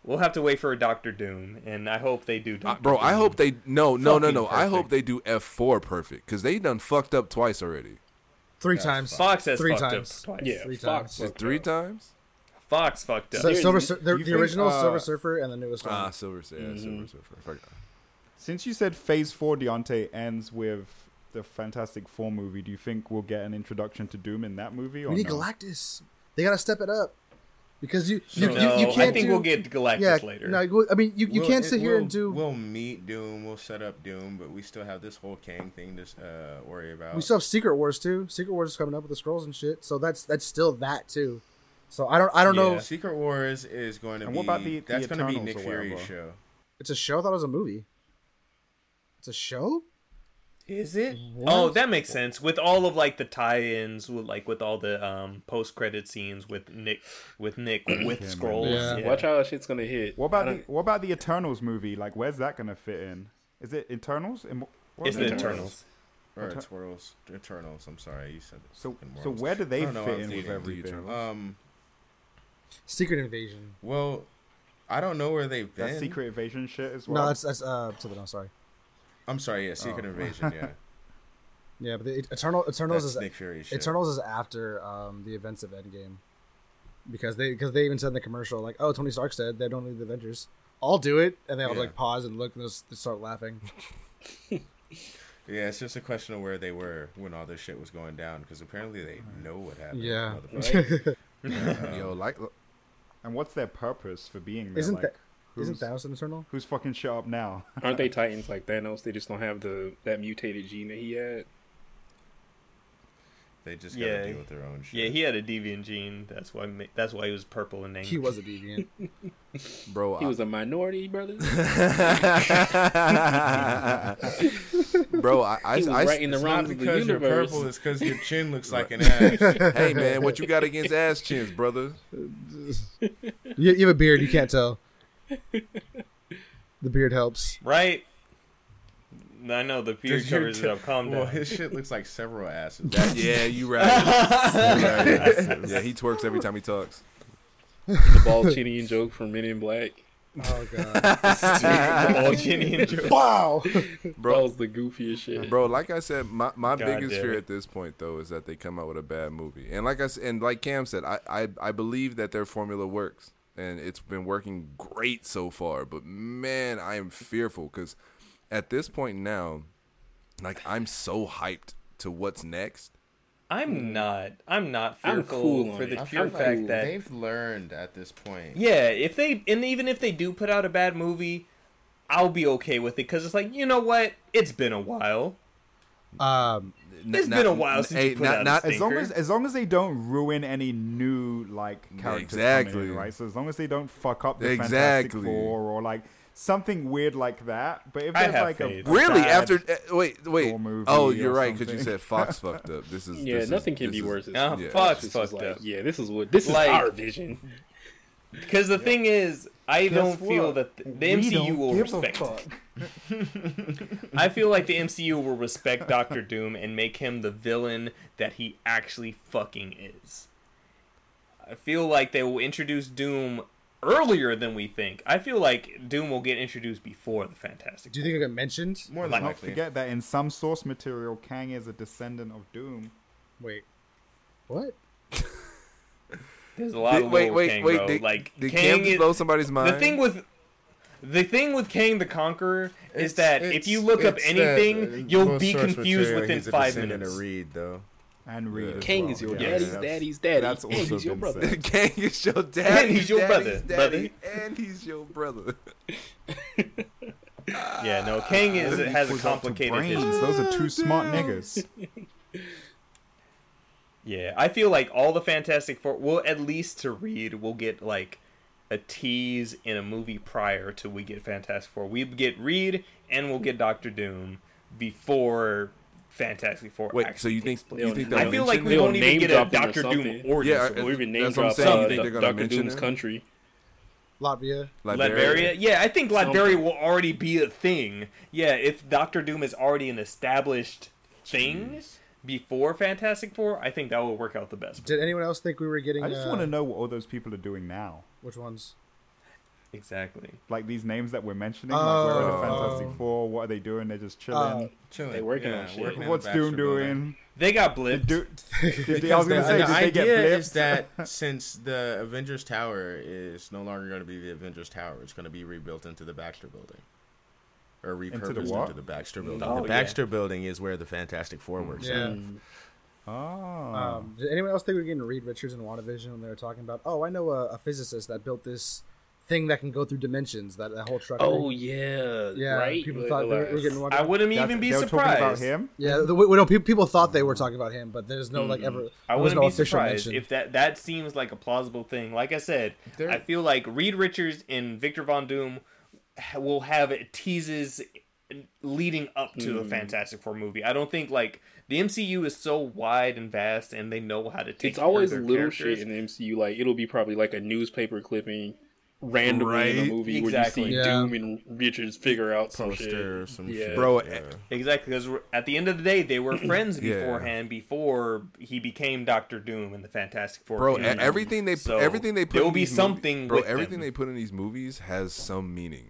A: We'll have to wait for a Doctor Doom, and I hope they do.
F: Uh,
A: Doctor
F: bro, I
A: Doom.
F: hope they no no no
A: Fucking
F: no. I hope
A: perfect.
F: they do F four perfect because they done fucked up twice already.
D: three times.
A: Fox has
D: three
A: fucked
D: times.
A: up twice.
E: Yeah,
D: Three
E: Fox
D: times.
E: fucked
F: Three
E: up.
F: times.
A: Fox fucked up.
D: So,
E: Dude,
D: Silver
E: you-
D: Sur- the,
C: you
D: the
C: think,
D: original
C: uh,
D: Silver Surfer and the newest one.
F: Ah, Silver, yeah, Silver Surfer. Fuck.
C: Since you said Phase Four Deontay ends with the Fantastic Four movie, do you think we'll get an introduction to Doom in that movie? Or
D: we need
C: no?
D: Galactus. They gotta step it up because you you, you,
A: no,
D: you can't
A: I think
D: do,
A: we'll get Galactus
D: yeah,
A: later.
D: No, you- I mean you, you
B: We'll-
D: can't
B: it-
D: sit here
B: we'll-
D: and do.
B: We'll meet Doom. We'll set up Doom, but we still have this whole Kang thing to uh, worry about.
D: we still have Secret Wars too. Secret Wars is coming up with the scrolls and shit. So that's that's still that too. So I don't I don't know.
A: Yeah.
B: Secret Wars is going to
C: And
B: be.
C: what about the- the
B: that's going to be
C: Eternals
B: Nick
C: or
B: Fury's
C: whatever?
B: show.
D: It's a show. I thought it was a movie. It's a show.
A: Is it? Oh, that makes sense. With all of like the tie-ins, with like with all the um post-credit scenes with Nick, with Nick, with scrolls.
D: Yeah.
A: yeah.
E: Watch how that shit's gonna hit.
C: What
E: I
C: about the
E: don't-
C: What about the Eternals movie? Like, where's that gonna fit in? Is it Eternals? In, what
A: It's
C: was
A: the
C: it?
A: Eternals.
B: Or
C: Eter-
B: Eternals. Eternals. I'm sorry, you said
C: So,
B: fucking
C: so
B: worlds.
C: where do
B: I
C: they
B: don't know,
C: fit
B: I'm
C: in with
B: thinking the
C: everything?
F: Eternals.
B: Um.
D: Secret Invasion.
B: Well, I don't know where they've been.
C: That secret evasion shit as well.
D: No, that's that's uh something else. Sorry.
B: I'm sorry. Yeah,
C: Oh.
B: Secret Invasion. Yeah.
D: Yeah, but the Eternal Eternals
B: That's
D: is
B: Nick Fury's shit.
D: Eternals is after um, the events of Endgame, because they because they even said in the commercial like, "Oh, Tony Stark said they don't need the Avengers. I'll do it," and they all
B: Yeah.
D: like pause and look and just, just start laughing.
B: Yeah, it's just a question of where they were when all this shit was going down because apparently they know what happened.
D: yeah,
B: motherfucker.
F: Yo, like
C: and what's their purpose for being there?
D: Isn't
C: like,
D: that-
C: who's,
D: isn't Thanos an Eternal?
C: who's fucking shit up now?
E: Aren't they Titans like Thanos? They just don't have the that mutated gene that he had.
B: They just got to
A: Yeah.
B: deal with their own shit.
A: Yeah, he had a deviant gene. That's why. ma- That's why he was purple and angry.
D: He was a deviant.
F: bro,
E: He
F: I-
E: was a minority, brother.
F: bro, I, I,
E: He was
F: I-
E: right in the
B: it's not
E: wrongs of the
B: because you're
E: universe.
B: purple, it's because your chin looks like an ass.
F: hey man, what you got against ass chins, brother?
D: you, you have a beard. You can't tell. The beard helps.
A: right. I know the beard
B: Does your
A: covers
B: t-
A: it up. Calm
B: well,
A: down.
B: his shit looks like several asses.
F: Yeah, you right. yeah, he twerks every time he talks.
E: the ball cheating joke from Men in Black.
D: Oh god.
A: All Ginny and Joe.
D: wow.
E: That
F: bro.
E: was the goofiest shit.
F: Bro, like I said, my, my
A: God
F: biggest
A: damn
F: fear
A: it.
F: at this point though is that they come out with a bad movie. And like I s- and like Cam said, I, I I believe that their formula works and it's been working great so far. But man, I am fearful because at this point now, like I'm so hyped to what's next.
A: I'm not. I'm not
E: I'm
A: fearful
E: cool on
A: for
E: it.
A: the
E: I
A: pure
E: feel like
A: fact that
B: They've learned at this point.
A: yeah, if they and even if they do put out a bad movie, I'll be okay with it because it's like you know what, it's been a while.
D: Um
F: N-
A: It's
F: not-
A: been a while
F: n-
A: since
F: hey,
A: you put
F: not-
A: out
F: not-
A: a
C: As long
A: stinker.
C: as as long as they don't ruin any new like characters, exactly.
F: Exactly.
C: right? So as long as they don't fuck up the
F: Exactly.
C: Fantastic Four or like something weird like that. But if
A: I
C: there's
A: have
C: like
A: faith.
C: a
F: Really?
A: bad
F: After eh, wait, wait.
C: Thor movie
F: Oh, you're
C: or
F: right because you
C: something.
F: said Fox fucked up. This is
E: yeah,
F: this is-
E: nothing can
F: this
E: be
F: is-
E: worse. than
A: Uh,
E: this.
A: Fox
E: This is
A: fucked
E: like,
A: up.
E: Yeah, this is what this
A: Like-
E: is our vision.
A: Because the thing is, I don't
C: what?
A: feel that the, the
C: We
A: MCU
C: don't
A: will
C: give a
A: respect.
C: fuck.
A: it. I feel like the MCU will respect Doctor Doom and make him the villain that he actually fucking is. I feel like they will introduce Doom earlier than we think. I feel like Doom will get introduced before the Fantastic.
D: do you think I got mentioned?
B: More than
A: Like-
C: Don't
B: likely.
C: forget that in some source material, Kang is a descendant of Doom.
D: Wait. What?
A: There's a lot
F: Did-
A: of
F: wait,
A: lore
F: wait,
A: with Kang,
F: wait.
A: bro.
F: Did,
A: like
F: did
A: Kang
F: Cam
A: is-
F: just blow somebody's mind?
A: the thing with the thing with Kang the Conqueror is
B: It's-
A: that if
B: it's-
A: you look up
B: it's
A: anything,
B: that, uh,
A: you'll
B: most
A: be
B: source
A: confused
B: material,
A: within
B: he's a
A: five
B: descendant
A: minutes.
B: Of Reed, though.
C: And Reed. as
E: King
C: well.
E: is your
C: Yeah,
E: daddy's
C: that's-
E: daddy's daddy.
C: that's
E: and
C: also
E: he's your
C: been
E: brother.
C: said.
F: Gang is your dad.
A: he's your brother,
F: daddy's daddy, And he's your brother.
A: Yeah,
B: Ah,
A: no, Kang is
C: Equals
A: has a
C: up to
A: complicated
C: brains.
A: history.
C: Those are two smart
D: Oh,
C: niggas.
A: Yeah, I feel like all the Fantastic Four, well, at least to read, we'll get like a tease in a movie prior to we get Fantastic Four. We get Reed and we'll get Doctor Doom before Fantastic Four.
F: Wait, so
A: actually
F: you think
A: takes place.
F: you think
E: they'll-
A: I
F: they'll
A: feel like
F: mention
A: we
F: it?
E: they'll
A: won't even
E: name
A: get a
E: drop him or
A: Doctor Doom
E: something.
A: origin.
F: Yeah,
A: story.
E: Or even name
F: That's what I'm
E: drop
F: saying.
E: uh,
F: You think they're gonna
E: Doctor
F: mention
E: Doom's
F: it?
E: country.
D: Latvia.
A: Latveria? Yeah, I think
E: Something.
A: Latveria will already be a thing. Yeah, if Doctor Doom is already an established thing before Fantastic Four, I think that will work out the best.
D: Did anyone else think we were getting
C: I just
D: uh,
C: want to know what all those people are doing now.
D: which ones?
A: Exactly.
C: Like these names that we're mentioning, like where are the
D: Oh.
C: Fantastic Four? What are they doing? They're just
D: Uh,
C: chilling.
B: Chilling.
E: They working on shit.
F: working
E: in
C: What's Doom doing?
A: They got blipped.
C: Do, did they, I
B: Because
C: was
B: the,
C: gonna say,
B: the
C: did they
B: idea
C: get blips?
B: is that since the Avengers Tower is no longer going to be the Avengers Tower, it's going to be rebuilt into the Baxter Building, or repurposed into the,
C: what?
B: Baxter Building.
A: Oh,
B: the
A: yeah.
B: Baxter Building is where the Fantastic Four works. at.
D: Yeah.
C: oh,
D: Um, did anyone else think we were getting Reed Richards in WandaVision when they were talking about, oh, I know a, a physicist that built this thing that can go through dimensions, that, that whole truck
E: Oh
D: thing?
E: yeah,
D: yeah.
E: right.
D: People
E: Like,
D: thought they were,
E: like,
D: we were getting one.
A: I wouldn't
C: That's-
A: even be
C: they were talking
A: surprised.
C: about him.
D: Yeah, the, we, we, no, pe- people thought they were talking about him, but there's no, like, ever.
A: I
D: there was
A: wouldn't
D: no
A: be
D: official
A: surprised
D: mention.
A: if that that seems like a plausible thing. Like I said,
B: There-
A: I feel like Reed Richards and Victor Von Doom ha- will have teases leading up to a Fantastic Four movie. I don't think like the MCU is so wide and vast, and they know how to take.
E: it's always
A: care of their
E: little
A: characters.
E: shit in the MCU. Like it'll be probably like a newspaper clipping, randomly in
F: Right?
E: a movie
A: Exactly.
E: where you see
D: Yeah.
E: Doom and Richards figure out some
B: Poster,
E: shit.
B: or some
E: Yeah.
B: shit.
F: Bro,
B: yeah.
A: Exactly, because at the end of the day, they were friends
F: Yeah.
A: beforehand. Before he became Doctor Doom in the Fantastic Four,
F: bro, e-
A: universe.
F: everything they
A: So,
F: everything they put
A: there will
F: in
A: be
F: these
A: something.
F: movies, bro,
A: with
F: everything
A: them.
F: they put in these movies has some meaning.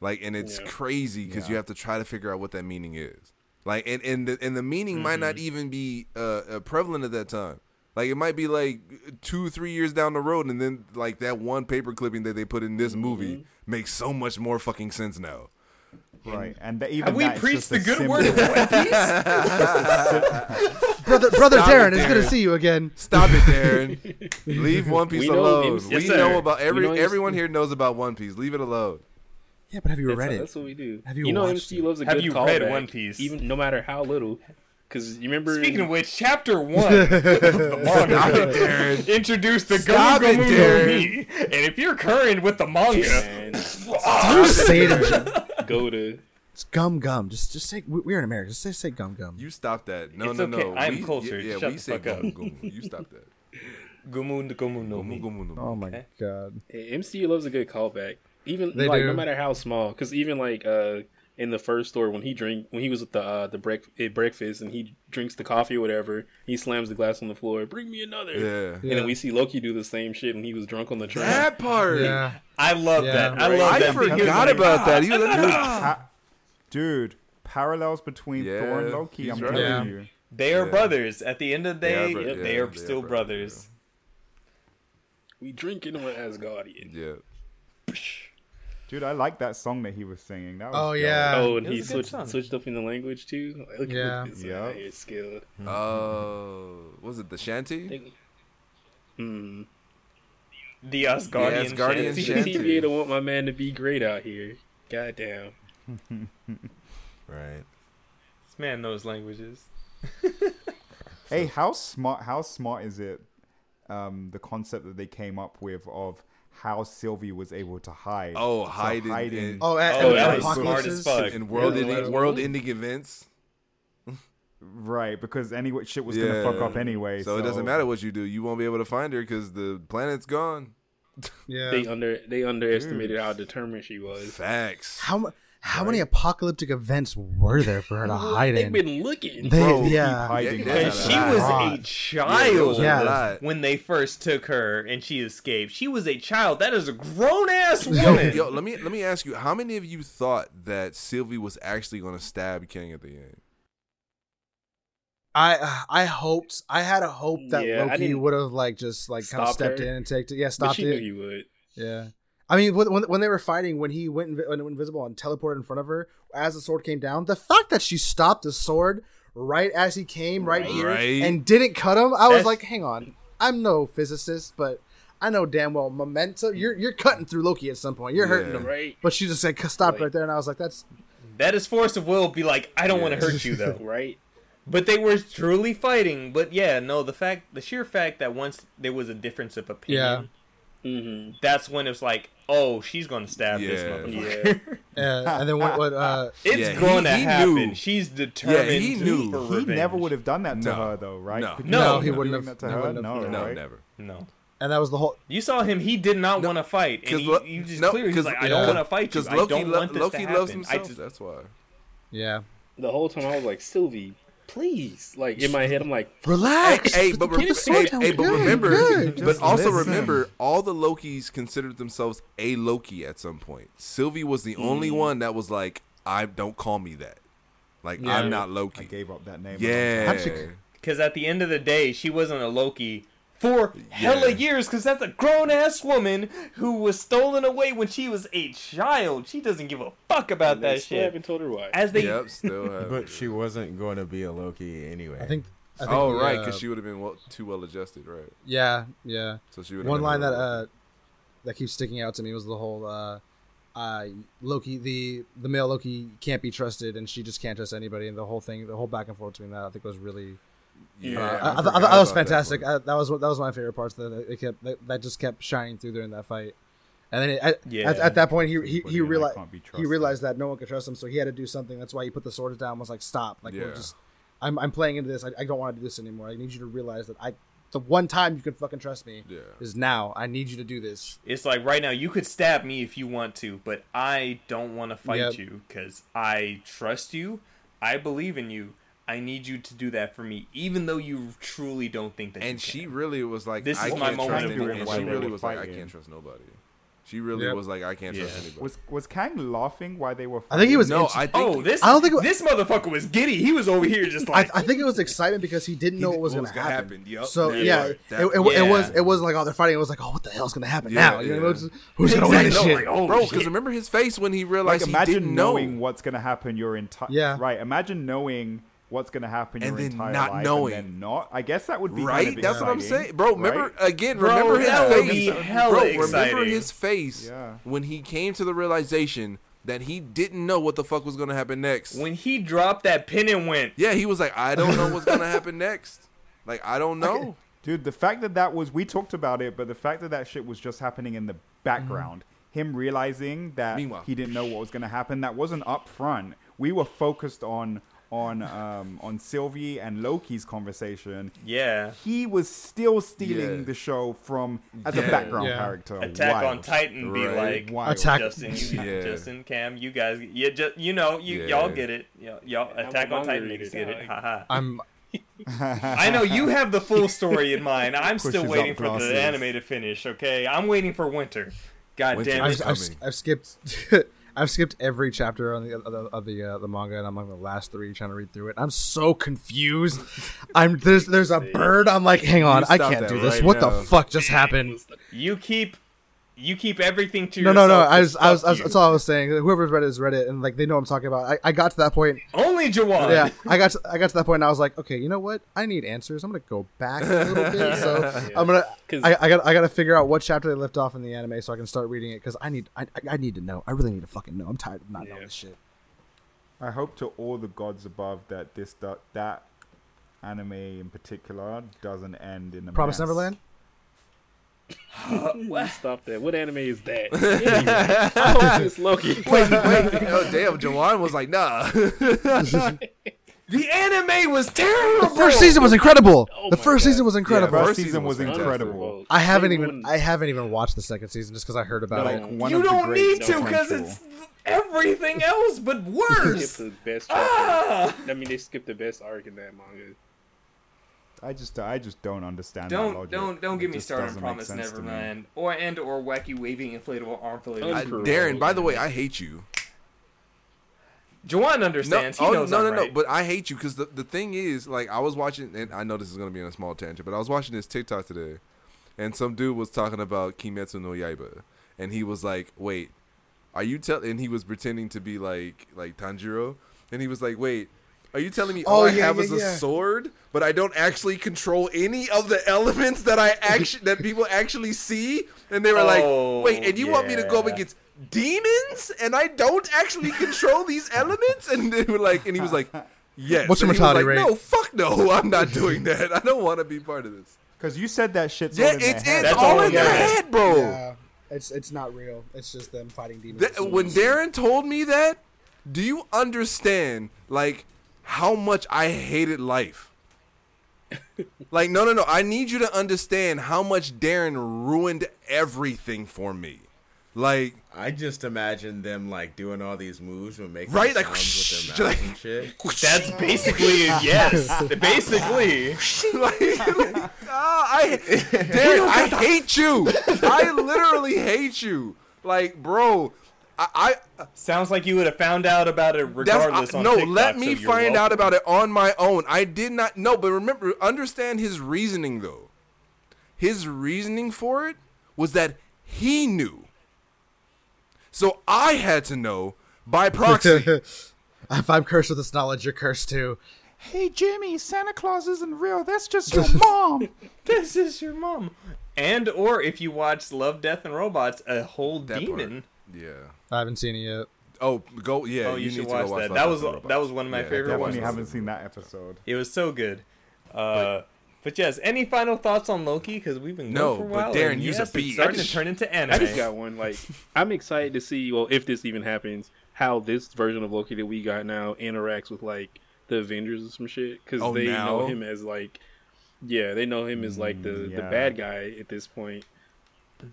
F: Like, and it's
E: Yeah.
F: crazy because you have to try to figure out what that meaning is. Like, and and the and the meaning might not even be uh, uh, prevalent at that time. Like, it might be like two, three years down the road, and then like that one paper clipping that they put in this movie makes so much more fucking sense now.
C: Right, and that even
A: Have we
C: that is
A: preached
C: just
A: the
C: a
A: good
C: symbol.
A: word of One Piece?
D: brother, brother
F: Stop
D: Darren,
F: it,
D: it's good
F: Darren.
D: to see you again.
F: Stop it, Darren. Leave One Piece
E: We know
F: alone.
E: him-
F: we
E: Yes,
F: know
E: sir.
F: about every
E: We know him-
F: everyone here knows about One Piece. Leave it alone.
D: Yeah, but have you
E: That's,
D: read it?
E: that's what we do.
D: Have you
E: know
D: watched
E: MCU loves a
A: Have
E: good
A: you
E: callback,
A: read One Piece?
E: even no matter how little. Because you remember,
A: Speaking of which, chapter one of the manga
F: Darren.
A: introduced the
F: Stop
A: Gomu
F: it,
A: Gomu no Mi, and if you're current with the manga,
E: Man,
D: You say it in Japan.
E: go to
D: It's gum gum. Just just say we- we're in America. Just say, say gum gum.
F: You stop that. No,
A: It's
F: no,
A: okay.
F: no.
A: I'm
F: We-
A: cultured.
F: Yeah, yeah,
A: Shut
F: we
A: the
F: say
A: fuck up.
F: gumu gumu. You stop that.
A: Gomu Gomu no
F: Gumu
A: Mi.
F: gumu no.
D: oh my god.
E: MCU loves a good callback. Even
D: They
E: like
D: do.
E: no matter how small. Because even like uh, in the first story when he drink when he was at the uh, the break at breakfast and he drinks the coffee or whatever. He slams the glass on the floor. Bring me another.
F: Yeah.
E: And then we see Loki do the same shit when he was drunk on the train.
F: That part.
D: Yeah.
A: I love
D: Yeah.
A: that. I
E: Right.
A: love
F: I
A: that. because,
F: forgot
A: like,
F: about that. He was like,
C: Pa- dude, parallels between
F: Yeah,
C: Thor and Loki.
F: he's
C: I'm
F: right.
C: telling
D: Yeah.
C: you.
A: They are
F: Yeah.
A: brothers. At the end of the
F: They
A: day,
F: are
A: they
F: bro-
A: are,
F: yeah, they are
A: still
F: brothers,
A: brothers.
E: We drinking on Asgardian.
F: yeah.
C: Dude, I like that song that he was singing. That was
D: Oh
C: dope.
D: yeah.
E: Oh, and
A: it was
E: he
A: a good
E: switched
A: song.
E: switched up in the language too. Like, look
D: Yeah.
E: at this
C: Yeah.
E: guy here, skilled.
F: Oh, was it the shanty?
E: Think- Hmm.
A: The Asgardian,
F: The Asgardian
A: shanty.
F: shanty.
E: TV don't want my man to be great out here. Goddamn.
F: Right.
A: This man knows languages.
C: Hey, how smart? How smart is it? Um, the concept that they came up with of how Sylvie was able to hide.
F: Oh,
C: So
F: hide in- in-
D: Oh, at,
A: Oh,
D: at
A: that was smart as
D: apocalypses.
A: fuck.
F: And world
E: Yeah,
F: ending,
E: like-
F: world ending events.
C: right? Because any shit was
F: Yeah.
C: gonna fuck up anyway.
F: So, it doesn't matter what you do, you won't be able to find her because the planet's gone.
D: Yeah.
E: They under they underestimated how determined she was.
F: Facts.
D: how mu- how many apocalyptic events were there for her to hide
E: They've
D: in?
E: been looking.
D: They-
F: Bro,
D: yeah.
C: hiding.
F: Yeah,
A: And
F: That's
A: she
F: a lot.
A: was a
D: Right.
A: child
D: Yeah.
F: lot.
A: when they first took her and she escaped. She was a child. That is a grown ass woman.
F: Yo, let me let me ask you, how many of you thought that Sylvie was actually gonna stab King at the end?
D: I I hoped I had a hope that
E: Yeah, I
D: Loki
E: didn't-
D: would have like just like kind of
E: Stopped
D: stepped
E: her.
D: in and take it. Yeah,
E: but
D: stopped
E: she
D: it.
E: knew you would.
D: Yeah. I mean, when, when- when they were fighting, when he went, invi- went invisible and teleported in front of her as the sword came down, the fact that she stopped the sword right as he came right, here
F: Right.
D: and didn't cut him, I was
A: That's-
D: like, hang on. I'm no physicist, but I know damn well momentum. You're you're cutting through Loki at some point. You're hurting
F: Yeah.
D: him.
E: Right.
D: But she just said, stopped
E: Like-
D: right there. And I was like, that's.
A: That is force of will. Be like, I don't want to hurt you though.
E: Right.
A: But they were truly fighting. But yeah, no, the fact, the sheer fact that once there was a difference of opinion,
E: Mm-hmm.
A: that's when it's like, oh, she's gonna stab this
F: Yeah.
A: motherfucker.
D: Uh, and then what? what uh,
A: it's
F: Yeah, he-
A: going to
F: he
A: happen.
F: knew.
A: She's determined.
F: Yeah, he knew.
A: For
F: He
C: He
A: revenge.
C: never would have done that to
F: No.
C: her, though, right?
F: No.
C: Could you
A: No,
C: imagine
A: he
C: him
D: wouldn't
C: doing
D: have-
C: that
D: he
C: to her.
D: wouldn't
C: No,
D: have-
F: No,
C: right?
F: never.
A: No.
D: and that was the whole.
A: You saw him. He did not
F: No,
A: want to fight, and
F: Because
A: he,
F: Lo-
A: you just
F: no,
A: clearly was
F: 'cause-
A: like, "I
D: yeah.
A: don't want to fight you.
F: Because
A: I
F: Loki,
A: don't
F: lo-
A: want this
F: Loki
A: to happen."
F: loves himself.
A: I just,
F: That's why.
D: Yeah.
E: The whole time I was like, Sylvie, please. Like in my head, I'm like,
D: Relax.
F: Hey,
D: put
F: but,
D: the-
F: re-
D: put the sword
F: hey,
D: down.
F: hey, but
D: Good,
F: remember,
D: good.
F: but
C: Just
F: also
C: listen.
F: remember, all the Lokis considered themselves a Loki at some point. Sylvie was the only one that was like, "I don't call me that. Like
D: Yeah.
F: I'm not
C: I
F: Loki."
C: gave up that name.
F: yeah,
D: Actually-
A: because at the end of the day, she wasn't a Loki for hella
F: Yeah.
A: years. Because that's a grown ass woman who was stolen away when she was a child. She doesn't give a fuck about
E: and they
A: that
E: still haven't
A: shit.
E: told her why.
A: As they,
F: yep, still. Have
B: But she wasn't going to be a Loki anyway.
D: I think. I think
F: oh right,
D: uh,
F: because she would have been well, too well adjusted, right?
D: Yeah, yeah.
F: So she would.
D: one line that uh that keeps sticking out to me was the whole uh uh Loki the the male Loki can't be trusted and she just can't trust anybody and the whole thing the whole back and forth between that I think was really uh,
F: yeah,
D: I, I, thought- I thought that was fantastic I, that was one- that was my favorite parts that it kept that, that just kept shining through during that fight and then it, at,
A: Yeah.
D: at, at that point he he,
C: What do
D: he
C: you mean I
D: realized
C: can't be
D: he
C: trusted?
D: realized that no one could trust him so he had to do something that's why he put the sword down and was like stop like we're
F: Yeah.
D: just I'm I'm playing into this I, I don't want to do this anymore I need you to realize that I the one time you can fucking trust me
F: Yeah.
D: is now I need you to do this
A: it's like right now, you could stab me if you want to, but I don't want to fight
D: Yep.
A: you because I trust you. I believe in you. I need you to do that for me, even though you truly don't think that. you
F: And
A: can.
F: she really was like,
A: This
F: I
A: is
F: can't
A: my moment
F: trust
A: of
F: anyone.
A: truth.
F: And she
A: Why
F: really
A: they
F: was like, I
C: fighting.
F: can't trust nobody. She really
D: Yep.
F: was like, I can't trust
A: Yeah.
F: anybody.
C: Was was Kang laughing while they were?
D: I think he was.
F: no,
D: ins-
F: I think.
A: Oh, this!
D: I don't think it-
A: this motherfucker was giddy. He was over here just
D: I,
A: like
D: I think it was excitement because he didn't know what was going to happen.
F: Yup.
D: So
F: That
D: yeah,
F: part,
D: it, it,
F: that part.
D: it was
A: Yeah.
D: it wasn't like oh they're fighting. It was like oh what the hell's going to happen
F: Yeah,
D: now? You know,
F: yeah.
D: it was- who's going to win this
A: Exactly.
D: shit?
A: Like, oh,
F: Bro,
A: shit.
F: because remember his face when he realized
C: like
F: he didn't
C: imagine
F: know,
C: knowing what's gonna happen your entire
D: Yeah.
C: right imagine knowing what's gonna happen
F: And
C: your
F: then
C: entire
F: not
C: life
F: knowing.
C: and then not i guess that would be
F: right?
C: kind of
F: That's what I'm
C: exciting,
F: saying, bro. Remember uh,
C: right?
F: again?
A: Bro,
F: Remember his
A: that would be
F: face,
A: hella
F: bro. Remember
A: exciting.
F: his face
C: Yeah.
F: when he came to the realization that he didn't know what the fuck was gonna happen next.
A: when he dropped that pin and went.
F: yeah, he was like, I don't know what's gonna happen next. Like, I don't know.
C: dude the fact that that was we talked about it but the fact that that shit was just happening in the background him realizing that
F: Meanwhile.
C: he didn't know what was gonna happen that wasn't up front we were focused on on um, on Sylvie and Loki's conversation,
A: Yeah.
C: he was still stealing
B: Yeah.
C: the show from as a
F: Yeah.
C: background
D: Yeah.
C: character.
A: Attack
C: Wild.
A: on Titan be
F: Right.
A: like
C: Wild.
D: Attack-
A: Justin, you,
F: Yeah.
A: Justin, Cam, you guys, you just, you know, you
F: Yeah.
A: y'all get it. Y'all, y'all
E: I'm
A: Attack
E: a
A: on Titan
E: manga
A: niggas
E: reader
A: get it.
E: now.
A: Haha.
D: I'm
A: I know you have the full story in mind. I'm still
C: Pushes
A: waiting
C: up
A: for
C: glasses.
A: the anime to finish. Okay, I'm waiting for winter. God
F: Winter.
A: damn
D: I've,
A: it!
F: It's
D: I've,
F: coming.
D: I've skipped I've skipped every chapter on the of the of the, uh, the manga, and I'm on the last three trying to read through it. I'm so confused. I'm there's there's a bird. I'm like, hang on,
B: You
D: I
B: stop
D: can't
B: that
D: do this.
B: right
D: what
B: now.
D: the fuck just happened?
A: You keep, you keep everything to
D: No, no,
A: yourself.
D: no. I was,
A: just
D: I was, I
A: fuck
D: was
A: you.
D: that's all I was saying. Whoever's read it has read it, and like they know what I'm talking about. I, I got to that point.
A: Only Jawan.
D: Yeah, I got, to, I got to that point. And I was like, okay, you know what? I need answers. I'm gonna go back a little bit. So I'm gonna,
E: 'Cause-
D: I, I got, I got to figure out what chapter they left off in the anime, so I can start reading it because I need, I, I- I need to know. I really need to fucking know. I'm tired of not knowing this shit.
C: I hope to all the gods above that this that, that anime in particular doesn't end in a
D: Promise
C: mess.
D: Neverland.
E: Stop that. What anime is that? Anyway, I hope it's Loki.
F: oh damn, Jawan was like, nah.
A: The anime was terrible.
D: The first season was incredible.
E: Oh
D: the
E: my
D: first
E: God.
D: season was incredible.
C: First
F: First
C: season
F: season
C: was
F: was
C: incredible.
D: I haven't even I haven't even watched the second season just because I heard about
C: Like
D: it.
C: one
A: you
C: of the
A: don't
C: great
A: need to because
C: potential.
A: it's everything else but
E: skipped
A: worse.
E: the best. chapter.
A: ah!
E: I mean, they skipped the best arc in that manga.
C: I just I just don't understand. that
A: Don't
C: logic.
A: don't don't get
C: It
A: me
C: just
A: started on
C: doesn't make
A: Promise
C: sense to me.
A: Neverland or and or wacky waving inflatable arm
F: I-
A: flailing.
F: Darren, by the way, I hate you.
A: Jawan
F: No,
A: understands.
F: oh,
A: he knows
F: no,
A: I'm
F: no,
A: right.
F: no. But I hate you because the, the thing is, like, I was watching, and I know this is going to be on a small tangent, but I was watching this TikTok today, and some dude was talking about Kimetsu no Yaiba, and he was like, "Wait, are you telling?" And he was pretending to be like like Tanjiro, and he was like, "Wait." Are you telling me all
D: Oh,
F: I
D: yeah,
F: have
D: yeah,
F: is a
D: yeah.
F: sword, but I don't actually control any of the elements that I actually that people actually see? And they were
A: Oh,
F: like, "Wait, and you want me to go up
A: yeah.
F: against demons and I don't actually control these elements and they were like and he was like yes
D: What's your
F: And he was
D: mortality
F: like,
D: rate?
F: no fuck no I'm not doing that I don't want to be part of this
C: Because you said that shit's
F: yeah
C: all in their
F: it's,
C: head.
F: it's
A: That's
F: all
A: all
F: in
A: in
F: their
A: their
F: head bro
D: Yeah, it's it's not real. It's just them fighting demons.
F: That- when Darren told me that do you understand like how much I hated life like no no no I need you to understand how much Darren ruined everything for me like
G: I just imagine them like doing all these moves and making
F: Right, like,
G: sounds with their mouths and shit.
A: That's basically yes. basically.
F: like, like, ah, I, Darren, I hate you. I literally hate you. Like, bro, I, I
A: Sounds like you would have found out about it regardless.
F: that's, I
A: on
F: no.
A: TikTok,
F: let
A: so
F: me
A: you're
F: find out
A: welcome.
F: about it on my own. I did not know, but remember, understand his reasoning though. His reasoning for it was that he knew, so I had to know by proxy.
D: if I'm cursed with this knowledge, you're cursed too.
C: Hey Jimmy, Santa Claus isn't real. That's just your mom.
A: This is your mom. And or if you watch Love, Death, and Robots, a whole
F: That part.
A: demon.
F: Yeah.
D: I haven't seen it yet.
F: Oh, go. Yeah.
A: Oh, you, should
F: need to
A: watch,
F: go watch
A: that.
F: Love,
A: That
F: Death,
A: was
F: and
A: that was one of my
F: Yeah,
A: favorite
F: definitely
A: ones.
C: Definitely
F: watch
C: haven't
F: this.
C: seen that episode.
A: It was so good. Uh, but yes, any final thoughts on Loki? Because we've been
F: No,
A: going for a
F: but
A: while.
F: Darren,
A: and
F: use a
A: yes,
F: beat.
A: It's starting
F: I just-
A: to turn into anime.
E: I just got one. Like, I'm excited to see. Well, if this even happens, how this version of Loki that we got now interacts with like the Avengers and some shit because
F: Oh,
E: they know
F: now?
E: him as like, yeah, they know him as like the the
C: yeah.
F: Mm,
E: bad guy at this point.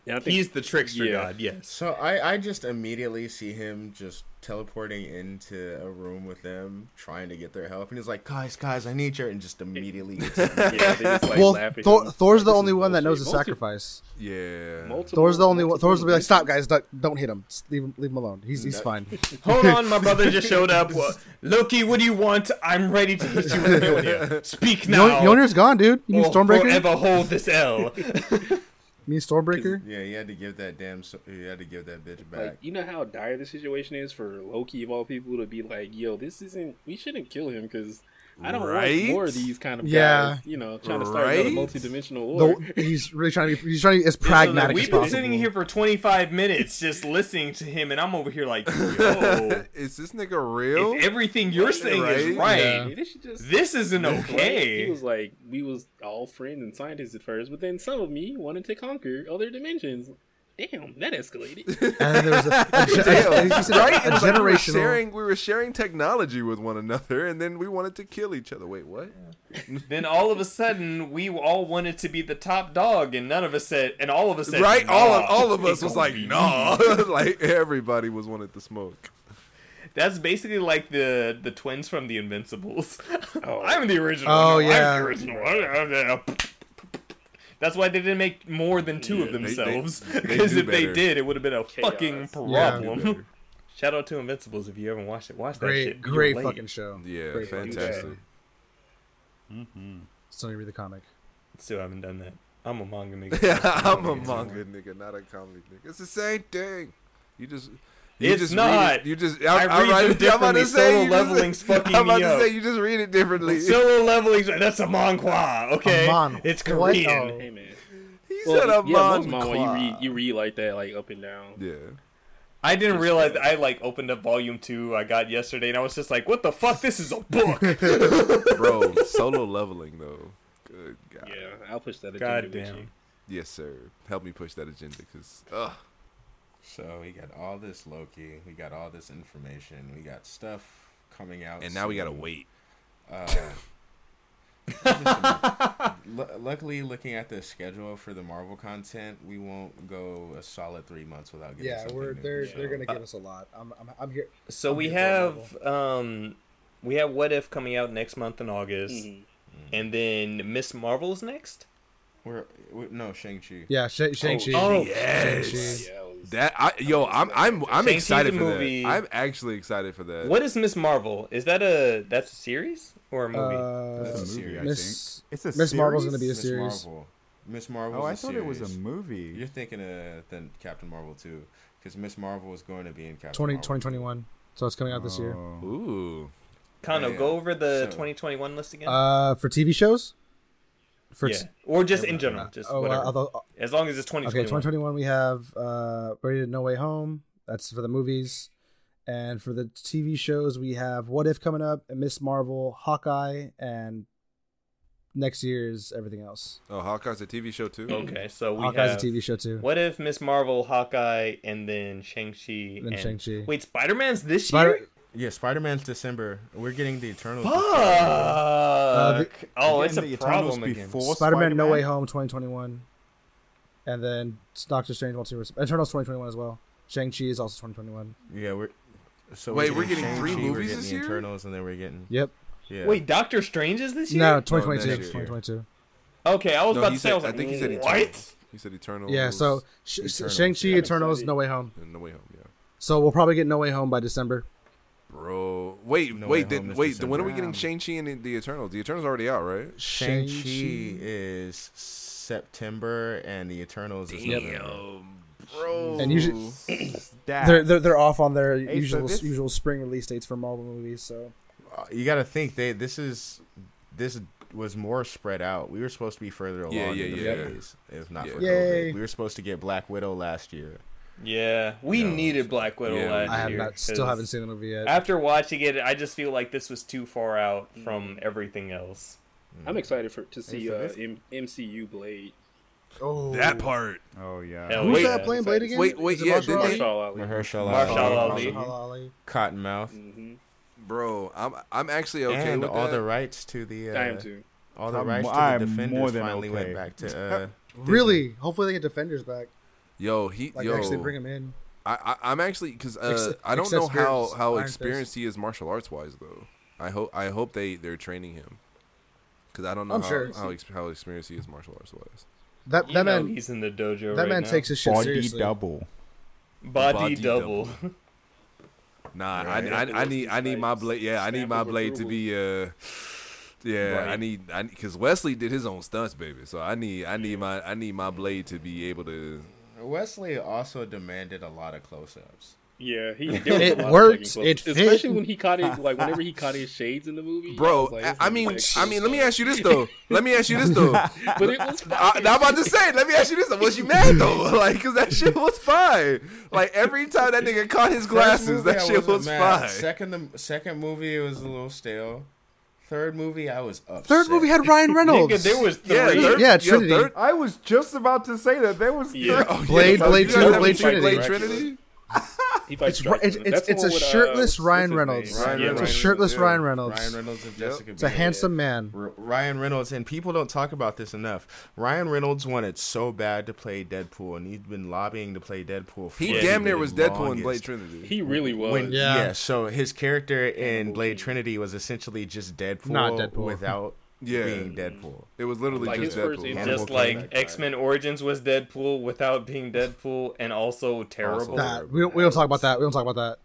E: And I think
A: He's the trickster
E: Yeah.
A: god. Yes.
G: So I, I just immediately see him just teleporting into a room with them, trying to get their help, and he's like, "Guys, guys, I need you," and just immediately gets him.
E: yeah, they just, like,
D: well,
E: laugh at
D: Thor,
E: him.
D: Thor's
E: Like,
D: the
E: this
D: only
E: is
D: one that knows
E: bullshit.
D: the
E: Multi-
D: sacrifice.
F: Yeah.
E: multiple-
D: Thor's the only one.
E: multiple
D: Thor's will be like,
E: visions.
D: "Stop, guys! Don't, don't hit him. Just leave him. Leave him alone. He's he's fine."
A: Hold on, my brother just showed up. Wha- Loki, what do you want? I'm ready to hit you with Mjolnir. Speak now.
D: Yon- Yonir's gone, dude. You mean
A: or
D: Stormbreaker?
A: Forever hold this L.
D: You mean Stormbreaker?
G: Yeah, he had to give that damn. so- He had to give that bitch back.
E: Like, you know how dire the situation is for Loki of all people to be like, "Yo, this isn't. We shouldn't kill him because I don't
F: Right?
E: want more of these kind of
D: Yeah.
E: guys. You know, trying to start another
F: Right?
E: multi-dimensional war.
D: The, he's really trying to be. He's trying to be as pragmatic
A: We've
D: as
A: been
D: possible.
A: sitting here for 25 minutes just listening to him, and I'm over here like, yo,
F: Is this nigga real?
A: if everything you're saying is right,
D: Yeah.
E: They should just-
A: this isn't
E: Right? He
A: okay.
E: was like, we was all friends and scientists at first, but then some of me wanted to conquer other dimensions. damn, that escalated.
D: And then there was a, a, ge- he said,
F: right?
D: a
F: It's like we were
D: generational.
F: sharing, we were sharing technology with one another, and then we wanted to kill each other. Wait, what?
A: Then all of a sudden, we all wanted to be the top dog, and none of us said. And all of us said,
F: right? All of
A: "Nah,
F: all of us
A: it's
F: was
A: gonna
F: like,
A: be
F: nah. like everybody was wanted to smoke.
A: That's basically like the the twins from The Invincibles.
E: Oh.
A: I'm the original.
D: Oh,
A: No,
D: yeah.
A: I'm the original. I- I'm the- uh, That's why they didn't make more than two of
E: Yeah, they-
F: they-
A: themselves.
F: they
A: Because
F: do
A: if they
F: better.
A: did, it would have been a
E: Chaos.
A: fucking
D: Yeah.
A: problem. Shout out to Invincibles if you haven't watched it. Watch that
D: Great,
A: shit. You're
D: great
A: late.
D: fucking show.
F: Yeah,
D: Great fucking
F: fantastic.
D: show. Still need to read the comic.
A: Still haven't done that. I'm a manga maker.
F: Yeah, I'm a manga nigga, not a comic nigga. It's the same thing. You just. You
A: It's
F: just Read
A: not.
F: it. You just.
A: I
F: I'm,
A: read them
F: I'm about
A: differently.
F: to say.
A: Solo
F: you just-
A: leveling's fucking
F: I'm about
A: me
F: to
A: up.
F: say you just read it differently.
A: Solo leveling. That's a manhwa. Okay,
D: A manhwa.
A: it's
D: What?
A: Korean.
D: Oh.
E: hey man.
F: he
E: Well,
F: said a
E: yeah, most
F: manga.
E: manhwa, you read you read like that, like up and down.
F: Yeah.
A: I didn't realize I like opened up volume two I got yesterday, and I was just like, "What the fuck? This is a book."
F: Bro, solo leveling though. Good God.
E: Yeah, I'll push that agenda
A: God
E: with you.
A: damn.
F: Yes, sir. Help me push that agenda, cause ugh.
B: So we got all this Loki, we got all this information, we got stuff coming out.
F: And now we gotta
B: soon.
F: wait.
B: Uh, listen, lu- luckily, looking at the schedule for the Marvel content, we won't go a solid three months without getting.
D: Yeah,
B: something
D: we're
B: new.
D: they're
B: So-
D: they're gonna give us a lot. I'm I'm, I'm here.
A: So we have um we have What If coming out next month in August,
B: Mm-hmm.
E: Mhm.
A: and then Miss Marvel's next.
B: We're, we no Shang Chi.
D: Yeah, Shang Chi.
A: Oh,
F: Yes.
E: Yeah, I was-
F: That I yo, I'm I'm I'm
A: Shang-Chi's
F: excited
A: a
F: for
A: movie.
F: that. I'm actually excited for
D: Uh,
F: that.
A: What is Miss Marvel? Is that a that's a series or a oh, movie?
B: That's
D: Uh,
B: a series, I
D: Miss
C: think. It's a
D: Miss Marvel's
C: series?
D: gonna be a
B: Miss
D: series.
B: Marvel. Miss Marvel.
C: Oh, I thought it was a
B: You're
C: movie.
B: thinking of then Captain Marvel too, because Miss Marvel is going to be in Captain.
D: 20,
B: Marvel.
D: 2021. So it's coming out this year.
C: Oh.
F: Ooh.
A: Kano,
B: yeah.
A: go over the
B: So-
A: 2021 list again.
D: Uh, for TV shows. For
A: yeah,
D: t-
A: or just in general, just
D: oh,
A: whatever.
D: uh, although,
A: as long as it's 2021.
D: Okay, 2021 we have uh Ready to No Way Home. That's for the movies. And for the TV shows we have What If coming up, Miss Marvel, Hawkeye, and next year is everything else.
F: Oh, Hawkeye's a TV show too.
A: Okay, so we
D: Hawkeye's
A: have
D: a TV show too.
A: What if Miss Marvel, Hawkeye, and then Shang Chi?
D: Then Shang-Chi.
A: Wait, Spider Man's this
D: Spider-
A: year?
B: Yeah, Spider Man's December. We're getting the Eternal.
A: Fuck!
D: Uh, the-
A: oh,
C: Again,
A: it's
C: the
A: a
C: Eternals
A: problem again.
C: before
D: Spider-Man, No Way Home 2021. And then Doctor Strange Multiverse Eternals 2021 as well. Shang-Chi is also 2021.
B: Yeah, we're. So
F: Wait, we're getting three
B: Shang-Chi,
F: movies
B: we're getting
F: this
B: the
F: year?
B: Eternals, and then we're getting.
D: Yep.
B: Yeah.
A: Wait, Doctor Strange is this year?
D: No,
F: Oh,
D: 2022.
F: next year.
D: 2022.
A: Okay, I was
F: No,
A: about
F: he
A: to say.
F: said-
A: I, was
F: I
A: like,
F: think he said
A: what?
F: Eternals. He said Eternal.
D: Yeah, so Sh-
B: Eternals,
D: Shang-Chi,
B: yeah.
D: Eternals, No Way Home.
F: and No Way Home, yeah.
D: So we'll probably get No Way Home by December.
F: Bro, wait,
B: No Way
F: wait,
B: Home
F: then,
B: is
F: wait. then When are we
B: December.
F: getting Shang Chi and the Eternals? The Eternals already out, right?
B: Shang Chi
D: Shang-Chi.
B: is September, and the Eternals is November.
F: bro.
D: And usually-
C: That.
D: they're, they're they're off on their
C: Hey, so
D: usual
C: this-
D: usual spring release dates for Marvel movies. So
B: Uh, You got to think they. This is this was more spread out. We were supposed to be further along.
F: Yeah, yeah,
B: in the
F: yeah.
B: movies, If not for
F: Yeah.
D: Yay.
B: COVID, we were supposed to get Black Widow last year.
A: Yeah, we
B: No,
A: needed Black Widow
F: Yeah,
A: last
F: we
D: I have
A: year.
D: not, still
A: 'cause
D: haven't seen the movie yet.
A: After watching it, I just feel like this was too far out
D: Mm.
A: from everything else.
E: I'm excited for to see
C: so
E: uh,
C: this-
E: M- MCU Blade.
D: oh,
F: that part.
C: Oh yeah.
A: Hell
D: who's
A: yeah.
D: that playing Blade again?
F: Wait, wait,
D: Is it
F: yeah,
D: Marshall
F: didn't
D: Ali?
F: they-
E: Marshall
B: Mahershala,
E: Ali.
A: Marshall
B: Ali,
A: Ali.
D: Marshall Ali.
B: Cottonmouth,
E: hmm
F: Bro, I'm I'm actually okay
B: and
F: with
B: all
F: that.
B: the rights to the. Uh,
E: I am too.
B: All the
C: I'm-
B: rights to
C: I'm
B: the defenders
C: more than
B: finally went
C: okay.
B: back to. Uh,
D: Really? Hopefully they get Defenders back.
F: yo, he
D: Like
F: yo,
D: actually bring him in.
F: I, I I'm actually because uh,
D: Ex-
F: I don't
D: except
F: know how
D: Spears,
F: how
D: Iron
F: experienced he is martial arts wise though. I hope I hope they they're training him because I don't know
D: I'm
F: how
D: sure.
F: how, ex- how experienced he is martial arts wise.
D: That
A: You
D: that
A: know
D: man
A: he's in the dojo.
D: that
A: right
D: man
A: now.
D: takes his shit
C: Body
D: seriously.
C: double.
A: body,
F: Body
A: double.
F: Nah,
B: Right.
F: I, I I need I need my
E: Like,
F: blade. Yeah, I need
E: stamp
F: my
E: of
F: blade to
E: approval.
F: be uh. Yeah, I
A: Right.
F: need I because Wesley did his own stunts, baby. So I need I need my I need my blade to be able to.
B: Wesley also demanded a lot of close-ups.
E: Yeah, he. there was
D: It
E: a lot of
D: worked,
E: fucking close-
D: it fit.
E: especially when he caught it. Like whenever he caught his shades in the movie,
F: Bro,
E: was like,
F: I,
E: this
F: I
E: is
F: mean
E: like-
F: I mean let me ask you this though. let me ask you this though.
E: But it was.
F: I, I'm about to say, let me ask you this: Was you mad though? Like, cause that shit was fine. Like every time that nigga caught his
B: First
F: glasses,
B: movie,
F: that
B: I
F: shit
B: wasn't
F: was
B: mad.
F: fine.
B: Second, the second movie it was a little stale. Third movie, I was upset.
D: Third movie had Ryan Reynolds.
A: Nigga, there was
F: Yeah,
A: three.
F: third,
D: Yeah, Trinity.
F: third-
C: I was just about to say that there was
E: Yeah.
C: three.
F: oh,
D: Blade,
F: yeah,
D: Blade
F: you guys
D: Two,
F: haven't
D: Blade
F: seen
D: Trinity.
F: Trinity?
E: He fights
D: It's
E: Dracula.
D: it's it's,
E: That's the
D: it's
E: one
D: a
E: with, uh,
D: shirtless
E: what's
D: Ryan
E: his
D: Reynolds.
E: name?
F: Ryan
E: Yeah,
F: Reynolds.
D: It's a shirtless
F: yeah.
D: Ryan Reynolds.
B: Ryan Reynolds and Jessica.
D: It's a handsome man.
B: R- Ryan Reynolds, and people don't talk about this enough. Ryan Reynolds wanted so bad to play Deadpool, and he's been lobbying to play Deadpool. For
F: He
E: Yeah,
F: damn
E: he
F: near
B: the
F: was Deadpool in Blade
B: longest.
F: Trinity.
E: He really was.
B: When,
D: Yeah.
B: yeah. so his character in Blade Trinity was essentially just Deadpool,
D: Not Deadpool.
B: without
F: Yeah.
B: being Deadpool.
F: It was literally
E: Like,
F: just
E: his first
F: Deadpool.
E: intent-
A: Just
B: Animal
A: like
B: Planet.
A: X Men Origins was Deadpool without being Deadpool, and also terrible.
D: Nah,
F: That-
D: we don't, we don't talk about that. We don't talk about that.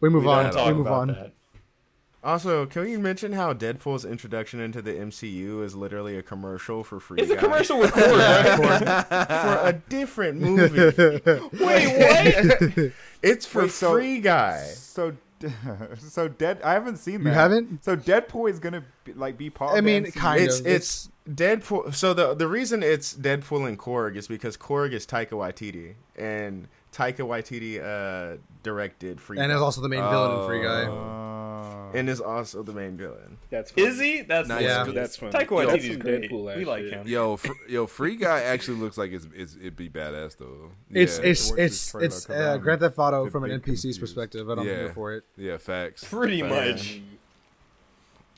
D: We move
A: don't
D: on.
A: talk
D: We move
A: about
D: on.
A: that.
B: Also, can we mention how Deadpool's introduction into the MCU is literally a commercial for free?
A: It's a
B: Guy
A: commercial with Thor. right?
B: for a different movie.
A: Wait, what?
B: It's for
C: Wait, so-
B: free, guy.
C: So, so dead. I haven't seen that.
D: haven't?
C: So Deadpool is gonna be, like be part.
D: I
C: of the
D: mean,
C: MCU?
D: kind
B: It's
D: of.
B: it's Deadpool. So the the reason it's Deadpool and Korg is because Korg is Taika Waititi, and Taika Waititi uh, directed Free
D: and
B: Guy,
D: it's also the main villain in Free Guy.
C: Uh,
B: and is also the main villain.
E: That's funny.
A: Is he? That's
F: Nice.
D: Yeah.
F: Good.
E: That's funny.
A: Taika
E: Yo, that's
A: Waititi's
E: some
A: great.
E: Deadpool-ass
A: We like
E: shit.
A: him.
F: Yo, fr- yo, Free Guy actually looks like it's, it's it'd be badass though.
D: It's
F: yeah.
D: it's
C: Watch this
D: it's
C: trailer,
D: it's
C: 'cause
D: uh,
C: I'm
D: Grand Theft Auto
C: a
D: from an
C: bit
D: NPC's
C: confused.
D: perspective, and I'm
F: Yeah.
D: here for it.
F: yeah, facts.
A: Pretty
F: Facts.
A: much. um,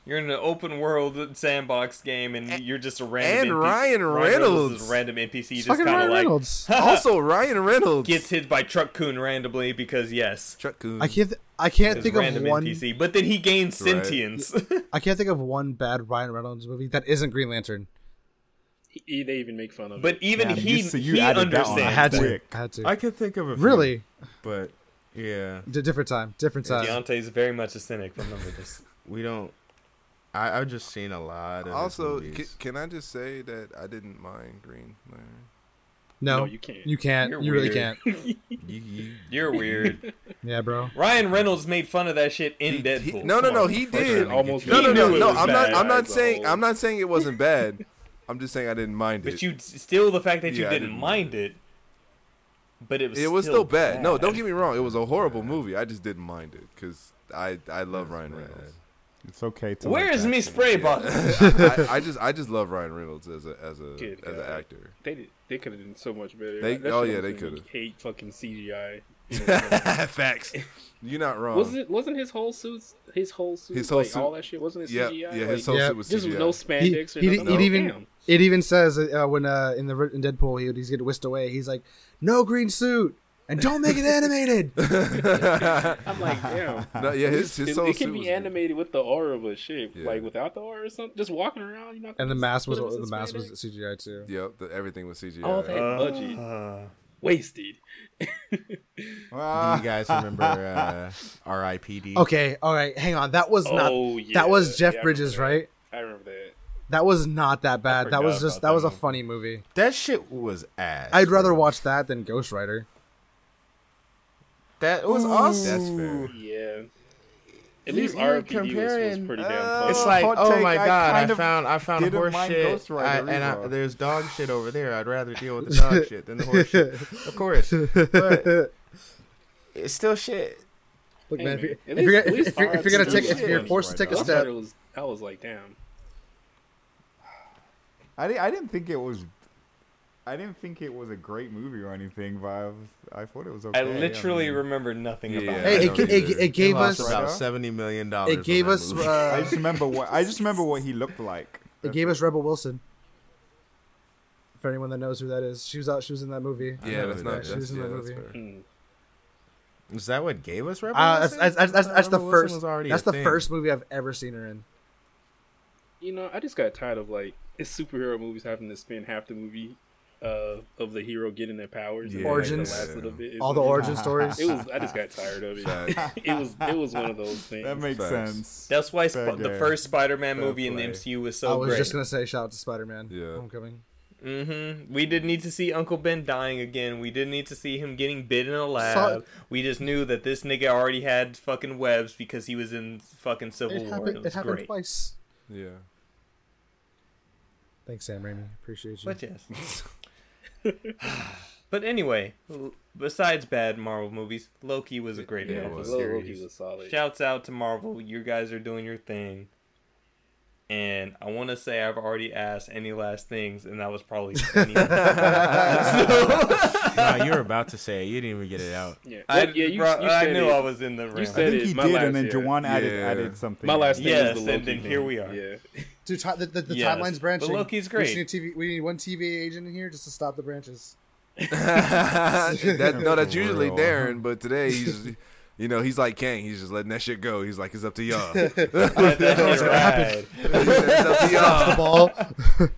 A: You're in an open world sandbox game, and you're just a
F: and
A: random. NPC.
F: Ryan Reynolds.
A: is a random NPC,
D: It's
A: just
D: fucking
A: kind of
D: Ryan
A: like
D: Reynolds.
F: also, Ryan Reynolds
A: gets hit by truck coon randomly because yes,
F: Chuck Coon.
D: I can't th- I can't
A: is
D: think of
A: random
D: one
A: NPC. But then he gains
F: Right.
A: sentience.
D: I can't think of one bad Ryan Reynolds movie that isn't Green Lantern.
E: He- they even make fun of
A: but
E: it.
A: even
C: Yeah,
A: he
C: you- so you
A: he
C: added that one.
A: understands.
C: I
D: had
A: that.
D: to.
C: Quick.
D: I had to.
B: I could think of a few,
D: really?
B: but yeah,
D: D- different time. Different time.
A: Deontay's very much a cynic. Remember this.
B: we don't. I, I've just seen a lot of
F: also,
B: his
F: can,
B: movies.
F: can I just say that I didn't mind Green Lantern?
D: no,
E: No,
D: you
E: you
D: can't.
E: can't.
D: You can't.
A: You're
D: you really
A: weird.
D: can't.
B: You- you-
A: You're weird.
D: Yeah, bro.
A: Ryan Reynolds made fun of that shit in
F: He-
A: Deadpool.
F: he- no, no,
A: Come
F: no,
A: on.
F: he
E: Fucking
F: did.
E: almost
F: No, no,
E: beat
F: no,
E: him.
F: no.
E: It was
F: I'm not.
E: bad oh,
F: I'm not
E: as a
F: saying.
E: whole.
F: I'm not saying it wasn't bad. I'm just saying I didn't mind it.
A: But you still the fact that you
F: Yeah, I
A: didn't
F: didn't
A: mind it. But it was
F: it was still bad. No, don't get me wrong. It was a horrible movie. I just didn't mind it because I I love Ryan Reynolds.
C: it's okay. To
A: Where
C: like
A: is
C: that.
A: me spray bottle?
F: I, I just I just love Ryan Reynolds as a as a
E: Good
F: as an
E: God.
F: actor.
E: They did, they could have done so much better.
F: They-
E: That
F: oh,
E: shit
F: yeah, they
E: makes me
F: could've.
E: Hate fucking CGI.
F: Facts. You're not wrong.
E: Wasn't it, wasn't his whole suits his whole suit
F: Um, His whole
E: like
F: suit-
E: all that shit wasn't it
F: yeah,
E: CGI?
F: yeah. His
E: like,
F: whole
D: yeah,
F: suit was
E: this was
F: CGI.
E: no spandex or
D: he,
E: nothing.
D: he
E: No.
D: even
E: Damn.
D: it even says uh, when uh, in the in Deadpool he, he's getting whisked away. He's like, "No green suit, and don't make it animated."
E: I'm like, damn.
F: No, yeah, his his
E: It,
F: whole
E: it
F: suit
E: can
F: was
E: be
F: good.
E: animated with the aura, but shit,
F: Yeah.
E: like without the aura or something, just walking around, you know.
D: and the mask was
E: put him
D: the
E: as a
D: mask was
E: spandex.
D: CGI too.
F: Yep, the, everything was CGI.
E: all that budget wasted.
F: uh,
B: Do you guys remember uh, R.I.P.D.?
D: Okay, all right, hang on. That was not.
E: Oh,
D: That was
E: yeah,
D: Jeff
E: yeah, I
D: Bridges,
E: remember
D: right?
E: I remember that.
D: That was not that bad. That was
A: forgot
D: just
A: about
D: that
A: that
D: was a
A: movie.
D: funny movie.
B: That shit was ass.
D: I'd rather
B: bro.
D: watch that than Ghost Rider.
B: That was awesome.
F: That's fair.
E: Yeah. At
B: You-
E: least
B: you're
E: RPD was,
B: comparing,
E: was pretty
F: uh,
E: damn funny.
B: It's like,
C: Hot
B: oh
C: take,
B: my
C: I
B: god, I,
C: kind of
B: found I found
C: didn't
B: horse
C: mind
B: shit,
C: Ghost Rider
B: I- and I,
C: either.
B: there's dog shit over there. I'd rather deal with the dog shit than the horse shit, of course. But it's still shit.
D: Look,
E: Hey,
D: man, if
E: man,
D: you're,
E: at
D: if you're,
E: least- at
D: if you're,
E: least
D: if you're, if you're gonna
E: Iron
D: take
E: Man's
D: if you're
E: shit.
F: uh,
D: forced to take a
E: Ghost
D: step,
E: Rider was, I was like, damn.
C: I, di- I didn't think it was. I didn't think it was a great movie or anything, but I, was, I thought it was okay.
A: I literally
C: mean,
A: remember nothing
F: Yeah,
A: about
F: yeah.
A: it.
D: hey,
F: I
D: it,
F: don't
D: g- it,
F: either.
D: g- it
B: They
D: gave
B: lost
D: us
B: about
C: Rider?
B: seventy million dollars.
D: it gave
B: on that
D: us
B: movie.
C: I
D: uh,
C: just remember what I just remember what he looked like.
D: it gave us Rebel Wilson. For anyone that knows who that is, she was out. She was in that movie.
F: Yeah, that's not.
D: She
F: That's,
D: was in
F: yeah,
D: that
F: that's
D: movie.
F: fair.
E: Mm.
B: Is that what gave us Rebel?
D: Uh, that's,
B: Wilson?
D: that's, that's, that's,
B: I
D: that's
B: thought
D: the
B: Rebel Wilson
D: first.
B: was already
D: That's
B: a
D: the
B: thing.
D: first movie I've ever seen her in.
E: You know, I just got tired of like it's superhero movies having to spend half the movie uh, of the hero getting their powers. and, like,
D: Origins.
E: the last little bit is
D: All the
E: like- uh-huh.
D: origin stories.
E: It was. I just got tired of it.
F: Facts.
E: it was. It was one of those things.
C: That makes
F: Facts.
C: sense.
A: That's why
C: Fair
A: Sp- the
C: game.
A: first Spider-Man
C: Fair
A: movie in the
C: play.
A: MCU was
D: I
A: so
D: was
A: great.
D: just gonna say shout out to Spider Man.
F: Yeah.
D: Homecoming.
A: Mm-hmm. We didn't need to see Uncle Ben dying again. We didn't need to see him getting bit in a lab.
D: Saw-
A: we just knew that this nigga already had fucking webs because he was in fucking Civil
D: It
A: War.
D: happened.
A: it
D: It
A: was
D: happened
A: great.
D: twice.
F: Yeah.
D: Thanks, Sam Raimi. Appreciate you.
A: But yes. but anyway, l- besides bad Marvel movies, Loki was a great
F: Yeah, it
A: Marvel.
F: was.
E: Low Loki was solid.
A: Shouts out to Marvel. You guys are doing your thing. and I want to say I've already asked any last things, and that was probably 20 minutes ago. So-
B: no, you were about to say it. You didn't even get it out.
E: Yeah,
A: I,
E: Well, yeah, you,
A: bro,
E: you
A: I
E: said
A: knew
E: it.
A: I was in the room.
C: I
E: said- That
C: think
E: is
C: he
E: my
C: did,
E: last
C: and then
E: year.
C: Jawan added
F: Yeah.
C: added something.
E: My last name
A: Yes,
E: is the
A: and
E: Loki
A: then here we are.
E: Yeah,
D: Dude, ti- the, the, the
A: Yes,
D: timeline's
A: but
D: branching.
A: Loki's
D: We,
A: great.
D: just need, a TV, we need one TVA agent in here just to stop the branches.
F: that, no, that's usually
B: Real.
F: Darren, but today he's, you know, he's like Kang. He's just letting that shit go. He's like, it's up to y'all. He said,
A: Let that shit ride.
F: it's up to y'all.
D: The ball.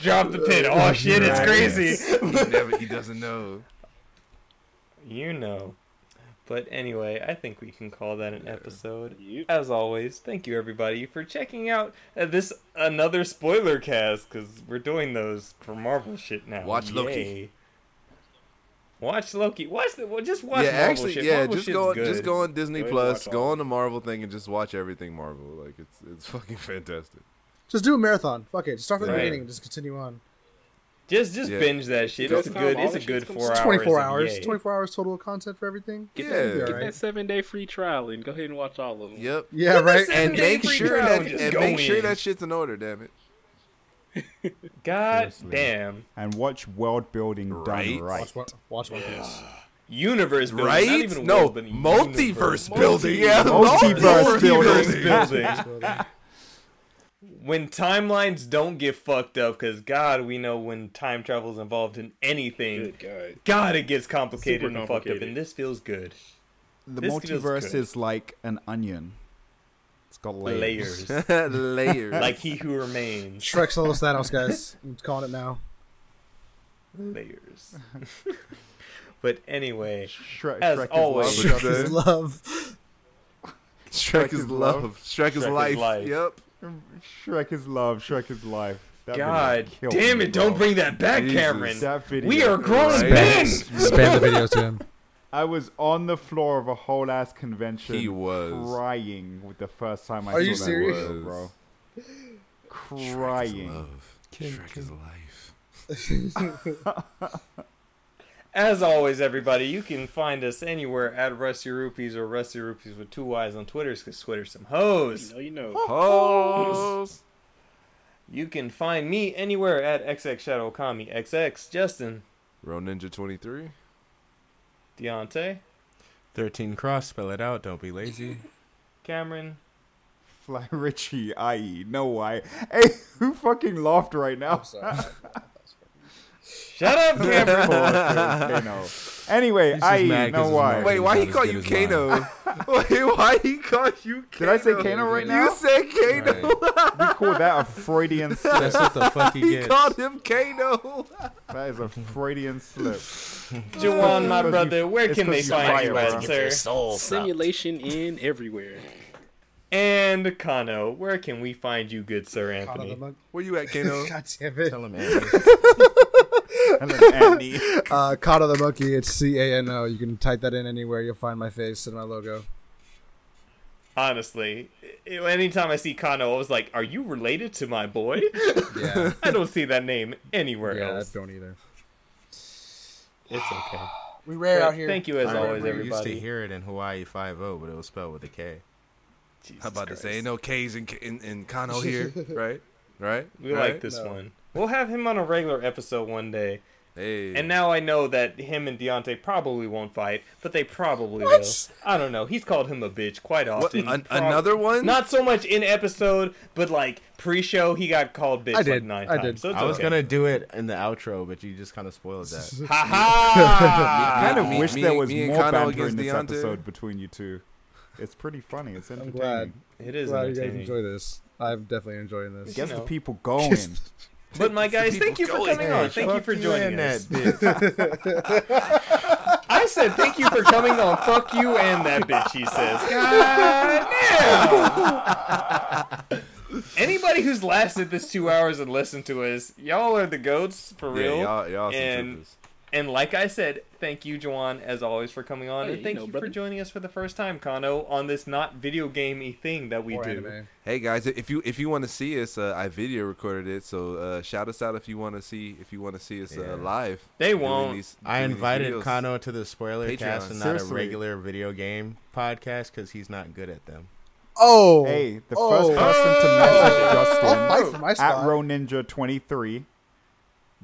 A: Drop the pin. Oh shit, it's
C: Right.
A: crazy.
F: He, never, he doesn't know.
A: You know. But anyway, I think we can call that an episode.
E: Yep.
A: As always, thank you everybody for checking out uh, this another spoiler cast because we're doing those for Marvel shit now.
F: Watch Loki.
A: Yay. Watch Loki. Watch the. Well, just watch
F: yeah,
A: Marvel
F: actually,
A: shit.
F: yeah,
A: Marvel
F: just
A: shit's
F: go, on,
A: good.
F: just go on Disney
E: Go ahead and
F: Plus,
E: watch
F: go
E: all
F: on the Marvel thing, and just watch everything Marvel. Like it's it's fucking fantastic.
D: Just do a marathon. Fuck it. Just start from the
A: Right.
D: beginning and just continue on.
A: Just, just
F: Yeah.
A: binge that shit.
E: Go
A: It's a
E: time,
A: good.
E: all
A: It's a
E: that shit's
A: good
E: gonna-
A: four
D: It's
A: hours.
D: 24
A: of
D: hours.
A: yay.
D: 24 hours total of content for everything.
F: Yeah,
D: You'll be all
E: get
D: right.
E: that seven day free trial and go ahead and watch all of them.
F: yep.
D: Yeah, right?
A: seven
F: And
A: day
F: make
A: free
F: sure
A: trial
F: that
A: and just
F: and
A: go
F: make sure
A: in.
F: that shit's in order. Damn it.
A: God
B: Seriously.
A: damn
C: and watch world building
F: Right.
C: done right.
D: Watch one, watch one Piece.
A: universe building.
F: Right?
A: Not even
F: no,
A: world building,
F: multiverse building. Yeah,
C: Multiverse building.
A: universe building. when timelines don't get fucked up because god we know when time travel is involved in anything
E: Good God.
A: god it gets complicated
E: Super
A: and fucked up
E: complicated.
A: and this feels good
C: The
A: This feels
C: multiverse
A: good.
C: is like an onion. It's got layers.
A: layers
F: Layers.
A: like he who remains
D: Shrek's Solos Thanos, guys. I'm calling it now.
A: layers but anyway
C: Shrek,
A: As
C: Shrek is
A: always.
C: love.
F: Shrek
D: His love.
F: is Shrek is love.
A: Shrek
F: Shrek is
A: is
F: life.
A: life.
F: Yep.
C: Shrek is love. Shrek is life. That video
A: god
C: killed
A: damn
C: me,
A: it don't
C: bro.
A: bring that back
F: Jesus.
A: cameron
C: that video.
A: we are grown
F: Right.
A: men
D: Spam the video to him.
C: I was on the floor of a whole ass convention.
F: He was.
C: crying with the first time I
D: Are
C: saw
D: you
C: that
D: serious?
C: video, bro.
F: Shrek is
C: Crying.
F: love. Shrek is life.
A: As always, everybody, you can find us anywhere at Rusty Rupees or Rusty Rupees with two Y's on Twitter because Twitter's some hoes.
E: You know, you know.
F: Hoes.
A: You can find me anywhere at XXShadowKami, XX, Justin,
F: Row Ninja 23.
A: Deontay,
B: 13 cross, spell it out. Don't be lazy.
A: Cameron.
C: Fly Richie, i.e. No why. Hey, who fucking laughed right now?
D: I'm sorry.
A: Shut up, Cameron!
C: Okay, no. Anyway,
B: He's just
C: i.e.
B: mad 'cause
C: No
B: his
C: why.
B: mom-
F: Wait,
B: He's
F: why
B: not
F: he
B: as
F: call
B: good
F: you
B: as mine.
F: Kano? Wait, why he call you Kano?
C: Did I say Kano right now?
F: You said Kano.
C: You call that a Freudian slip?
B: That's what the fuck he
F: He
B: gets.
F: called him Kano.
C: that is a Freudian slip.
A: Juwan, my
C: It's 'cause
A: brother,
C: you-
A: where
C: it's
A: can
C: 'cause
A: they
C: you
A: find you
C: fired,
A: at, sir?
E: Simulation in everywhere.
A: And Kano, where can we find you, good sir
D: Out of the
A: Anthony?
D: mug.
F: Where you at, Kano?
D: God damn it.
B: Tell him, Andy.
C: And then Andy.
D: Uh, Caught of the Monkey. It's C A N O. You can type that in anywhere. You'll find my face and my logo.
A: Honestly, i- anytime I see Kano, I was like, are you related to my boy?
D: Yeah.
A: I don't see that name anywhere
D: yeah, I
A: else.
D: don't either.
A: It's okay.
D: We rare
A: But
D: out here.
A: Thank you as
B: I
A: always,
B: remember you used to
A: everybody.
B: hear it in Hawaii Five O, but it was spelled with a K.
A: Jesus
F: How about to say
A: Christ.
F: ain't no K's in in, in Kano here, right? Right?
A: We
F: right?
A: like this
D: No.
A: one. We'll have him on a regular episode one day.
F: Hey.
A: And now I know that him and Deontay probably won't fight, but they probably will. I don't know. He's called him a bitch quite
F: what,
A: often.
F: an-
A: Prob-
F: another one?
A: Not so much in episode, but like pre-show, he got called bitch
D: I did.
A: like nine
D: I
A: times.
D: did.
A: So it's
B: I was
A: okay.
B: gonna do it in the outro, but you just kind of spoiled that.
A: Ha ha!
C: I kind of
F: me-
C: wish
F: me-
C: there was
F: me and
C: more
F: Kano
C: banter in
F: against
C: this
F: Deontay.
C: episode between you two. It's pretty funny. It's
D: I'm
C: entertaining.
D: glad.
A: It is
D: Glad you guys
A: entertaining.
D: enjoy this. I'm definitely enjoying this.
C: Gets
A: You know.
C: the people going.
A: But my guys, thank you for
F: People
A: coming
F: going.
A: on. Thank you
B: Fuck
A: for joining
B: and
A: us.
B: That bitch.
A: I said thank you for coming on. Fuck you and that bitch. He says. God damn. Anybody who's lasted this two hours and listened to us, y'all are the goats for
F: yeah,
A: real.
F: y'all, y'all some
A: And-
F: troopers.
A: And like I said, thank you, Juwan, as always, for coming on,
E: Hey,
A: and
E: you
A: thank you,
E: know, brother.
A: for joining us for the first time, Kano, on this not video gamey thing that we
D: Or
A: do.
D: anime.
F: Hey guys, if you if you want to see us, uh, I video recorded it, so uh, shout us out if you want to see if you want to see us
B: Yeah.
F: uh, live.
A: They
F: doing
A: won't.
F: these-
B: I
F: doing these
B: invited
F: videos.
B: Kano to the spoiler
F: Patreon.
B: cast and not
C: Seriously.
B: a regular video game podcast because he's not good at them.
D: Oh,
C: Hey, the
D: Oh.
C: first person to message
D: I'll
C: Justin
D: fight for my
C: at
D: spot.
C: Row Ninja 23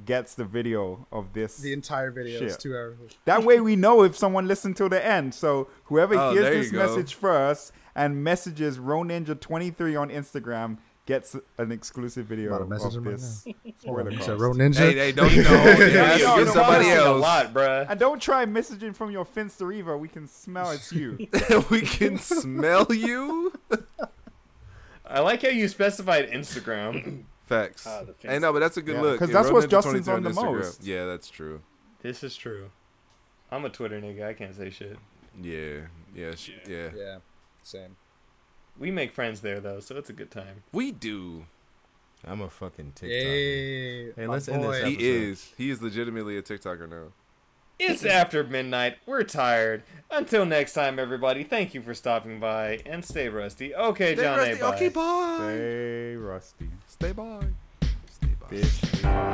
C: gets the video of this.
D: the entire video is
C: Shit.
D: two hours.
C: that way we know if someone listened till the end. So whoever
F: Oh,
C: hears
F: there you
C: this
F: go.
C: message first and messages Row Ninja 23 on Instagram gets an exclusive video
D: About to message
C: of
D: him right
C: this.
D: So
C: spoiler
D: Road
C: cast.
D: Ninja.
F: Hey, hey, don't don't
A: Oh, Yeah,
F: yeah,
A: you
C: no, no,
F: get somebody
C: honestly,
A: a
F: else.
A: lot, bruh.
C: And don't try messaging from your Finster either. We can smell it's you.
F: we can smell you.
A: I like how you specified Instagram.
F: Facts.
E: Ah, the fence.
F: hey, no, but that's a good
C: Yeah,
F: look.
C: 'cause
F: Yeah,
C: that's
F: Road
C: what
F: Ninja
C: Justin's
F: 22
C: on the
F: Instagram.
C: most.
F: Yeah, that's true.
A: this is true. I'm a Twitter nigga. I can't say shit.
F: Yeah, yeah, sh- yeah.
D: Yeah, same.
A: We make friends there though, so it's a good time.
F: We do.
G: I'm a fucking TikTok.
D: Hey,
G: Hey,
D: my
G: let's end this
D: boy.
F: He
G: episode.
F: is. He is legitimately a TikToker now.
A: It's after midnight. We're tired. Until next time, everybody. Thank you for stopping by and stay rusty. Okay,
F: Stay
A: John. A.
F: rusty.
A: Bye.
F: Okay, bye.
C: Hey, Rusty.
F: Stay by. Stay by.
G: Bitch.